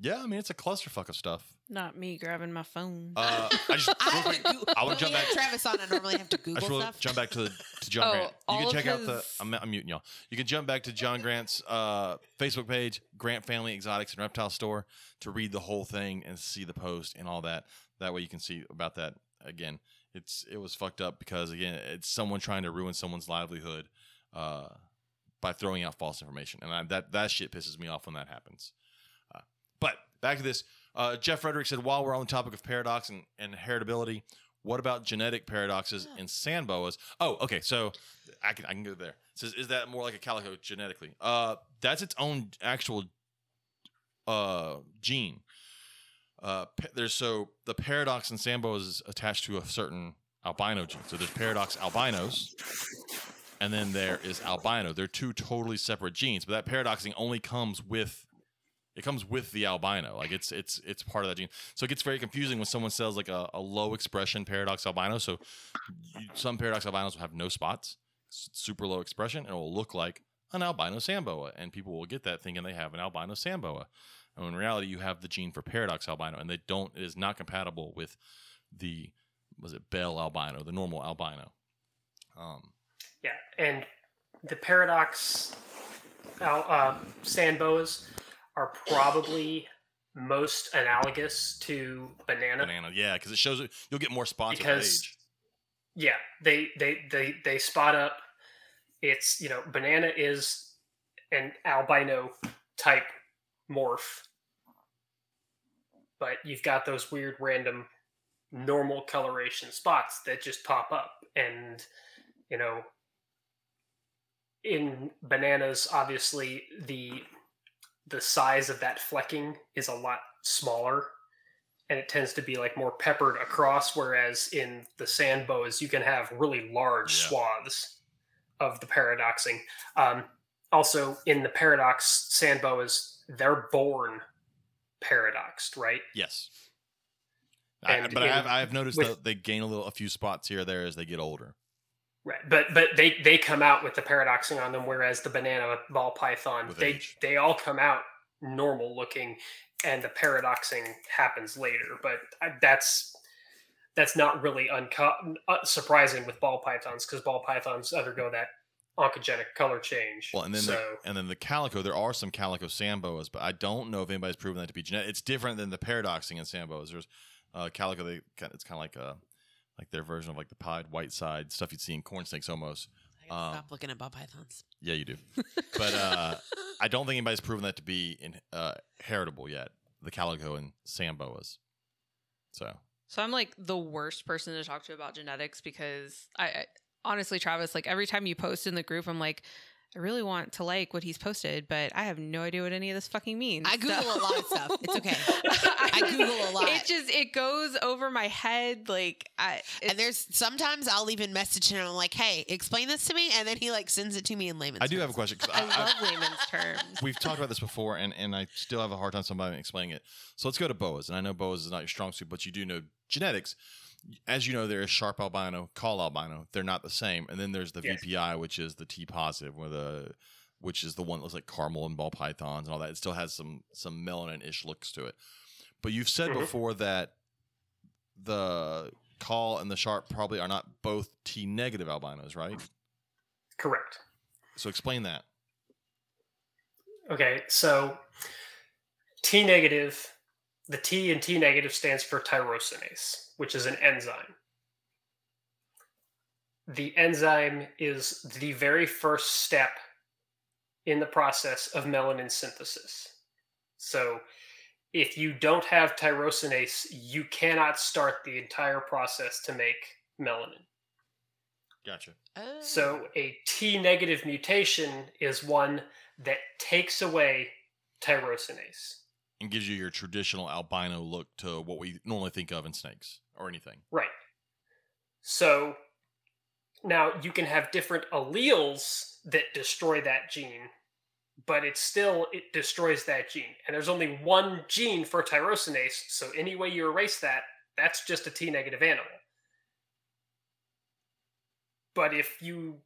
Speaker 1: Yeah, I mean it's a clusterfuck of stuff.
Speaker 4: Not me grabbing my phone.
Speaker 1: Uh, I just real
Speaker 2: I
Speaker 1: quick,
Speaker 2: would. Go-
Speaker 1: I would
Speaker 2: when
Speaker 1: jump
Speaker 2: we have
Speaker 1: back-
Speaker 2: Travis on. I normally have to
Speaker 1: I
Speaker 2: Google
Speaker 1: just will
Speaker 2: stuff.
Speaker 1: jump back to the to John
Speaker 4: Oh,
Speaker 1: Grant. You
Speaker 4: all
Speaker 1: can
Speaker 4: of
Speaker 1: check out the
Speaker 4: his-
Speaker 1: I'm, I'm muting y'all. You can jump back to John Grant's uh, Facebook page, Grant Family Exotics and Reptile Store, to read the whole thing and see the post and all that. That way you can see about that again. It's it was fucked up because again it's someone trying to ruin someone's livelihood uh, by throwing out false information, and I, that that shit pisses me off when that happens. Uh, but back to this. Uh, Jeff Frederick said, while we're on the topic of paradox and, and heritability, what about genetic paradoxes and sand boas? Oh, okay. So I can I can go there. It says, is that more like a calico genetically? Uh, that's its own actual uh gene. Uh, pa- there's so the paradox in sand boas is attached to a certain albino gene. So there's paradox albinos, and then there is albino. They're two totally separate genes, but that paradoxing only comes with it comes with the albino. Like it's it's it's part of that gene. So it gets very confusing when someone sells like a, a low expression paradox albino. So you, some paradox albinos will have no spots, s- super low expression, and it will look like an albino samboa, and people will get that thinking they have an albino samboa. And in reality, you have the gene for paradox albino, and they don't. It is not compatible with the was it Bell albino, the normal albino. Um,
Speaker 5: Yeah, and the paradox al- uh, sand boas are probably most analogous to banana.
Speaker 1: banana, yeah, because it shows it. You'll get more spots with
Speaker 5: Because-
Speaker 1: age.
Speaker 5: Yeah, they, they they they spot up. It's you know banana is an albino type morph, but you've got those weird random normal coloration spots that just pop up and you know in bananas obviously the the size of that flecking is a lot smaller and it tends to be like more peppered across whereas in the sand boas you can have really large
Speaker 1: Yeah.
Speaker 5: swaths of the paradoxing um, also in the paradox sand boas they're born paradoxed right
Speaker 1: Yes. I,
Speaker 5: And
Speaker 1: but I
Speaker 5: in-
Speaker 1: have, I have noticed
Speaker 5: with-
Speaker 1: that they gain a little, a few spots here or there as they get older.
Speaker 5: Right, but but they they come out with the paradoxing on them, whereas the banana ball python
Speaker 1: With
Speaker 5: they
Speaker 1: age.
Speaker 5: they all come out normal looking, and the paradoxing happens later. But I, that's that's not really unco- uh, surprising with ball pythons because ball pythons undergo that oncogenic color change.
Speaker 1: Well, and then
Speaker 5: so
Speaker 1: the, and then the calico. There are some calico samboas, but I don't know if anybody's proven that to be genetic. It's different than the paradoxing in samboas. There's uh, calico. They ki- it's kind of like uh like their version of like the pied white side stuff you'd see in corn snakes almost.
Speaker 2: I gotta
Speaker 1: Um,
Speaker 2: stop looking at ball pythons.
Speaker 1: Yeah, you do. But uh, I don't think anybody's proven that to be in, uh, heritable yet. The calico and samboas. So
Speaker 4: So I'm like the worst person to talk to about genetics because I, I honestly, Travis, like every time you post in the group, I'm like, I really want to like what he's posted, but I have no idea what any of this fucking means.
Speaker 2: I Google a lot of stuff. It's okay. I Google a lot.
Speaker 4: It just it goes over my head like I it's,
Speaker 2: and there's sometimes I'll even message him. I'm like, "Hey, explain this to me," and then he like sends it to me in layman's.
Speaker 1: I do have a
Speaker 2: terms.
Speaker 1: question. 'cause
Speaker 4: I
Speaker 1: I- I-
Speaker 4: love layman's terms.
Speaker 1: we've talked about this before, and, and I still have a hard time somebody explaining it. So let's go to boas, and I know boas is not your strong suit, but you do know genetics. As you know, there is sharp albino, call albino. They're not the same, and then there's the
Speaker 5: Yes.
Speaker 1: VPI, which is the T positive, or the which is the one that looks like caramel and ball pythons and all that. It still has some some melanin ish looks to it. But you've said
Speaker 5: Mhm.
Speaker 1: before that the call and the sharp probably are not both T negative albinos, right?
Speaker 5: correct.
Speaker 1: So explain that.
Speaker 5: Okay, so T negative, the T in T negative stands for tyrosinase, which is an enzyme. The enzyme is the very first step in the process of melanin synthesis. So if you don't have tyrosinase, you cannot start the entire process to make melanin.
Speaker 1: Gotcha.
Speaker 2: Oh.
Speaker 5: So a T negative mutation is one that takes away tyrosinase.
Speaker 1: and gives you your traditional albino look to what we normally think of in snakes or anything.
Speaker 5: Right. So now you can have different alleles that destroy that gene, but it's still it destroys that gene. And there's only one gene for tyrosinase, so any way you erase that, that's just a T negative animal. But if you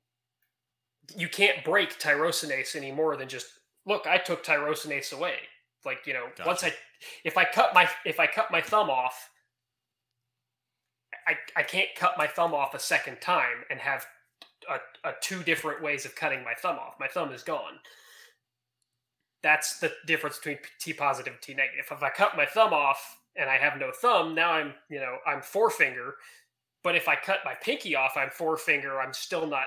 Speaker 5: you can't break tyrosinase any more than just look, I took tyrosinase away. Like, you know, once I
Speaker 1: Gotcha.
Speaker 5: if I cut my if I cut my thumb off, I, I can't cut my thumb off a second time and have a, a two different ways of cutting my thumb off. My thumb is gone. That's the difference between T positive and T negative. If I cut my thumb off and I have no thumb, now I'm you know I'm forefinger. But if I cut my pinky off, I'm forefinger. I'm still not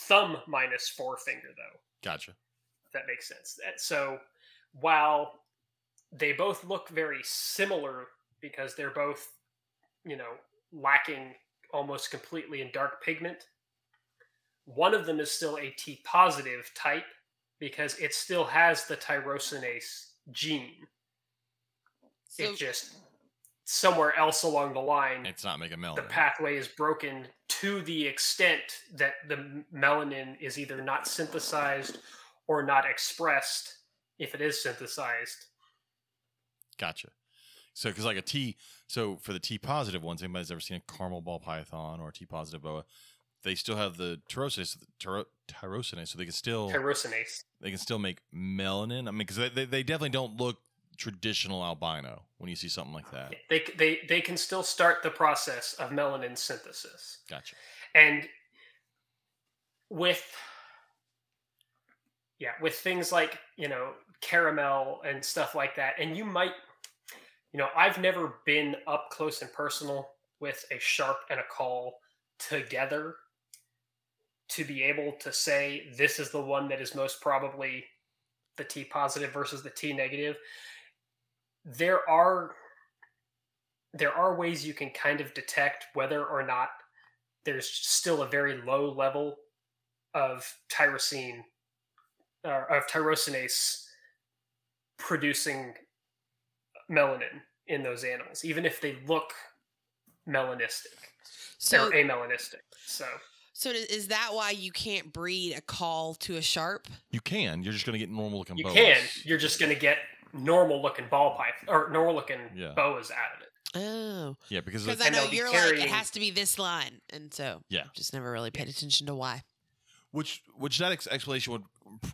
Speaker 5: thumb minus forefinger though
Speaker 1: Gotcha.
Speaker 5: if that makes sense. That- So while they both look very similar because they're both, you know, lacking almost completely in dark pigment, one of them is still a T positive type because it still has the tyrosinase gene.
Speaker 2: So-
Speaker 5: it just somewhere else along the line
Speaker 1: It's not making melanin.
Speaker 5: the pathway is broken to the extent that the m- melanin is either not synthesized or not expressed if it is synthesized
Speaker 1: Gotcha. So, because like a T, so for the T positive ones, anybody's ever seen a caramel ball python or a T positive boa, they still have the tyrosinase, tyro, tyrosinase, so they can still
Speaker 5: tyrosinase
Speaker 1: they can still make melanin. I mean, because they, they, they definitely don't look traditional albino when you see something like that.
Speaker 5: they, c- they, they can still start the process of melanin synthesis
Speaker 1: Gotcha.
Speaker 5: and with yeah with things like you know caramel and stuff like that and you might you know i've never been up close and personal with a sharp and a call together to be able to say this is the one that is most probably the t positive versus the t negative there are there are ways you can kind of detect whether or not there's still a very low level of tyrosine or of tyrosinase producing melanin in those animals, even if they look melanistic.
Speaker 2: So,
Speaker 5: they're amelanistic. So
Speaker 2: so is- is that why you can't breed a call to a sharp?
Speaker 1: You can. You're just going to get normal looking
Speaker 5: you
Speaker 1: boas.
Speaker 5: can. You're just going to get normal looking ball pipe or normal looking
Speaker 1: Yeah.
Speaker 5: boas out of it.
Speaker 2: Oh,
Speaker 1: Yeah, because
Speaker 2: because
Speaker 1: the-
Speaker 2: I
Speaker 5: And
Speaker 2: know
Speaker 5: they'll be
Speaker 2: you're like
Speaker 5: carrying-
Speaker 2: it has to be this line, and so
Speaker 1: Yeah.
Speaker 2: just never really paid attention to why.
Speaker 1: which which that ex- explanation would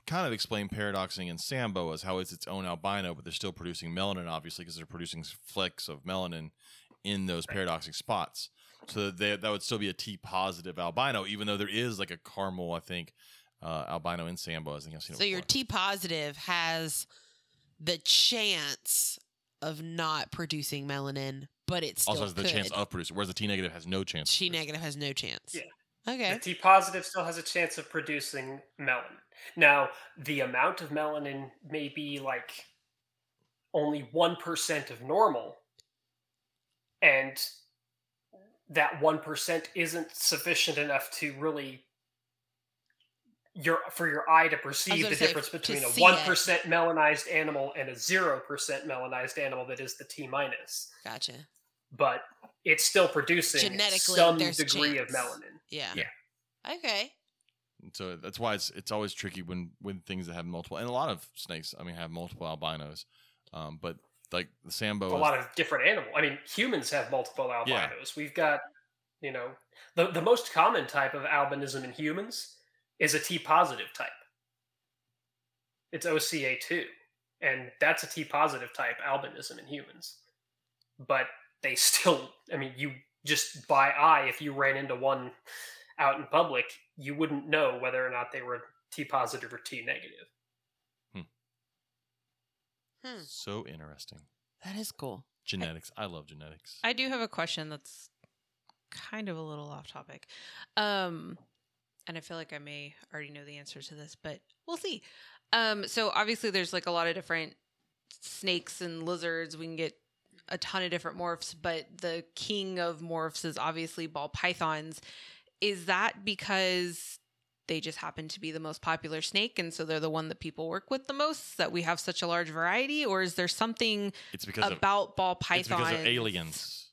Speaker 1: kind of explain paradoxing in sand boas, how it's its own albino, but they're still producing melanin, obviously, because they're producing flecks of melanin in those paradoxic spots. So they, that would still be a T positive albino, even though there is like a caramel, I think, uh, albino in sand boas. I think I've seen it
Speaker 2: So your
Speaker 1: before.
Speaker 2: T positive has the chance of not producing melanin, but it's still
Speaker 1: also has the
Speaker 2: could.
Speaker 1: chance of producing, whereas the T negative has no chance. of
Speaker 2: T
Speaker 1: producing.
Speaker 2: negative has no chance.
Speaker 5: Yeah.
Speaker 2: Okay.
Speaker 5: The T positive still has a chance of producing melanin. Now, the amount of melanin may be like only 1% of normal, and that 1% isn't sufficient enough to really. Your, for your eye to perceive
Speaker 2: gonna
Speaker 5: the
Speaker 2: say,
Speaker 5: difference
Speaker 2: to
Speaker 5: between a
Speaker 2: see it.
Speaker 5: 1% melanized animal and a 0% melanized animal that is the T minus,
Speaker 2: Gotcha.
Speaker 5: but it's still producing
Speaker 2: Genetically,
Speaker 5: some
Speaker 2: there's
Speaker 5: degree of
Speaker 2: chance.
Speaker 5: melanin.
Speaker 2: Yeah.
Speaker 5: Yeah.
Speaker 2: Okay.
Speaker 1: So that's why it's it's always tricky when when things that have multiple and a lot of snakes I mean have multiple albinos, um, but like the sand boas,
Speaker 5: a lot of different animal. I mean, humans have multiple albinos.
Speaker 1: Oh, Yeah.
Speaker 5: We've got, you know, the the most common type of albinism in humans is a T positive type. It's OCA two, and that's a T positive type albinism in humans. But they still, I mean, you just by eye, if you ran into one out in public, you wouldn't know whether or not they were T positive or T negative.
Speaker 2: Hmm.
Speaker 1: so interesting.
Speaker 2: That is cool.
Speaker 1: Genetics, I love genetics.
Speaker 4: I do have a question that's kind of a little off topic. Um and I feel like I may already know the answer to this, but we'll see. Um so obviously there's like a lot of different snakes and lizards. We can get a ton of different morphs, but the king of morphs is obviously ball pythons. Is that because they just happen to be the most popular snake and so they're the one that people work with the most that we have such a large variety or is there something
Speaker 1: it's because of
Speaker 4: about ball pythons
Speaker 1: it's because of aliens.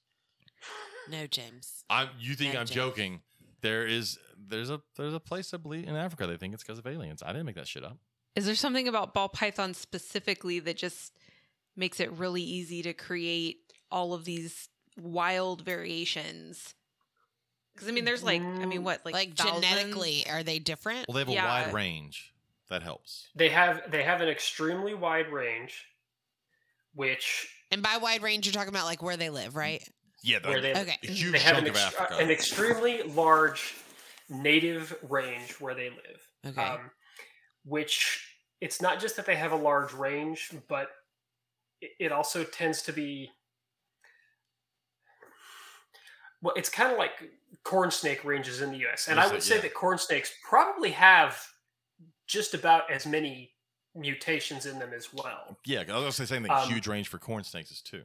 Speaker 2: No, James.
Speaker 1: I'm you think
Speaker 2: Yeah,
Speaker 1: I'm
Speaker 2: James.
Speaker 1: joking? There is there's a there's a place I believe in Africa they think it's because of aliens. I didn't make that shit up.
Speaker 4: Is there something about ball python specifically that just makes it really easy to create all of these wild variations? Because I mean, there's like, I mean, what like,
Speaker 2: Like,
Speaker 4: thousands?
Speaker 2: genetically, are they different?
Speaker 1: Well, they have a
Speaker 4: Yeah.
Speaker 1: wide range that helps.
Speaker 5: They have they have an extremely wide range, which
Speaker 2: And by wide range, you're talking about like where they live, right?
Speaker 1: Yeah,
Speaker 5: Where they-
Speaker 2: Okay.
Speaker 1: a huge
Speaker 5: they have
Speaker 1: chunk
Speaker 5: an,
Speaker 1: of
Speaker 5: ext-
Speaker 1: Africa.
Speaker 5: an extremely large native range where they live.
Speaker 2: Mm. Okay.
Speaker 5: Um, which it's not just that they have a large range, but it, it also tends to be. Well, it's kind of like corn snake ranges in the U.S., and I
Speaker 1: Yes,
Speaker 5: would
Speaker 1: uh,
Speaker 5: say
Speaker 1: yeah.
Speaker 5: that corn snakes probably have just about as many mutations in them as well.
Speaker 1: yeah, 'cause I was gonna say same thing.
Speaker 5: Um,
Speaker 1: huge range for corn snakes is too.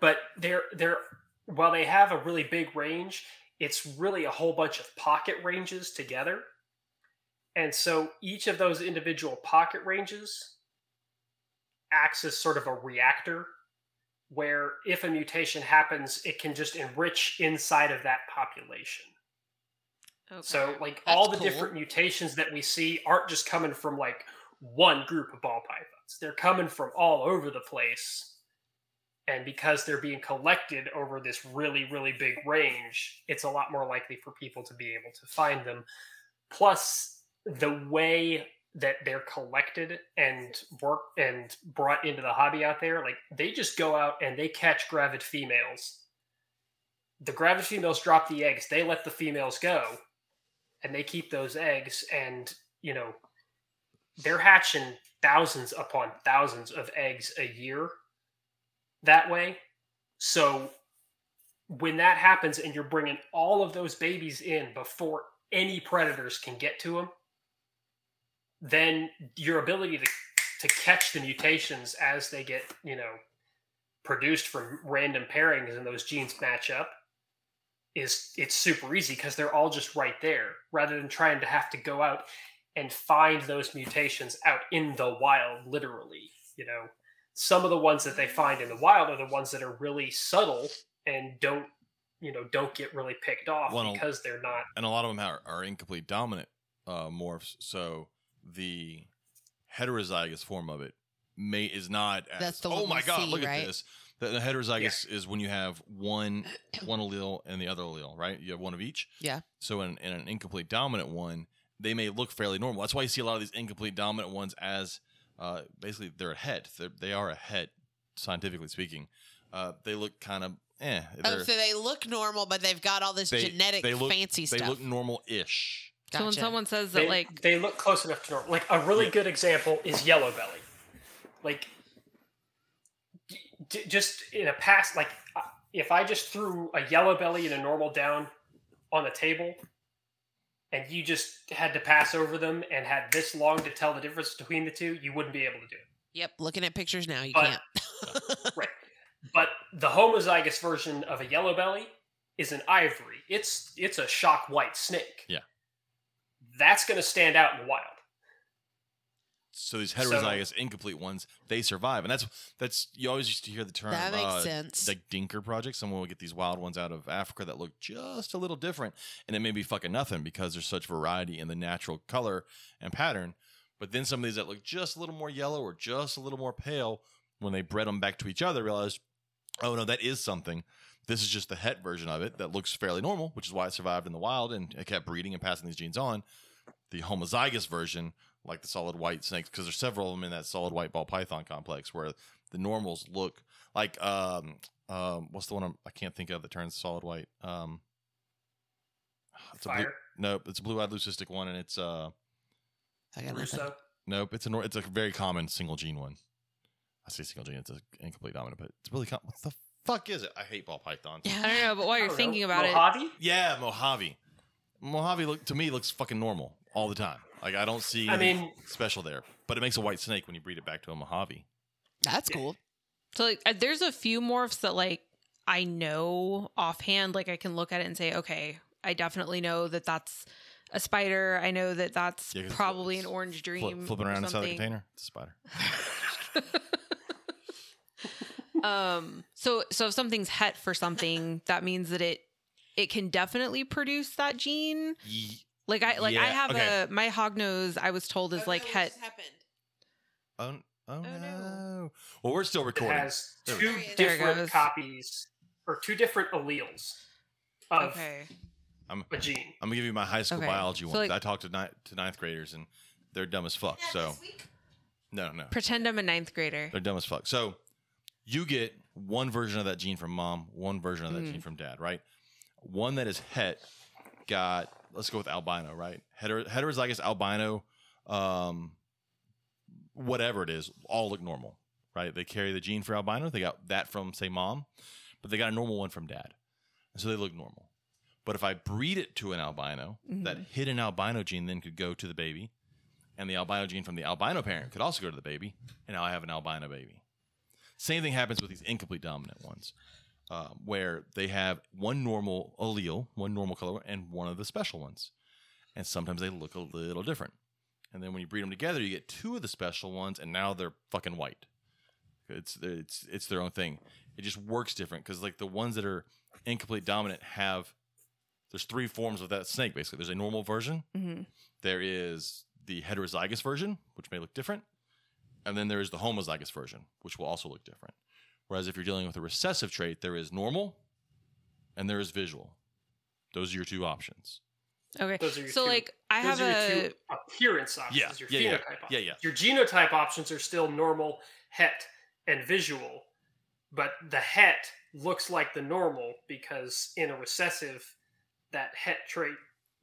Speaker 5: but they're they're while they have a really big range, it's really a whole bunch of pocket ranges together. And so each of those individual pocket ranges acts as sort of a reactor where if a mutation happens, it can just enrich inside of that population.
Speaker 4: Okay.
Speaker 5: So like
Speaker 2: That's
Speaker 5: all the
Speaker 2: cool.
Speaker 5: different mutations that we see aren't just coming from like one group of ball pythons. They're coming from all over the place. And because they're being collected over this really, really big range, it's a lot more likely for people to be able to find them. Plus, the way that they're collected and work and brought into the hobby out there, like they just go out and they catch gravid females. The gravid females drop the eggs, they let the females go, and they keep those eggs and you know they're hatching thousands upon thousands of eggs a year that way so when that happens and you're bringing all of those babies in before any predators can get to them then your ability to to catch the mutations as they get you know produced from random pairings and those genes match up is it's super easy because they're all just right there rather than trying to have to go out and find those mutations out in the wild literally you know some of the ones that they find in the wild are the ones that are really subtle and don't you know don't get really picked off
Speaker 1: Well,
Speaker 5: because they're not
Speaker 1: and a lot of them are, are incomplete dominant uh, morphs. So the heterozygous form of it may is not. As,
Speaker 2: That's the
Speaker 1: oh
Speaker 2: one
Speaker 1: my
Speaker 2: we
Speaker 1: god!
Speaker 2: see,
Speaker 1: look
Speaker 2: right?
Speaker 1: at this. The, the heterozygous is when you have one one allele and the other allele, right? You have one of each.
Speaker 2: Yeah.
Speaker 1: So in, in an incomplete dominant one, they may look fairly normal. That's why you see a lot of these incomplete dominant ones as uh, basically they're a het. They're, they are a het, scientifically speaking. Uh, they look kind of eh.
Speaker 2: Oh,
Speaker 1: They're-
Speaker 2: so they look normal, but they've got all this
Speaker 1: They-
Speaker 2: genetic
Speaker 1: they look-
Speaker 2: fancy
Speaker 1: they
Speaker 2: stuff.
Speaker 1: look normal ish.
Speaker 4: So when
Speaker 2: Gotcha.
Speaker 4: someone says that,
Speaker 5: they,
Speaker 4: like,
Speaker 5: they look close enough to normal. Like a really good example is yellow belly. Like d- d- just in a past, like uh, if I just threw a yellow belly and a normal down on the table, and you just had to pass over them and had this long to tell the difference between the two, you wouldn't be able to do it.
Speaker 2: yep, looking at pictures now, you
Speaker 5: But-
Speaker 2: can't.
Speaker 5: But the homozygous version of a yellow belly is an ivory. It's it's a shock white snake.
Speaker 1: Yeah.
Speaker 5: That's going to stand out in the wild.
Speaker 1: so these
Speaker 5: So-
Speaker 1: heterozygous incomplete ones they survive and that's that's you always used to hear the term
Speaker 2: That makes
Speaker 1: uh,
Speaker 2: sense.
Speaker 1: like dinker project someone will get these wild ones out of africa that look just a little different and it may be fucking nothing because there's such variety in the natural color and pattern but then some of these that look just a little more yellow or just a little more pale when they bred them back to each other realize oh no that is something this is just the het version of it that looks fairly normal which is why it survived in the wild and it kept breeding and passing these genes on the homozygous version like the solid white snakes because there's several of them in that solid white ball python complex where the normals look like um um what's the one I'm, I can't think of that turns solid white um it's a blue,
Speaker 5: Fire.
Speaker 1: nope it's a blue eyed leucistic one and it's uh
Speaker 2: I got nothing.
Speaker 5: Russo.
Speaker 1: nope it's a nor- it's a very common single gene one I say single gene it's an incomplete dominant but it's really com- what the fuck is it I hate ball pythons
Speaker 4: I don't know, but while
Speaker 5: I
Speaker 4: you're
Speaker 5: don't
Speaker 4: thinking
Speaker 5: know,
Speaker 4: about it,
Speaker 5: Mojave?
Speaker 1: yeah Mojave Mojave look to me looks fucking normal all the time like I don't see
Speaker 5: I
Speaker 1: anything
Speaker 5: mean,
Speaker 1: special there but it makes a white snake when you breed it back to a Mojave
Speaker 2: That's cool.
Speaker 4: So like, uh, there's a few morphs that like I know offhand. Like I can look at it and say, okay, I definitely know that that's a spider. I know that that's
Speaker 1: Yeah, 'cause it's-
Speaker 4: probably
Speaker 1: it's
Speaker 4: an orange
Speaker 1: Flip-
Speaker 4: dream.
Speaker 1: flipping
Speaker 4: or
Speaker 1: around inside the
Speaker 4: something.
Speaker 1: container it's a spider
Speaker 4: um. So so if something's het for something, that means that it it can definitely produce that gene. Like I like
Speaker 1: Yeah,
Speaker 4: I have
Speaker 1: okay.
Speaker 4: a my hog nose. I was told is like het.
Speaker 2: happened.
Speaker 1: Oh, oh,
Speaker 4: no.
Speaker 1: no. Well, we're still
Speaker 5: it
Speaker 1: recording.
Speaker 5: has
Speaker 1: There we
Speaker 5: two
Speaker 2: go. There it
Speaker 5: different
Speaker 4: goes.
Speaker 5: copies or two different alleles of
Speaker 4: Okay.
Speaker 1: I'm,
Speaker 5: a
Speaker 1: I'm
Speaker 5: gene.
Speaker 1: gonna give you my high school
Speaker 4: Okay.
Speaker 1: biology
Speaker 4: So,
Speaker 1: one. 'cause
Speaker 4: like-
Speaker 1: I talked to ninth, to ninth graders and they're dumb as fuck. So no, no,
Speaker 4: Pretend I'm a ninth grader.
Speaker 1: they're dumb as fuck. So you get one version of that gene from mom, one version of that
Speaker 4: Mhm.
Speaker 1: gene from dad, right? One that is het got. Let's go with albino, right? Heter- heterozygous albino, um, whatever it is, all look normal, right? They carry the gene for albino. They got that from say mom, but they got a normal one from dad, and so they look normal. But if I breed it to an albino, that hidden albino gene then could go to the baby, and the albino gene from the albino parent could also go to the baby, and now I have an albino baby. Same thing happens with these incomplete dominant ones, uh, where they have one normal allele, one normal color, and one of the special ones, and sometimes they look a little different. And then when you breed them together, you get two of the special ones, and now they're fucking white. It's it's it's their own thing. It just works different because like the ones that are incomplete dominant have there's three forms of that snake basically. There's a normal version,
Speaker 4: Mhm.
Speaker 1: there is the heterozygous version, which may look different, and then there is the homozygous version, which will also look different. Whereas if you're dealing with a recessive trait, there is normal and there is visual. Those are your two options.
Speaker 4: Okay.
Speaker 5: Those are your
Speaker 4: So
Speaker 5: two-
Speaker 4: like I
Speaker 5: Those
Speaker 4: have
Speaker 5: are your
Speaker 4: a
Speaker 5: two appearance options.
Speaker 1: Yeah,
Speaker 5: your
Speaker 1: yeah, yeah,
Speaker 5: phenotype
Speaker 1: yeah,
Speaker 5: options. Your genotype options are still normal, het, and visual, but the het looks like the normal because in a recessive, that het trait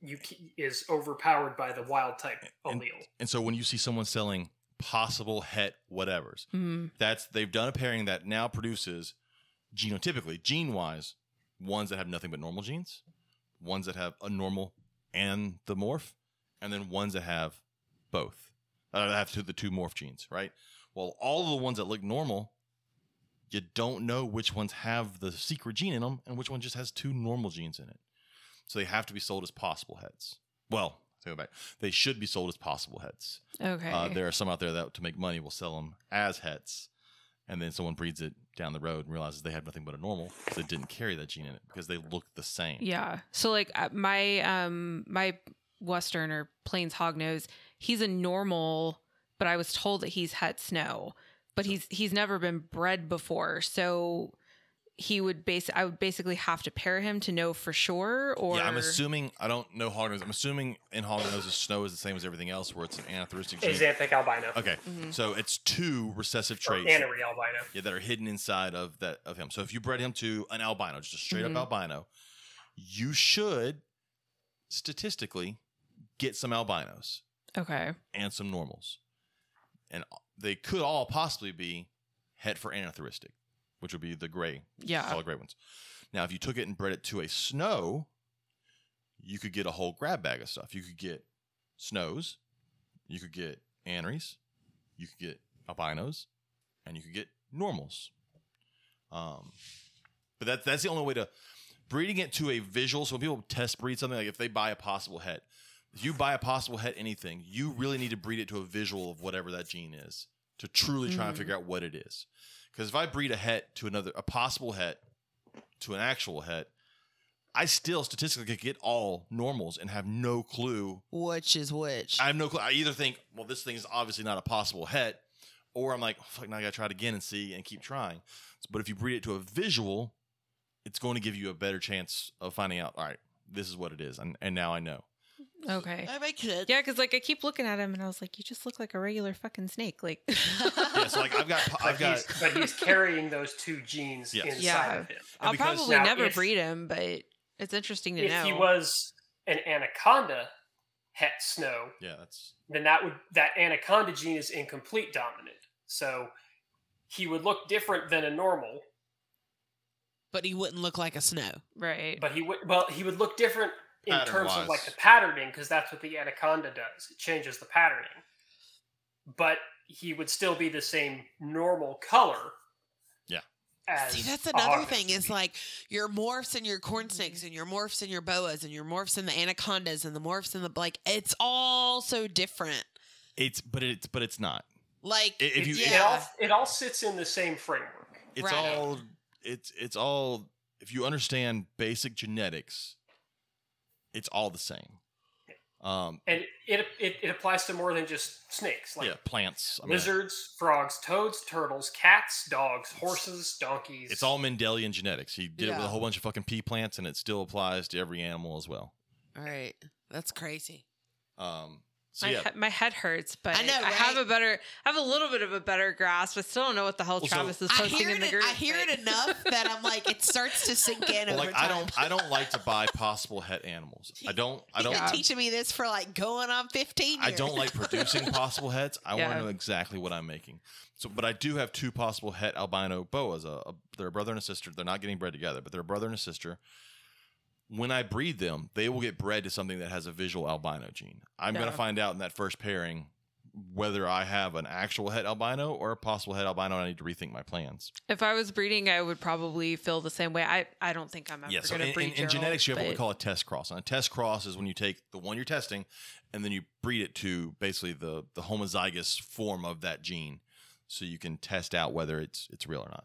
Speaker 5: you c- is overpowered by the wild type
Speaker 1: And-
Speaker 5: allele.
Speaker 1: And so when you see someone selling possible het whatevers,
Speaker 4: Mhm.
Speaker 1: that's they've done a pairing that now produces genotypically, gene wise, ones that have nothing but normal genes, ones that have a normal and the morph, and then ones that have both. Uh, that have two, the two morph genes, right? Well, all of the ones that look normal you don't know which ones have the secret gene in them and which one just has two normal genes in it. So they have to be sold as possible heads. Well, to go back, they should be sold as possible heads.
Speaker 4: Okay.
Speaker 1: Uh, there are some out there that to make money will sell them as heads, and then someone breeds it down the road and realizes they have nothing but a normal because they didn't carry that gene in it because they look the same.
Speaker 4: yeah. So like uh, my um my Western or Plains Hog Nose, he's a normal, but I was told that he's het snow, but he's he's never been bred before, so he would base I would basically have to pair him to know for sure. Or
Speaker 1: Yeah, I'm assuming I don't know hog nose. I'm assuming in hog noses, snow is the same as everything else, where it's an anathyristic
Speaker 5: Is Oh,
Speaker 1: gene.
Speaker 5: Xanthic albino.
Speaker 1: Okay,
Speaker 5: Mm-hmm.
Speaker 2: Mhm.
Speaker 1: so it's two recessive
Speaker 5: Or
Speaker 1: traits.
Speaker 5: Annery albino.
Speaker 1: Yeah, that are hidden inside of that of him. So if you bred him to an albino, just a straight
Speaker 4: Mhm.
Speaker 1: up albino, you should statistically get some albinos
Speaker 4: okay.
Speaker 1: and some normals, and they could all possibly be het for anathyristic, which would be the gray,
Speaker 4: Yeah.
Speaker 1: all gray ones. Now, if you took it and bred it to a snow, you could get a whole grab bag of stuff. You could get snows, you could get aneries, you could get albinos, and you could get normals. Um, but that that's the only way to breeding it to a visual. So when people test breed something, like if they buy a possible het, if you buy a possible het anything, you really need to breed it to a visual of whatever that gene is to truly try and
Speaker 4: Mhm.
Speaker 1: figure out what it is. Because if I breed a het to another, a possible het to an actual het, I still statistically could get all normals and have no clue
Speaker 2: Which is which?
Speaker 1: I have no clue. I either think, well, this thing is obviously not a possible het, or I'm like, oh, fuck, now I gotta try it again and see and keep trying. But if you breed it to a visual, it's going to give you a better chance of finding out. All right, this is what it is, and, and now I know. Oh.
Speaker 4: Okay.
Speaker 2: that makes sense.
Speaker 4: Yeah, because like I keep looking at him and I was like, you just look like a regular fucking snake. Like,
Speaker 1: Yeah, so like I've got,
Speaker 5: But,
Speaker 1: I've got,
Speaker 5: he's, but he's carrying those two genes
Speaker 1: Yes.
Speaker 5: inside
Speaker 4: Yeah.
Speaker 5: of him.
Speaker 4: I'll
Speaker 1: because-
Speaker 4: probably
Speaker 5: Now,
Speaker 4: never
Speaker 5: if-
Speaker 4: breed him, but it's interesting to
Speaker 5: if
Speaker 4: know.
Speaker 5: he was an anaconda het snow,
Speaker 1: yeah, that's
Speaker 5: then that would that anaconda gene is incomplete dominant. So he would look different than a normal,
Speaker 2: But he wouldn't look like a snow.
Speaker 4: right.
Speaker 5: but he would well he would look different in terms
Speaker 1: Pattern-wise.
Speaker 5: of like the patterning because that's what the anaconda does. It changes the patterning, but he would still be the same normal color.
Speaker 1: Yeah.
Speaker 5: as
Speaker 2: See, that's
Speaker 5: a
Speaker 2: another
Speaker 5: hawk.
Speaker 2: thing is like your morphs and your corn
Speaker 1: Mm-hmm.
Speaker 2: snakes and your morphs and your boas and your morphs and the anacondas and the morphs and the like. It's all so different.
Speaker 1: it's, but it's, but it's not.
Speaker 2: Like
Speaker 1: I- If you,
Speaker 5: It- it,
Speaker 2: Yeah.
Speaker 5: all, it all sits in the same framework.
Speaker 1: it's
Speaker 2: Right.
Speaker 1: all, it's, it's all. If you understand basic genetics, it's all the same. Um,
Speaker 5: and it, it it applies to more than just snakes, like
Speaker 1: yeah, plants, I mean,
Speaker 5: lizards, frogs, toads, turtles, cats, dogs, horses, donkeys.
Speaker 1: It's all Mendelian genetics. He did it with
Speaker 2: Yeah.
Speaker 1: a whole bunch of fucking pea plants, and it still applies to every animal as well.
Speaker 2: all right, that's crazy.
Speaker 1: Um, so
Speaker 4: My,
Speaker 1: yeah,
Speaker 4: he- my head hurts, but I,
Speaker 2: I know,
Speaker 4: have
Speaker 2: right?
Speaker 4: a better, I have a little bit of a better grasp. I still don't know what the hell
Speaker 1: Well, so-
Speaker 4: Travis is
Speaker 2: I
Speaker 4: posting
Speaker 2: hear
Speaker 4: in the
Speaker 2: it.
Speaker 4: group.
Speaker 2: I hear
Speaker 4: but-
Speaker 2: it enough that I'm like, it starts to sink in
Speaker 1: well,
Speaker 2: over
Speaker 1: like I
Speaker 2: time.
Speaker 1: don't, I don't like to buy possible het animals. I don't, I
Speaker 2: You've
Speaker 1: don't,
Speaker 2: been
Speaker 4: Yeah.
Speaker 2: teaching me this for like going on 15 years.
Speaker 1: I don't like producing possible hets. I want
Speaker 4: Yeah.
Speaker 1: to know exactly what I'm making. So, but I do have two possible het albino boas. A, a, they're a brother and a sister. They're not getting bred together, but they're a brother and a sister. When I breed them, they will get bred to something that has a visual albino gene. I'm going
Speaker 4: Yeah.
Speaker 1: to find out in that first pairing whether I have an actual het albino or a possible het albino. And I need to rethink my plans.
Speaker 4: If I was breeding, I would probably feel the same way. I, I don't think I'm ever
Speaker 1: yeah. So
Speaker 4: going to
Speaker 1: in, in,
Speaker 4: breed
Speaker 1: in genetics, you have what we
Speaker 4: but-
Speaker 1: call a test cross, and a test cross is when you take the one you're testing, and then you breed it to basically the the homozygous form of that gene, so you can test out whether it's it's real or not.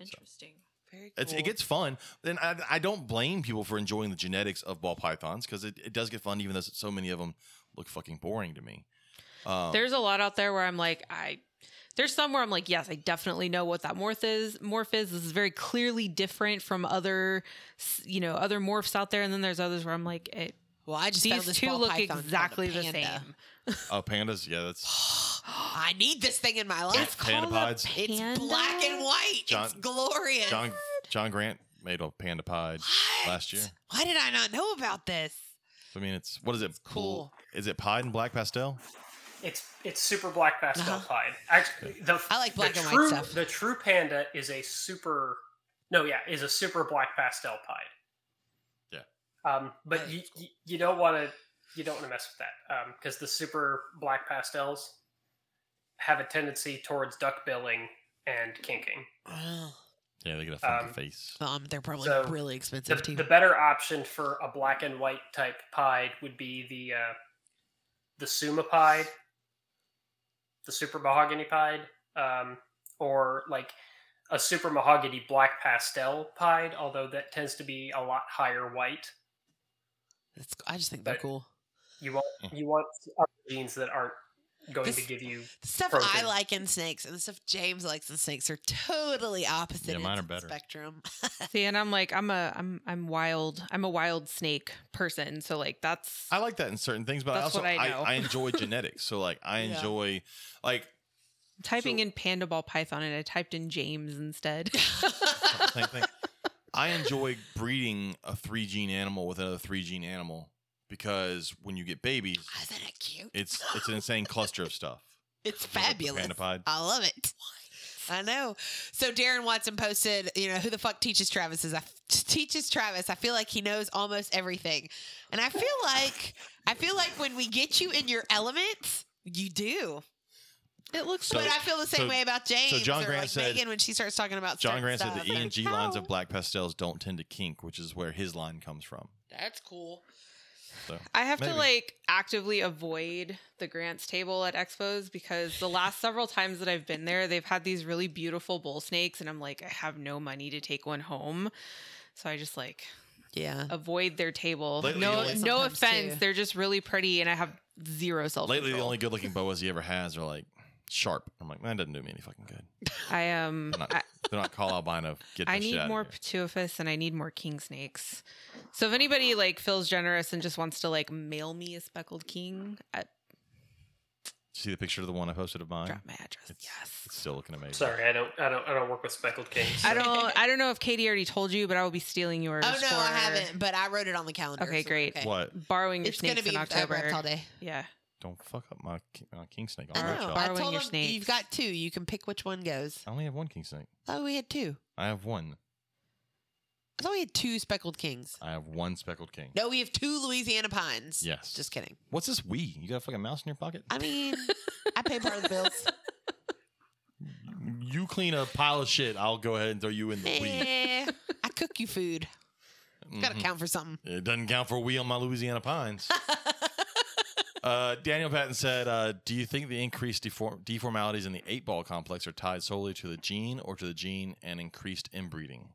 Speaker 4: Interesting.
Speaker 2: Very
Speaker 1: It's,
Speaker 2: cool.
Speaker 1: It gets fun. Then I, I don't blame people for enjoying the genetics of ball pythons because it, it does get fun, even though so many of them look fucking boring to me. Um,
Speaker 4: There's a lot out there where I'm like, I there's some where I'm like, yes, I definitely know what that morph is. Morph is this is very clearly different from other, s- you know, other morphs out there. And then there's others where I'm like, it,
Speaker 2: Well, I just found
Speaker 4: these
Speaker 2: this
Speaker 4: two
Speaker 2: ball
Speaker 4: look
Speaker 2: python called a
Speaker 4: exactly the
Speaker 2: panda.
Speaker 4: same.
Speaker 1: oh, pandas. Yeah, that's
Speaker 2: I need this thing in my life.
Speaker 4: called a
Speaker 1: Pandapods.
Speaker 2: It's
Speaker 4: panda?
Speaker 2: black and white. it's
Speaker 1: John-
Speaker 2: glorious.
Speaker 1: John. John Grant made a panda pie
Speaker 2: What?
Speaker 1: last year.
Speaker 2: Why did I not know about this?
Speaker 1: I mean, it's what is it?
Speaker 2: cool.
Speaker 1: Is it pied and black pastel?
Speaker 5: It's it's super black pastel
Speaker 2: Uh-huh.
Speaker 5: pied. Actually, the,
Speaker 2: I like black
Speaker 5: the
Speaker 2: and white
Speaker 5: true,
Speaker 2: stuff.
Speaker 5: The true panda is a super. No, yeah, is a super black pastel pied.
Speaker 1: Yeah.
Speaker 5: Um, but
Speaker 2: That
Speaker 5: you, you you don't want to you don't want to mess with that um, because the super black pastels have a tendency towards duck billing and kinking.
Speaker 2: Ugh.
Speaker 1: Yeah, they get a funky
Speaker 5: Um,
Speaker 1: face.
Speaker 2: Um, they're probably
Speaker 5: So,
Speaker 2: really
Speaker 5: The,
Speaker 2: expensive too.
Speaker 5: the better option for a black and white type pied would be the uh, the Suma pied, the Super Mahogany pied, um, or like a Super Mahogany black pastel pied. Although that tends to be a lot higher white.
Speaker 2: It's, I just think they're
Speaker 5: But-
Speaker 2: cool.
Speaker 5: You want you want other genes that aren't going
Speaker 2: This-
Speaker 5: to give you
Speaker 2: The stuff I
Speaker 5: Frozen.
Speaker 2: like in snakes and the stuff James likes in snakes are totally opposite.
Speaker 1: Yeah, mine
Speaker 2: ends
Speaker 1: are
Speaker 2: of the
Speaker 1: better.
Speaker 2: Spectrum.
Speaker 4: See, and I'm like, I'm a, I'm, I'm wild. I'm a wild snake person. So like, that's
Speaker 1: I like that in certain things, but I
Speaker 4: That's
Speaker 1: also
Speaker 4: what I
Speaker 1: I,
Speaker 4: know.
Speaker 1: I, enjoy genetics. So like I
Speaker 2: Yeah.
Speaker 1: enjoy like
Speaker 4: typing
Speaker 1: so-
Speaker 4: in panda ball python, and I typed in James instead.
Speaker 1: same thing. I enjoy breeding a three gene animal with another three gene animal because when you get babies,
Speaker 2: Isn't it cute?
Speaker 1: it's it's an insane cluster of stuff.
Speaker 2: It's
Speaker 1: You know, like the
Speaker 2: fabulous.
Speaker 1: panda pod.
Speaker 2: I love it. I know. So Darren Watson posted, you know, who the fuck teaches Travis? Is I teaches Travis. I feel like he knows almost everything, and I feel like I feel like when we get you in your elements, you do.
Speaker 4: it looks
Speaker 1: So-
Speaker 2: but I feel the same
Speaker 1: so-
Speaker 2: way about James.
Speaker 1: John
Speaker 2: or
Speaker 1: Grant
Speaker 2: like
Speaker 1: said-
Speaker 2: Megan when she starts talking about
Speaker 1: John
Speaker 2: certain
Speaker 1: Grant said
Speaker 2: stuff
Speaker 1: the E and G
Speaker 2: how-
Speaker 1: lines of black pastels don't tend to kink, which is where his line comes from.
Speaker 2: That's cool.
Speaker 1: So
Speaker 4: I have to
Speaker 1: Maybe.
Speaker 4: like actively avoid the grants table at expos because the last several times that I've been there, they've had these really beautiful bull snakes, and I'm like, I have no money to take one home. So I just like
Speaker 2: Yeah.
Speaker 4: avoid their table.
Speaker 1: Lately,
Speaker 4: no,
Speaker 1: the only-
Speaker 4: no
Speaker 2: Sometimes,
Speaker 4: offense,
Speaker 2: too.
Speaker 4: they're just really pretty, and I have zero self.
Speaker 1: lately, the only good looking boas he ever has are like sharp. I'm like, that doesn't do me any fucking good.
Speaker 4: I um,
Speaker 1: I'm not-
Speaker 4: I,
Speaker 1: They're not call albino. Get
Speaker 4: I
Speaker 1: the shit
Speaker 4: need
Speaker 1: outta
Speaker 4: more
Speaker 1: here.
Speaker 4: pituifus and I need more king snakes. So if anybody like feels generous and just wants to like mail me a speckled king, I,
Speaker 1: See the picture of the one I posted of mine.
Speaker 4: drop my address.
Speaker 1: It's,
Speaker 4: yes.
Speaker 1: it's still looking amazing.
Speaker 5: Sorry, I don't, I don't, I don't work with speckled kings.
Speaker 4: I don't. I don't know if Katie already told you, but I will be stealing yours.
Speaker 2: Oh no, I
Speaker 4: for-
Speaker 2: haven't. But I wrote it on the calendar.
Speaker 4: Okay,
Speaker 2: so we're
Speaker 4: great.
Speaker 1: What?
Speaker 4: Borrowing your
Speaker 2: It's gonna
Speaker 4: snakes
Speaker 2: be
Speaker 4: in
Speaker 2: uh, reptile
Speaker 4: October.
Speaker 2: day.
Speaker 4: Yeah.
Speaker 1: Don't fuck up my ki- my king snake. I'll
Speaker 2: I
Speaker 1: write
Speaker 2: know.
Speaker 1: y'all.
Speaker 2: I
Speaker 4: Borrowing
Speaker 2: told
Speaker 4: your
Speaker 2: him
Speaker 4: snakes.
Speaker 2: you've got two. You can pick which one goes.
Speaker 1: I only have one king snake.
Speaker 2: Oh, we had two.
Speaker 1: I have one.
Speaker 2: I thought we had two speckled kings.
Speaker 1: I have one speckled king.
Speaker 2: No, we have two Louisiana pines.
Speaker 1: Yes.
Speaker 2: Just kidding.
Speaker 1: What's this we? You got a fucking mouse in your pocket?
Speaker 2: I mean, I pay part of the bills.
Speaker 1: You clean a pile of shit. I'll go ahead and throw you in the we.
Speaker 2: Eh, I cook you food. Got to
Speaker 1: Mhm.
Speaker 2: count for something.
Speaker 1: It doesn't count for we on my Louisiana pines. uh, Daniel Patton said, uh, "Do you think the increased deform- deformalities in the eight ball complex are tied solely to the gene, or to the gene and increased inbreeding?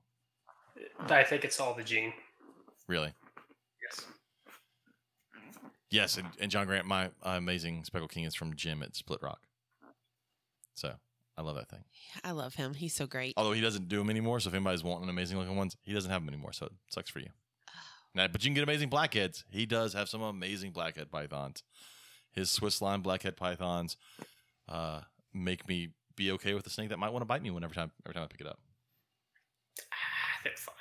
Speaker 5: I think it's all the gene.
Speaker 1: Really?
Speaker 5: Yes.
Speaker 1: Yes, and, and John Grant, my uh, amazing Speckled King is from Jim at Split Rock. So I love that thing.
Speaker 2: I love him. He's so great.
Speaker 1: Although he doesn't do them anymore, so if anybody's wanting amazing looking ones, he doesn't have them anymore, so it sucks for you.
Speaker 4: Oh.
Speaker 1: Now, but you can get amazing blackheads. He does have some amazing blackhead pythons. His Swiss line blackhead pythons uh, make me be okay with a snake that might want to bite me whenever time every time I pick it up.
Speaker 5: Ah, they're fine.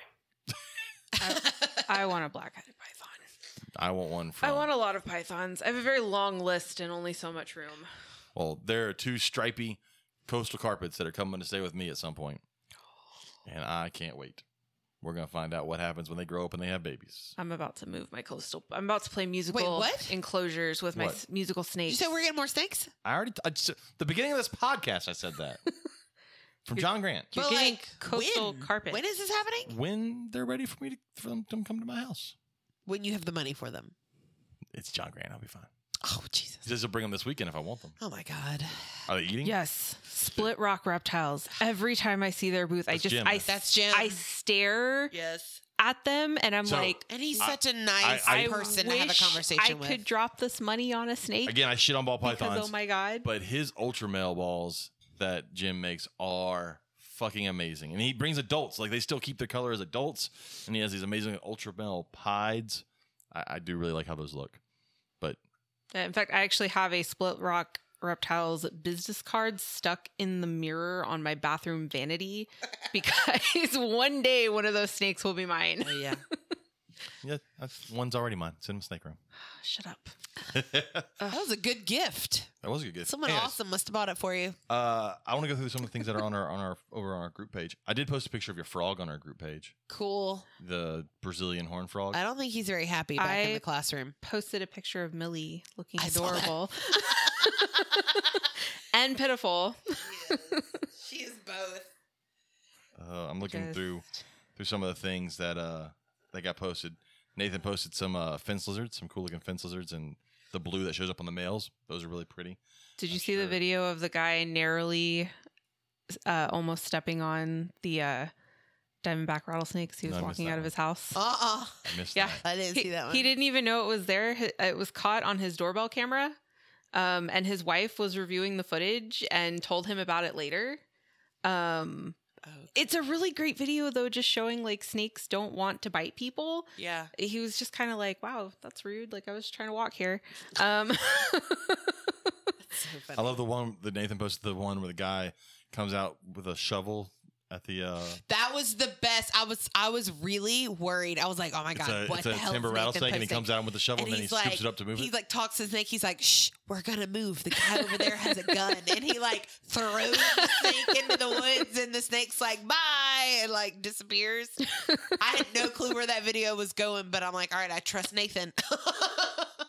Speaker 4: I want a black-headed python.
Speaker 1: I want one from.
Speaker 4: I want a lot of pythons. I have a very long list and only so much room.
Speaker 1: Well, there are two stripy coastal carpets that are coming to stay with me at some point, and I can't wait. We're gonna find out what happens when they grow up and they have babies.
Speaker 4: I'm about to move my coastal. I'm about to play musical
Speaker 2: what?
Speaker 4: enclosures with my
Speaker 1: What?
Speaker 4: s- musical
Speaker 2: you
Speaker 4: snakes.
Speaker 2: said we're getting more snakes?
Speaker 1: I already I just- the beginning of this podcast. I said that from John Grant.
Speaker 4: You're
Speaker 2: But,
Speaker 4: getting
Speaker 2: like,
Speaker 4: coastal
Speaker 2: when?
Speaker 4: carpet.
Speaker 2: When is this happening?
Speaker 1: When they're ready for me to for them to come to my house,
Speaker 2: When you have the money for them.
Speaker 1: it's John Grant. I'll be fine.
Speaker 2: Oh, Jesus.
Speaker 1: He says he'll bring them this weekend if I want them.
Speaker 2: Oh, my God.
Speaker 1: Are they eating?
Speaker 4: Yes, split rock reptiles. Every time I see their booth, I
Speaker 1: That's
Speaker 4: just
Speaker 1: Jim.
Speaker 4: I
Speaker 2: That's Jim.
Speaker 4: I stare
Speaker 2: Yes.
Speaker 4: at them and I'm
Speaker 1: So-
Speaker 4: like,
Speaker 2: And he's
Speaker 1: I-
Speaker 2: such a nice
Speaker 1: I-
Speaker 2: person to have a
Speaker 4: wish
Speaker 2: conversation
Speaker 4: I
Speaker 2: with.
Speaker 4: could drop this money on a snake.
Speaker 1: Again, I shit on ball
Speaker 4: because,
Speaker 1: pythons,
Speaker 4: oh my god!
Speaker 1: but his ultra male balls that Jim makes are fucking amazing, and he brings adults. Like they still keep their color as adults, and he has these amazing ultra male pieds. I, I do really like how those look.
Speaker 4: In fact, I actually have a split rock reptiles business card stuck in the mirror on my bathroom vanity because one day one of those snakes will be mine.
Speaker 2: Oh, yeah.
Speaker 1: Yeah, that's one's already mine. Send him a snake room.
Speaker 4: Shut up.
Speaker 1: that
Speaker 2: That was a good gift.
Speaker 1: was a good.
Speaker 2: Someone
Speaker 1: Anyways,
Speaker 2: awesome must have bought it for you.
Speaker 1: Uh, I want to go through some of the things that are on our on our over on our group page. I did post a picture of your frog on our group page,
Speaker 2: Cool.
Speaker 1: the Brazilian horn frog.
Speaker 2: I don't think he's very happy back in
Speaker 4: I-
Speaker 2: the classroom.
Speaker 4: Posted a picture of Millie looking
Speaker 2: I saw that.
Speaker 4: adorable. and pitiful.
Speaker 2: she is both.
Speaker 1: Uh, I'm looking
Speaker 4: Just-
Speaker 1: through through some of the things that uh that got posted. Nathan posted some uh, fence lizards, some cool looking fence lizards, and the blue that shows up on the males. Those are really pretty.
Speaker 4: Did you
Speaker 1: I'm
Speaker 4: see the
Speaker 1: sure.
Speaker 4: video of the guy narrowly uh, almost stepping on the uh, diamondback rattlesnakes? He was
Speaker 1: No, I missed
Speaker 4: walking
Speaker 1: that
Speaker 4: out of
Speaker 1: one.
Speaker 4: his house.
Speaker 2: Uh uh
Speaker 1: I missed
Speaker 4: Yeah.
Speaker 1: that.
Speaker 2: I didn't
Speaker 4: he,
Speaker 2: see that one.
Speaker 4: he didn't even know it was there. Hi- It was caught on his doorbell camera. Um, and his wife was reviewing the footage and told him about it later. Um,
Speaker 2: Oh,
Speaker 4: it's a really great video though, just showing like snakes don't want to bite people.
Speaker 2: yeah.
Speaker 4: He was just kind of like, "Wow, that's rude." Like I was trying to walk here. Um,
Speaker 2: That's so funny.
Speaker 1: I love the one that Nathan posted. The one where the guy comes out with a shovel at the uh,
Speaker 2: That was the best. I was I was really worried. I was like, oh my
Speaker 1: it's
Speaker 2: god,
Speaker 1: a,
Speaker 2: what
Speaker 1: it's
Speaker 2: the
Speaker 1: a
Speaker 2: hell?
Speaker 1: timber
Speaker 2: is Nathan
Speaker 1: rattlesnake, and he
Speaker 2: posting?
Speaker 1: comes out with a shovel, and,
Speaker 2: And
Speaker 1: then he
Speaker 2: he's
Speaker 1: scoops it
Speaker 2: like-
Speaker 1: up to move
Speaker 2: He
Speaker 1: it.
Speaker 2: like talks to Snake. He's like, "Shh, we're gonna move. The guy over there has a gun." And he like throws the snake into the woods, and the snake's like, "Bye," and like disappears. I had no clue where that video was going, but I'm like, "All right, I trust Nathan."
Speaker 1: All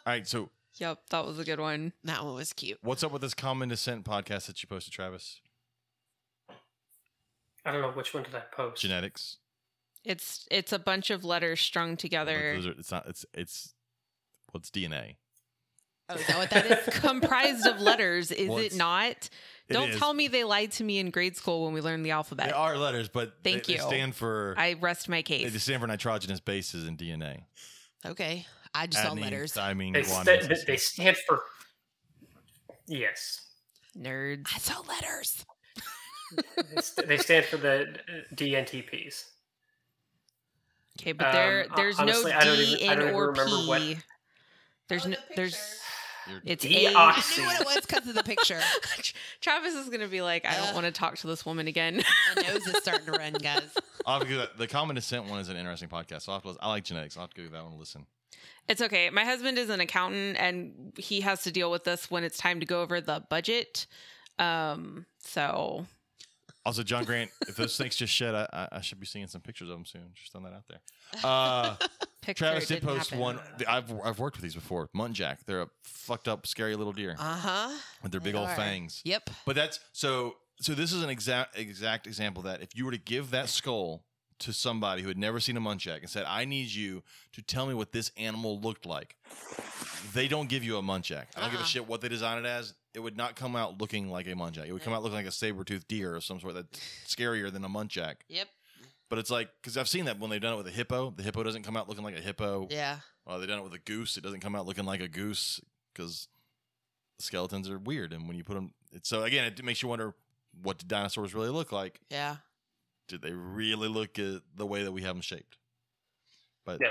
Speaker 1: right, so
Speaker 4: yep, that was a good one.
Speaker 2: that one was cute.
Speaker 1: what's up with this common descent podcast that you posted, Travis?
Speaker 5: I don't know which one did I post.
Speaker 1: Genetics.
Speaker 4: It's it's a bunch of letters strung together,
Speaker 1: Those are, it's not. It's it's what's DNA.
Speaker 2: Oh, is that what that is?
Speaker 4: comprised of letters. Is
Speaker 1: Well,
Speaker 4: it
Speaker 1: it's-
Speaker 4: not?
Speaker 1: It
Speaker 4: Don't
Speaker 1: is.
Speaker 4: tell me they lied to me in grade school when we learned the alphabet.
Speaker 1: They are letters, but they-
Speaker 4: Thank
Speaker 1: they,
Speaker 4: you.
Speaker 1: stand for
Speaker 4: I rest my
Speaker 1: they
Speaker 4: case.
Speaker 1: stand for nitrogenous bases in DNA.
Speaker 2: Okay, I just saw
Speaker 1: Adenine,
Speaker 2: letters. I
Speaker 1: thymine,
Speaker 5: They,
Speaker 1: guanine,
Speaker 5: sta-
Speaker 1: cysteine.
Speaker 5: they stand for. Yes.
Speaker 4: Nerds.
Speaker 2: saw letters.
Speaker 5: They st- they stand for the uh, DNTPs.
Speaker 4: Okay, but
Speaker 5: Um,
Speaker 4: there
Speaker 5: hon-
Speaker 4: there's
Speaker 5: honestly,
Speaker 4: no
Speaker 5: I don't
Speaker 4: D
Speaker 5: even- I
Speaker 4: in
Speaker 5: don't even
Speaker 4: or
Speaker 5: remember
Speaker 4: P.
Speaker 5: what-
Speaker 4: There's
Speaker 2: Oh,
Speaker 4: no
Speaker 2: the
Speaker 4: there's
Speaker 1: You're-
Speaker 4: it's
Speaker 2: I
Speaker 5: Deoxy.
Speaker 2: knew what it was because of the picture.
Speaker 4: A. Travis is gonna be like, I don't
Speaker 2: Ugh.
Speaker 4: want to talk to this woman again.
Speaker 2: My nose is starting to run, guys.
Speaker 1: Obviously, the- the common descent one is an interesting podcast. So I'll have to listen- I like genetics. I'll have to give that one a listen.
Speaker 4: It's okay. My husband is an accountant and he has to deal with this when it's time to go over the budget. Um, so
Speaker 1: Also, John Grant, if those snakes just shed, I, I, I should be seeing some pictures of them soon. Just throwing that out there. Uh,
Speaker 4: picture
Speaker 1: Travis did
Speaker 4: didn't
Speaker 1: post
Speaker 4: happen.
Speaker 1: one. I've I've worked with these before. Muntjac. They're a fucked up, scary little deer
Speaker 2: Uh huh.
Speaker 1: with their
Speaker 2: they
Speaker 1: big old
Speaker 2: are.
Speaker 1: fangs.
Speaker 2: Yep.
Speaker 1: But that's so. So this is an exact exact example of that if you were to give that skull to somebody who had never seen a muntjac and said, "I need you to tell me what this animal looked like," they don't give you a muntjac. I don't give a
Speaker 2: Uh-uh.
Speaker 1: shit what they design it as. It would not come out looking like a muntjac. It would come out looking like a saber-toothed deer or some sort that's scarier than a muntjac.
Speaker 2: Yep.
Speaker 1: But it's like because I've seen that when they've done it with a hippo, the hippo doesn't come out looking like a hippo.
Speaker 2: Yeah.
Speaker 1: Uh, they've done it with a goose. It doesn't come out looking like a goose because skeletons are weird. And when you put them, it, so again, it makes you wonder what did dinosaurs really look like?
Speaker 2: Yeah.
Speaker 1: Did they really look at the way that we have them shaped? But
Speaker 5: No.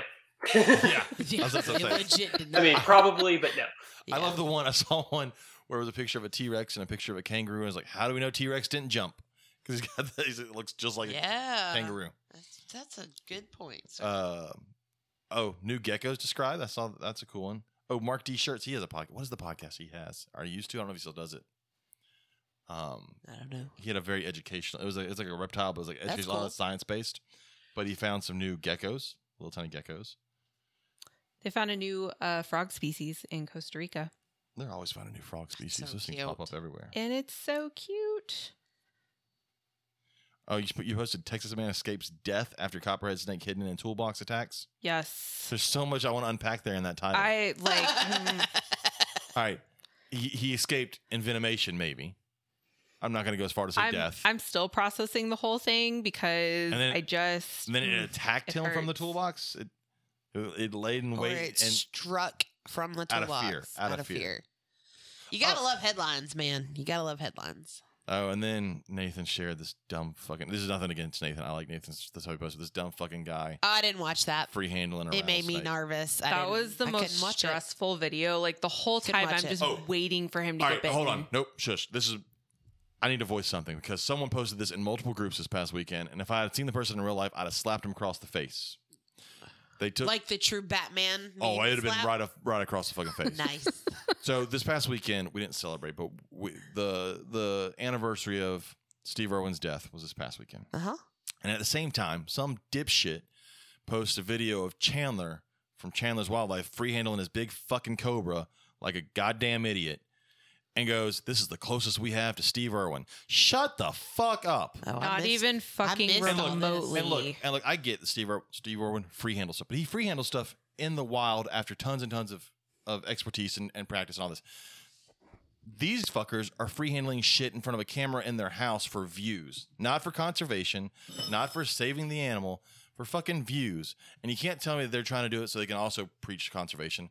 Speaker 2: Yeah,
Speaker 1: That's what I'm
Speaker 2: it
Speaker 1: saying.
Speaker 2: legit did
Speaker 5: I mean,
Speaker 2: not.
Speaker 5: probably, but no.
Speaker 1: I love
Speaker 2: Yeah.
Speaker 1: the one I saw one where it was a picture of a T Rex and a picture of a kangaroo. And it's like, how do we know T Rex didn't jump? Because he's got the, he's- it looks just like
Speaker 2: yeah.
Speaker 1: a kangaroo.
Speaker 2: That's, that's a good point. sir.
Speaker 1: Uh, oh, new geckos described. I saw that's a cool one. Oh, Mark D shirts. He has a podcast. What is the podcast he has? Are you used to? I don't know if he still does it. Um,
Speaker 2: I don't know.
Speaker 1: he had a very educational. It was like it's like a reptile, but it was like
Speaker 2: That's
Speaker 1: educational,
Speaker 2: cool.
Speaker 1: science based. But he found some new geckos, little tiny geckos.
Speaker 4: They found a new uh, frog species in Costa Rica.
Speaker 1: They're always finding new frog species.
Speaker 2: So
Speaker 1: Those things pop
Speaker 2: cute.
Speaker 1: up everywhere.
Speaker 4: And it's so cute.
Speaker 1: Oh, you, sp- you posted Texas man escapes death after copperhead snake hidden in toolbox attacks.
Speaker 4: Yes.
Speaker 1: There's so much I want to unpack there in that title.
Speaker 4: I like mm,
Speaker 2: hmm.
Speaker 1: All right, he, he escaped envenomation. Maybe I'm not going to go as far to say
Speaker 4: I'm
Speaker 1: death.
Speaker 4: I'm still processing the whole thing because
Speaker 1: And then-
Speaker 4: I just
Speaker 1: And then it
Speaker 4: mm.
Speaker 1: attacked
Speaker 4: It
Speaker 1: him from the
Speaker 4: hurts.
Speaker 1: toolbox. It, it laid in
Speaker 2: or
Speaker 1: wait
Speaker 2: it
Speaker 1: and
Speaker 2: struck from the
Speaker 1: Out of
Speaker 2: toolbox.
Speaker 1: fear, out of fear.
Speaker 2: You gotta
Speaker 1: Oh.
Speaker 2: love headlines, man. You gotta love headlines.
Speaker 1: oh, and then Nathan shared this dumb fucking. This is nothing against Nathan. I like Nathan. That's how he posted this dumb fucking guy
Speaker 2: Oh, I didn't watch that.
Speaker 1: free handling. a
Speaker 2: It made me
Speaker 1: rattlesnake.
Speaker 2: nervous. I
Speaker 4: that
Speaker 2: didn't-
Speaker 4: was the
Speaker 2: I couldn't
Speaker 4: most
Speaker 2: watch it.
Speaker 4: stressful video. Like the whole
Speaker 2: Couldn't
Speaker 4: time,
Speaker 2: watch
Speaker 4: I'm
Speaker 2: it.
Speaker 4: just
Speaker 1: Oh.
Speaker 4: waiting for him to
Speaker 1: All
Speaker 4: get
Speaker 1: right,
Speaker 4: bitten.
Speaker 1: hold on. Nope, shush. This is. I need to voice something because someone posted this in multiple groups this past weekend, and if I had seen the person in real life, I'd have slapped him across the face. They took.
Speaker 2: Like the true Batman.
Speaker 1: oh,
Speaker 2: meme
Speaker 1: it'd have been
Speaker 2: slap.
Speaker 1: right up, right across the fucking face.
Speaker 2: Nice.
Speaker 1: So this past weekend we didn't celebrate, but we, the the anniversary of Steve Irwin's death was this past weekend.
Speaker 2: Uh huh.
Speaker 1: And at the same time, some dipshit posts a video of Chandler from Chandler's Wildlife free handling his big fucking cobra like a goddamn idiot. and goes, This is the closest we have to Steve Irwin. Shut the fuck up.
Speaker 2: Oh, I
Speaker 4: Not
Speaker 2: missed-
Speaker 4: even fucking
Speaker 2: missed all this.
Speaker 4: remotely.
Speaker 1: And look, and look, I get that Steve Ir- Steve Irwin free handle stuff, but he free handles stuff in the wild after tons and tons of of expertise and, and practice and all this. These fuckers are free handling shit in front of a camera in their house for views, not for conservation, not for saving the animal, for fucking views. And you can't tell me that they're trying to do it so they can also preach conservation.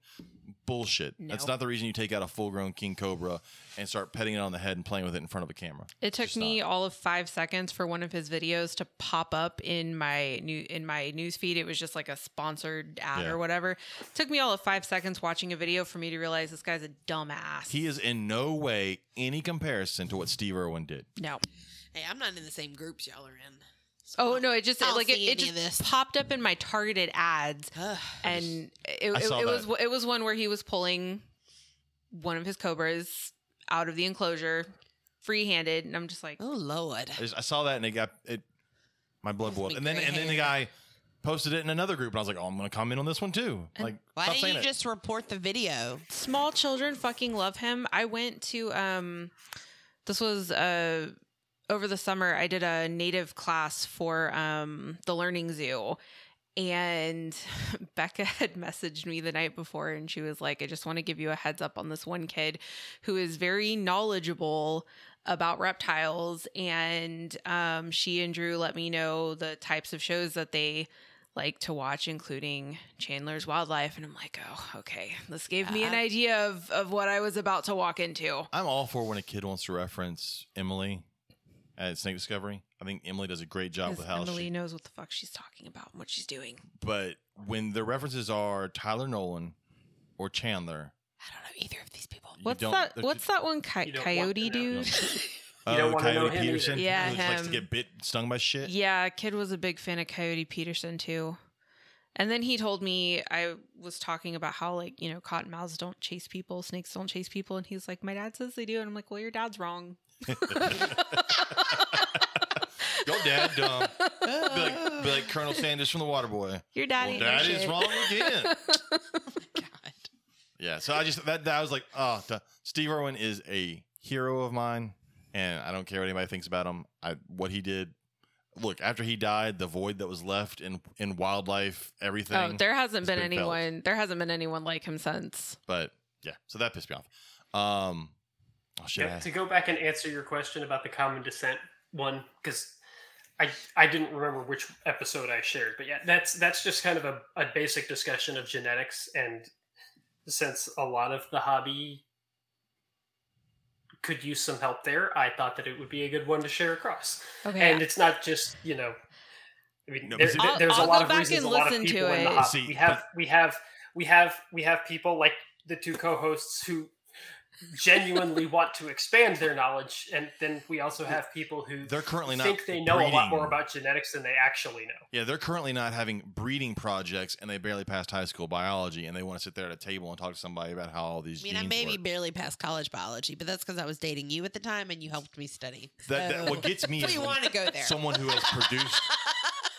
Speaker 1: Bullshit. That's
Speaker 4: No.
Speaker 1: not the reason you take out a full grown king cobra and start petting it on the head and playing with it in front of a camera.
Speaker 4: It took
Speaker 1: just
Speaker 4: me all of five seconds for one of his videos to pop up in my new in my news feed. It was just like a sponsored ad
Speaker 1: Yeah.
Speaker 4: or whatever. took me all of five seconds watching a video for me to realize this guy's a dumbass.
Speaker 1: He is in no way any comparison to what Steve Irwin did.
Speaker 4: no.
Speaker 2: Hey, I'm not in the same groups y'all are in. So
Speaker 4: Oh no! It just
Speaker 2: I don't
Speaker 4: like it,
Speaker 2: see
Speaker 4: it
Speaker 2: any
Speaker 4: just
Speaker 2: of this.
Speaker 4: popped up in my targeted ads,
Speaker 2: Ugh.
Speaker 4: and it,
Speaker 1: I
Speaker 4: it,
Speaker 1: saw
Speaker 4: it was
Speaker 1: that.
Speaker 4: it was one where he was pulling one of his cobras out of the enclosure, free handed, and I'm just like,
Speaker 2: Oh lord.
Speaker 1: I, just, I saw that and it got it. My blood
Speaker 2: Gives
Speaker 1: boiled,
Speaker 2: me
Speaker 1: and then
Speaker 2: gray
Speaker 1: and then the
Speaker 2: hair.
Speaker 1: guy posted it in another group, and I was like, "Oh, I'm going to comment on this one too." Like,
Speaker 2: Why
Speaker 1: stop
Speaker 2: didn't
Speaker 1: saying
Speaker 2: you
Speaker 1: it.
Speaker 2: just report the video?
Speaker 4: small children fucking love him. I went to um this was uh over the summer I did a native class for um the learning zoo and Becca had messaged me the night before and she was like I just want to give you a heads up on this one kid who is very knowledgeable about reptiles and um she and Drew let me know the types of shows that they like to watch including Chandler's Wildlife and I'm like oh okay this gave me an
Speaker 2: Yeah.
Speaker 4: idea of of what I was about to walk into
Speaker 1: I'm all for when a kid wants to reference Emily at Snake Discovery. I think Emily does a great job with
Speaker 4: because
Speaker 1: how
Speaker 4: Emily
Speaker 1: she.
Speaker 4: knows what the fuck she's talking about and what she's doing
Speaker 1: But when the references are Tyler Nolan or Chandler,
Speaker 2: I don't know either of these people.
Speaker 1: you
Speaker 4: What's
Speaker 1: don't-
Speaker 4: that?
Speaker 1: they're
Speaker 4: What's
Speaker 1: just-
Speaker 4: that one coy-
Speaker 5: You don't want
Speaker 4: coyote
Speaker 5: to know.
Speaker 4: dude?
Speaker 1: Oh,
Speaker 5: You don't wanna know
Speaker 1: Coyote
Speaker 5: him either.
Speaker 1: Peterson.
Speaker 4: Yeah,
Speaker 1: who likes to
Speaker 4: him.
Speaker 1: get bit, stung by shit.
Speaker 4: yeah, kid was a big fan of Coyote Peterson too. And then he told me I was talking about how like you know cottonmouths don't chase people, snakes don't chase people, and he's like, my dad says they do, and I'm like, well, your dad's wrong.
Speaker 1: Your dad dumb. be, like, be like Colonel Sanders from The Waterboy.
Speaker 4: Your dad
Speaker 1: Well,
Speaker 4: ain't no
Speaker 1: dad is
Speaker 4: shit. Oh,
Speaker 1: wrong again.
Speaker 2: God.
Speaker 1: Yeah, so I just that, that I was like, oh, duh. Steve Irwin is a hero of mine, and I don't care what anybody thinks about him. I what he did. Look, after he died, the void that was left in in wildlife, everything.
Speaker 4: Oh, there hasn't
Speaker 1: It's
Speaker 4: been
Speaker 1: been felt.
Speaker 4: anyone. There hasn't been anyone like him since.
Speaker 1: but yeah, so that pissed me off. Um, oh shit,
Speaker 5: Yeah,
Speaker 1: I-
Speaker 5: to go back and answer your question about the common descent one, because I I didn't remember which episode I shared, but yeah, that's that's just kind of a, a basic discussion of genetics, and since a lot of the hobby could use some help there, I thought that it would be a good one to share across.
Speaker 4: Okay,
Speaker 5: And it's not just you know, I mean,
Speaker 1: No,
Speaker 5: there-
Speaker 1: but see,
Speaker 5: there-
Speaker 1: I'll-
Speaker 5: there's
Speaker 4: I'll
Speaker 5: a lot
Speaker 4: go
Speaker 5: of
Speaker 4: back
Speaker 5: reasons,
Speaker 4: and
Speaker 5: a lot of
Speaker 4: listen to
Speaker 5: people in the
Speaker 4: it.
Speaker 5: hobby.
Speaker 1: See,
Speaker 5: we have we have we have we have people like the two co-hosts who genuinely want to expand their knowledge, and then we also have people who
Speaker 1: they're currently not
Speaker 5: think they know a lot
Speaker 1: breeding.
Speaker 5: more about genetics than they actually know.
Speaker 1: Yeah, they're currently not having breeding projects, and they barely passed high school biology, and they want to sit there at a table and talk to somebody about how all these.
Speaker 2: I mean, I
Speaker 1: genes
Speaker 2: maybe
Speaker 1: work.
Speaker 2: barely passed college biology, but that's because I was dating you at the time and you helped me study.
Speaker 1: That, that
Speaker 2: So,
Speaker 1: what gets me
Speaker 2: we
Speaker 1: is when
Speaker 2: want to go there.
Speaker 1: someone who has produced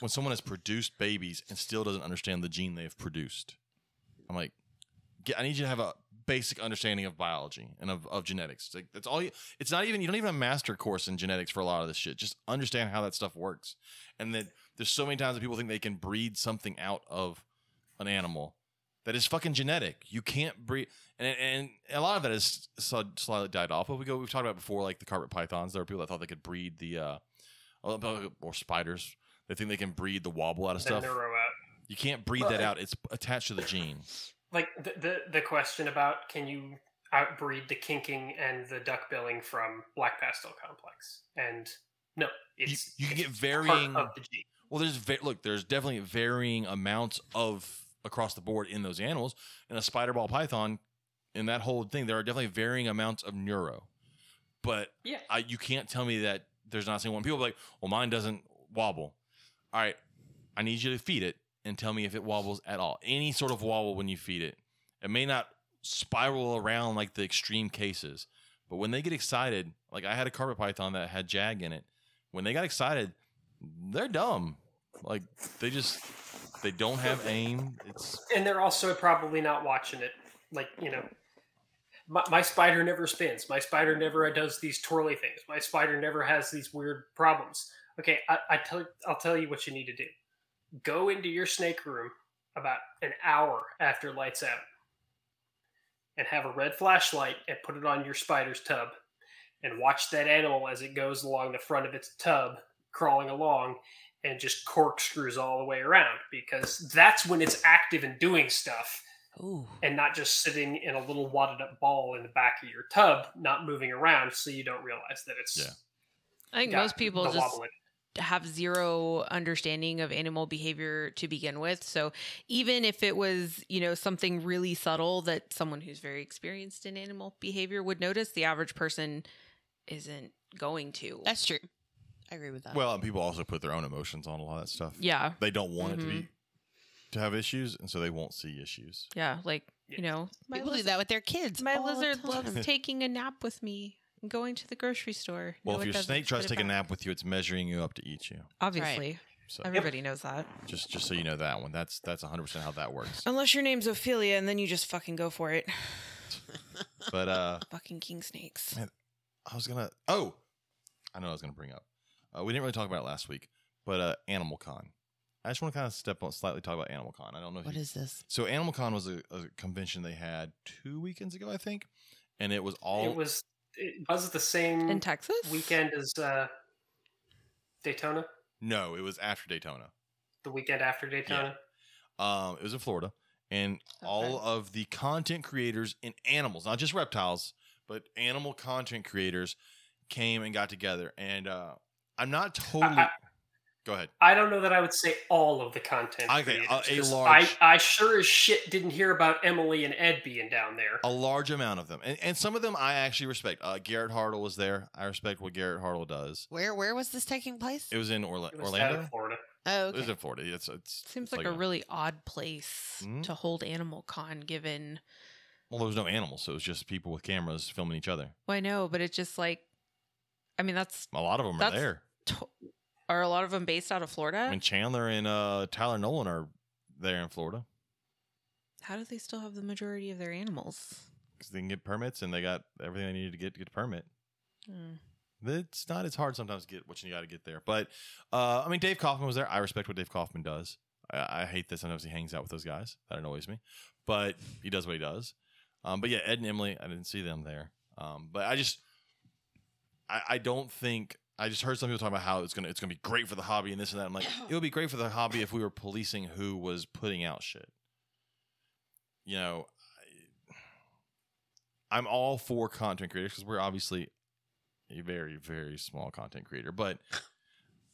Speaker 1: when someone has produced babies and still doesn't understand the gene they've produced. I'm like, "Get- I need you to have a basic understanding of biology and of, of genetics. It's like that's all you. It's not even you don't even have a master course in genetics for a lot of this shit. Just understand how that stuff works. And that there's so many times that people think they can breed something out of an animal that is fucking genetic. You can't breed, and and a lot of that is sl- slightly died off. But we go we've talked about before, like the carpet pythons. There are people that thought they could breed the uh, or- or spiders. They think they can breed the wobble out of
Speaker 5: Then
Speaker 1: stuff.
Speaker 5: they're out.
Speaker 1: You can't breed that out. It's attached to the gene.
Speaker 5: like the, the the question about can you outbreed the kinking and the duck billing from black pastel complex and no it's
Speaker 1: you can get
Speaker 5: it's part
Speaker 1: varying-
Speaker 5: of the gene
Speaker 1: Well, there's va- look, there's definitely varying amounts of across the board in those animals. In a spider ball python, in that whole thing, there are definitely varying amounts of neuro. But
Speaker 5: yeah
Speaker 1: I, you can't tell me that there's not a single one. People are like, well, mine doesn't wobble. All right, I need you to feed it and tell me if it wobbles at all. Any sort of wobble when you feed it. It may not spiral around like the extreme cases, but when they get excited, like I had a carpet python that had jag in it. When they got excited, they're dumb. Like they just they don't have aim. It's
Speaker 5: and they're also probably not watching it like you know my, my spider never spins. My spider never does these twirly things. My spider never has these weird problems. Okay, I, I tell, I'll tell you what you need to do. Go into your snake room about an hour after lights out and have a red flashlight and put it on your spider's tub and watch that animal as it goes along the front of its tub, crawling along and just corkscrews all the way around because that's when it's active and doing stuff
Speaker 2: Ooh.
Speaker 5: and not just sitting in a little wadded up ball in the back of your tub, not moving around, so you don't realize that it's
Speaker 1: Yeah.
Speaker 4: I think
Speaker 5: got
Speaker 4: most people
Speaker 5: the
Speaker 4: just
Speaker 5: wobble in it.
Speaker 4: have zero understanding of animal behavior to begin with. So even if it was, you know, something really subtle that someone who's very experienced in animal behavior would notice, the average person isn't going to.
Speaker 2: That's true. I agree with that.
Speaker 1: Well, and people also put their own emotions on a lot of that stuff.
Speaker 4: yeah.
Speaker 1: They don't want it to
Speaker 4: Mhm.
Speaker 1: be to have issues, and so they won't see issues.
Speaker 4: Yeah, like, you
Speaker 5: Yeah.
Speaker 4: know,
Speaker 2: people do that with their kids.
Speaker 4: My
Speaker 2: all the time.
Speaker 4: lizard loves taking a nap with me and going to the grocery store.
Speaker 1: Well,
Speaker 4: No,
Speaker 1: if
Speaker 4: it
Speaker 1: your
Speaker 4: doesn't.
Speaker 1: snake tries to
Speaker 4: Put it
Speaker 1: take a
Speaker 4: back.
Speaker 1: nap with you, it's measuring you up to eat you.
Speaker 4: obviously.
Speaker 1: So
Speaker 4: Everybody knows that.
Speaker 1: just just so you know that one, that's that's 100 percent how that works.
Speaker 4: Unless your name's Ophelia and then you just fucking go for it.
Speaker 1: But uh,
Speaker 4: fucking king snakes.
Speaker 1: I was gonna. Oh, I know what I was gonna bring up. Uh, we didn't really talk about it last week, but uh, Animal Con. I just want to kind of step on slightly talk about Animal Con. I don't know if
Speaker 2: What
Speaker 1: you
Speaker 2: is this?
Speaker 1: So Animal Con was a, a convention they had two weekends ago, I think, and it was all
Speaker 5: It was it was the same
Speaker 4: In Texas?
Speaker 5: weekend as uh, Daytona,
Speaker 1: no, it was after Daytona.
Speaker 5: the weekend after Daytona.
Speaker 1: Um, it was in Florida, and all
Speaker 4: Okay.
Speaker 1: of the content creators in animals, not just reptiles, but animal content creators, came and got together. And uh, I'm not totally.
Speaker 5: I-
Speaker 1: Go ahead.
Speaker 5: I don't know that I would say all of the content.
Speaker 1: Okay, uh,
Speaker 5: creators,
Speaker 1: a
Speaker 5: 'cause
Speaker 1: large-
Speaker 5: I, I sure as shit didn't hear about Emily and Ed being down there.
Speaker 1: A large amount of them, and, and some of them I actually respect. Uh, Garrett Hartle was there. I respect what Garrett Hartle does.
Speaker 2: Where where was this taking place?
Speaker 1: It was in Orla-
Speaker 5: It was
Speaker 1: Orlando.
Speaker 5: down in Florida.
Speaker 2: oh,
Speaker 1: It was
Speaker 2: okay.
Speaker 1: in Florida. It's, it's
Speaker 4: Seems
Speaker 1: it's
Speaker 4: like a really odd place
Speaker 1: Mhm.
Speaker 4: to hold Animal Con given
Speaker 1: well. There was no animals, so it was just people with cameras filming each other.
Speaker 4: well, I know, but it's just like I mean that's
Speaker 1: A lot of them
Speaker 4: That's-
Speaker 1: are there.
Speaker 4: to- are a lot of them based out of Florida?
Speaker 1: And Chandler and uh, Tyler Nolan are there in Florida
Speaker 4: How do they still have the majority of their animals?
Speaker 1: because they can get permits and they got everything they needed to get to get a permit.
Speaker 4: Hmm.
Speaker 1: It's not as hard sometimes to get what you got to get there. But uh, I mean, Dave Kaufman was there. I respect what Dave Kaufman does. I, I hate that sometimes he hangs out with those guys. That annoys me. But he does what he does. Um, but yeah, Ed and Emily, I didn't see them there. Um, but I just, I, I don't think. I just heard some people talking about how it's gonna it's gonna be great for the hobby and this and that. I'm like, it would be great for the hobby if we were policing who was putting out shit. You know, I, I'm all for content creators because we're obviously a very very small content creator but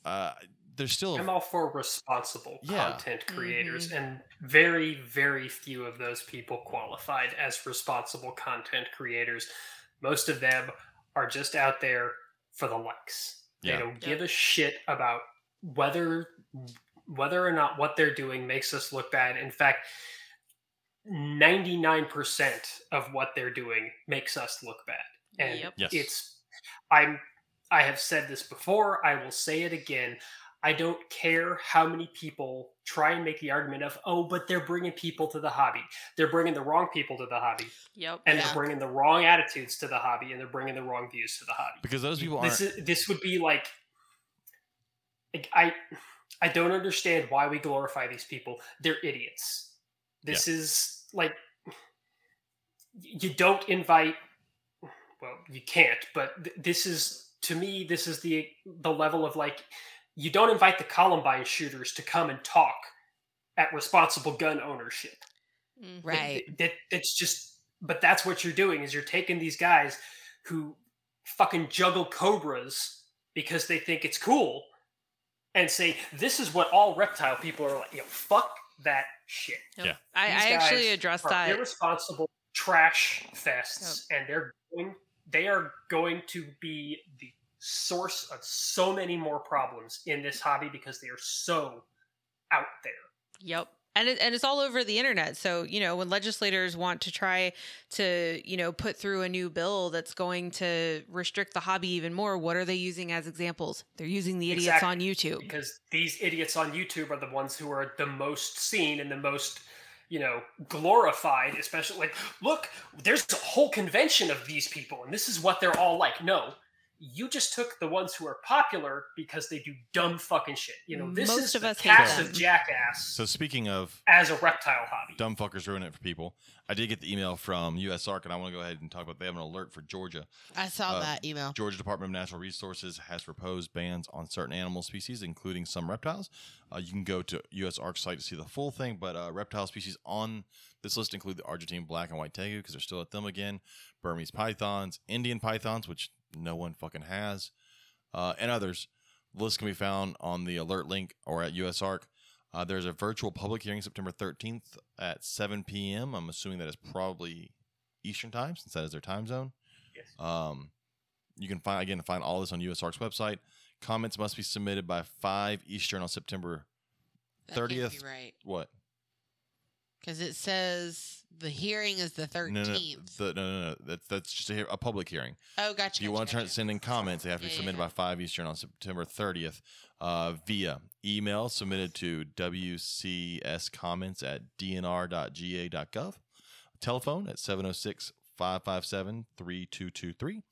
Speaker 1: uh there's still
Speaker 5: I'm all for responsible
Speaker 1: Yeah.
Speaker 5: content creators, and very, very few of those people qualified as responsible content creators. Most of them are just out there for the likes.
Speaker 1: Yeah.
Speaker 5: They don't
Speaker 4: Yeah.
Speaker 5: give a shit about whether whether or not what they're doing makes us look bad. In fact, 99% of what they're doing makes us look bad. And
Speaker 4: Yep.
Speaker 1: Yes.
Speaker 5: it's I'm I have said this before, I will say it again. I don't care how many people try and make the argument of, oh, but they're bringing people to the hobby. They're bringing the wrong people to the hobby,
Speaker 4: Yep.
Speaker 5: and
Speaker 2: Yeah.
Speaker 5: they're bringing the wrong attitudes to the hobby, and they're bringing the wrong views to the hobby.
Speaker 1: because those people aren't
Speaker 5: This is this would be like, like I, I don't understand why we glorify these people. They're idiots. This is like, you don't invite. Well, you can't. But th- this is to me. This is the the level of like, you don't invite the Columbine shooters to come and talk at responsible gun ownership.
Speaker 4: Mm-hmm.
Speaker 5: Like,
Speaker 2: right.
Speaker 5: th- That, that's just, but that's what you're doing is you're taking these guys who fucking juggle cobras because they think it's cool and say, this is what all reptile people are like. You know, fuck that shit.
Speaker 1: Yeah.
Speaker 4: I, I
Speaker 5: These
Speaker 4: actually
Speaker 5: guys
Speaker 4: addressed
Speaker 5: are
Speaker 4: that.
Speaker 5: Irresponsible trash fests, and they're going, they are going to be the source of so many more problems in this hobby because they are so out there.
Speaker 4: Yep. And, it, and it's all over the internet. So, you know, when legislators want to try to, you know, put through a new bill that's going to restrict the hobby even more, what are they using as examples? They're using the idiots
Speaker 5: Exactly.
Speaker 4: on YouTube.
Speaker 5: because these idiots on YouTube are the ones who are the most seen and the most you know glorified especially like look there's a whole convention of these people and this is what they're all like no you just took the ones who are popular because they do dumb fucking shit you know this
Speaker 4: Most
Speaker 5: is
Speaker 4: of
Speaker 5: the
Speaker 4: us hate
Speaker 5: cast of
Speaker 4: them.
Speaker 5: jackass
Speaker 1: So speaking of
Speaker 5: as a reptile hobby
Speaker 1: dumb fuckers ruin it for people, I did get the email from US ARC, and I want to go ahead and talk about. They have an alert for Georgia.
Speaker 2: I saw
Speaker 1: Uh,
Speaker 2: that email.
Speaker 1: Georgia Department of Natural Resources has proposed bans on certain animal species, including some reptiles. Uh, you can go to U.S. Arc site to see the full thing, but uh, reptile species on this list include the Argentine black and white tegu, because they're still at them again, Burmese pythons, Indian pythons, which no one fucking has, uh, and others. The list can be found on the alert link or at U.S. Arc. Uh, there's a virtual public hearing September 13th at 7 p.m. I'm assuming that is probably Eastern time, since that is their time zone.
Speaker 5: Yes.
Speaker 1: Um, you can find again find all this on USARC's website. Comments must be submitted by five Eastern on September
Speaker 2: That can't be
Speaker 1: 30th.
Speaker 2: right?
Speaker 1: what?
Speaker 2: Because it says the hearing is the
Speaker 1: No, no, no,
Speaker 2: thirteenth.
Speaker 1: the- no, no, no. That's that's just a, he- a public hearing.
Speaker 2: oh, gotcha.
Speaker 1: If you
Speaker 2: gotcha,
Speaker 1: want to try to
Speaker 2: gotcha.
Speaker 1: send in comments, they have to be
Speaker 2: Yeah, yeah,
Speaker 1: submitted
Speaker 2: yeah.
Speaker 1: by five Eastern on September 30th uh, via email submitted to wcscomments at dnr.ga.gov, telephone at 706 557 3223,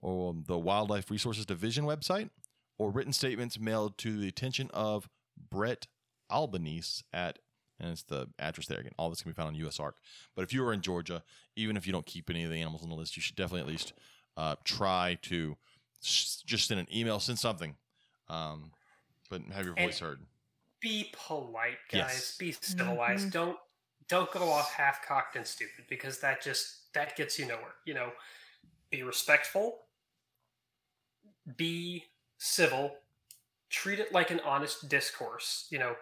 Speaker 1: or the Wildlife Resources Division website, or written statements mailed to the attention of Brett Albanese at and it's the address there again. All this can be found on US ARC. But if you are in Georgia, even if you don't keep any of the animals on the list, you should definitely at least uh, try to s just send an email, send something, um, but have your
Speaker 5: And-
Speaker 1: voice heard.
Speaker 5: be polite guys
Speaker 1: Yes.
Speaker 5: be civilized
Speaker 4: Mhm.
Speaker 5: don't don't go off half-cocked and stupid because that just that gets you nowhere you know be respectful be civil treat it like an honest discourse you know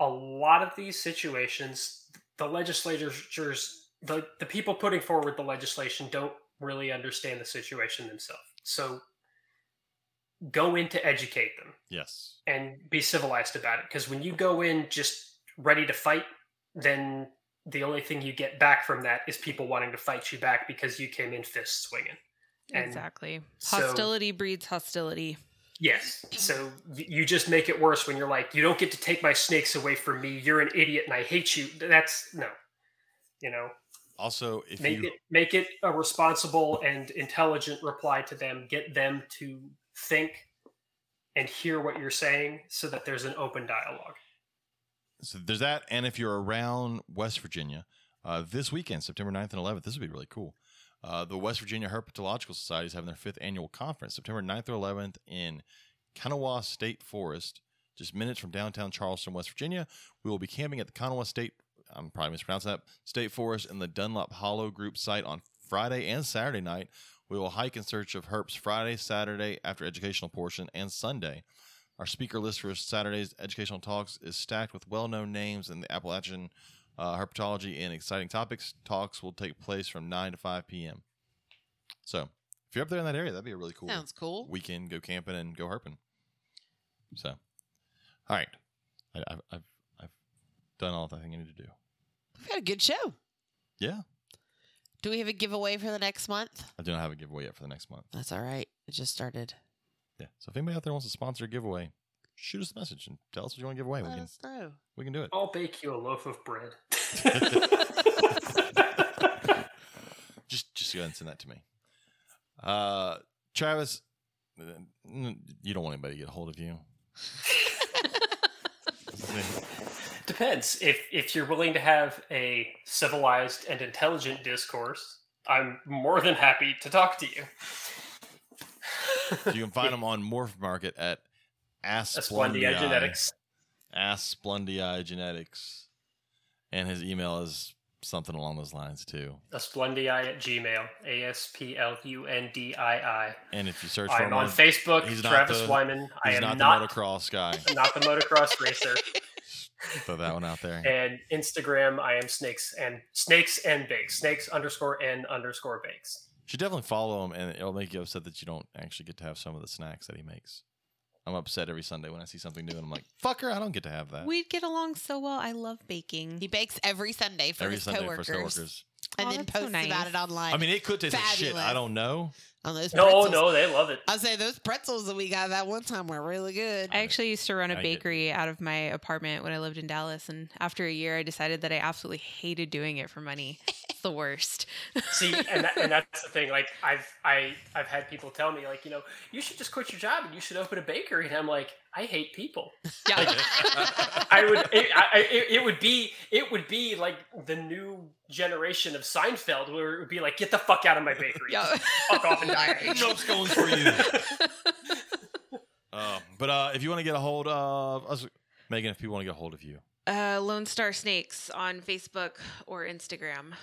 Speaker 5: a lot of these situations the legislators the, the people putting forward the legislation don't really understand the situation themselves so go in to educate them
Speaker 1: Yes.
Speaker 5: and be civilized about it. Because when you go in just ready to fight, then the only thing you get back from that is people wanting to fight you back because you came in fist swinging. And
Speaker 4: Exactly.
Speaker 5: so-
Speaker 4: Hostility breeds hostility.
Speaker 5: Yes. So y- you just make it worse when you're like, you don't get to take my snakes away from me. You're an idiot and I hate you. That's no. You know,
Speaker 1: Also, if
Speaker 5: make
Speaker 1: you
Speaker 5: it make it a responsible and intelligent reply to them. Get them to think and hear what you're saying so that there's an open dialogue.
Speaker 1: so there's that, and if you're around West Virginia, uh, this weekend, September 9th and 11th, this would be really cool. Uh, the West Virginia Herpetological Society is having their fifth annual conference, September 9th or 11th, in Kanawha State Forest, just minutes from downtown Charleston, West Virginia. We will be camping at the Kanawha State, I'm probably mispronouncing that, State Forest in the Dunlop Hollow Group site on Friday and Saturday night. We will hike in search of herps Friday, Saturday after educational portion, and Sunday. Our speaker list for Saturday's educational talks is stacked with well known names in the Appalachian uh, herpetology and exciting topics. Talks will take place from 9 to 5 p.m. So if you're up there in that area, that'd be a really cool
Speaker 2: Sounds cool.
Speaker 1: weekend, go camping and go herping. So, all right, I, I've, I've I've done all that I think I need to do.
Speaker 2: We've had a good show.
Speaker 1: Yeah,
Speaker 2: Do we have a giveaway for the next month?
Speaker 1: I do not have a giveaway yet for the next month.
Speaker 2: That's all right. It just started.
Speaker 1: Yeah, so if anybody out there wants to sponsor a giveaway, shoot us a message and tell us what you want to give away. We
Speaker 2: Let
Speaker 1: can
Speaker 2: us know.
Speaker 1: we can do it.
Speaker 5: I'll bake you a loaf of bread.
Speaker 1: Just just go ahead and send that to me. Uh, Travis, uh, n- you don't want anybody to get a hold of you.
Speaker 5: Depends. If if you're willing to have a civilized and intelligent discourse, I'm more than happy to talk to you.
Speaker 1: you can find them on Morph Market at
Speaker 5: Esplendia
Speaker 1: Asplundii.
Speaker 5: Genetics.
Speaker 1: ask Splendii Genetics, and his email is something along those lines too.
Speaker 5: Asplundii at Gmail. A S P L U N D I I.
Speaker 1: And if you search for
Speaker 5: I'm
Speaker 1: him
Speaker 5: on
Speaker 1: on-
Speaker 5: Facebook,
Speaker 1: he's not
Speaker 5: Travis
Speaker 1: the-
Speaker 5: Wyman. I
Speaker 1: he's
Speaker 5: am not,
Speaker 1: not, the motocross guy.
Speaker 5: not the motocross racer.
Speaker 1: Throw that one out there.
Speaker 5: And Instagram, I am snakes and snakes and bakes. Snakes underscore n underscore bakes.
Speaker 1: should definitely follow him, and it'll make you upset that you don't actually get to have some of the snacks that he makes. I'm upset every Sunday when I see something new, and I'm like, "Fucker, I don't get to have that."
Speaker 4: We'd get along so well. I love baking.
Speaker 2: He bakes every Sunday for
Speaker 1: every
Speaker 2: his
Speaker 1: Sunday
Speaker 2: coworkers.
Speaker 1: for coworkers.
Speaker 2: and
Speaker 4: Aw,
Speaker 2: then
Speaker 4: Oh, that's so
Speaker 2: posts about
Speaker 4: nice.
Speaker 2: it online.
Speaker 1: I mean, it could taste like shit.
Speaker 2: Fabulous.
Speaker 1: I don't know.
Speaker 2: on those
Speaker 5: No,
Speaker 2: pretzels.
Speaker 5: no, they love it.
Speaker 2: I say those pretzels that we got that one time were really good.
Speaker 4: I actually used to run
Speaker 1: I
Speaker 4: a
Speaker 1: get-
Speaker 4: bakery out of my apartment when I lived in Dallas, and after a year, I decided that I absolutely hated doing it for money. It's the worst.
Speaker 5: See, and, that, and that's the thing. Like, I've I I've had people tell me, like, you know, you should just quit your job and you should open a bakery. And I'm like, I hate people.
Speaker 4: Yeah.
Speaker 5: I would it, I, I- it, it would be it would be like the new generation of Seinfeld, where it would be like, get the fuck out of my bakery,
Speaker 4: yeah.
Speaker 5: fuck off and die.
Speaker 1: no scones for you. Uh, but uh, if you want to get a hold of us, Megan, if people want to get a hold of you,
Speaker 3: Uh, Lone Star Snakes on Facebook or Instagram.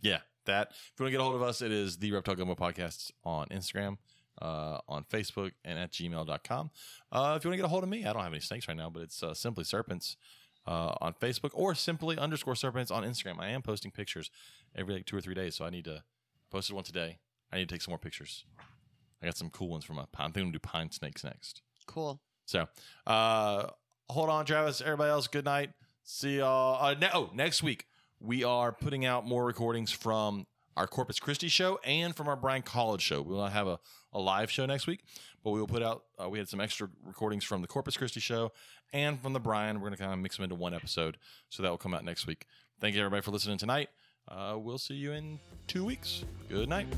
Speaker 1: yeah, that. If you want to get a hold of us, it is the Reptile Gumbo Podcasts on Instagram, uh, on Facebook, and at gmail.com. Uh, if you want to get a hold of me, I don't have any snakes right now, but it's uh, simply serpents uh, on Facebook or simply underscore serpents on Instagram. I am posting pictures every like two or three days, so I need to post one today. I need to take some more pictures. I got some cool ones from my pine. I'm thinking to do pine snakes next.
Speaker 2: cool.
Speaker 1: So, uh, hold on, Travis. Everybody else, good night. See y'all. Uh, no, oh, next week we are putting out more recordings from our Corpus Christi show and from our Bryan College show. We will not have a, a live show next week, but we will put out. Uh, we had some extra recordings from the Corpus Christi show and from the Bryan. We're gonna kind of mix them into one episode, so that will come out next week. Thank you everybody for listening tonight. Uh, we'll see you in two weeks. Good night.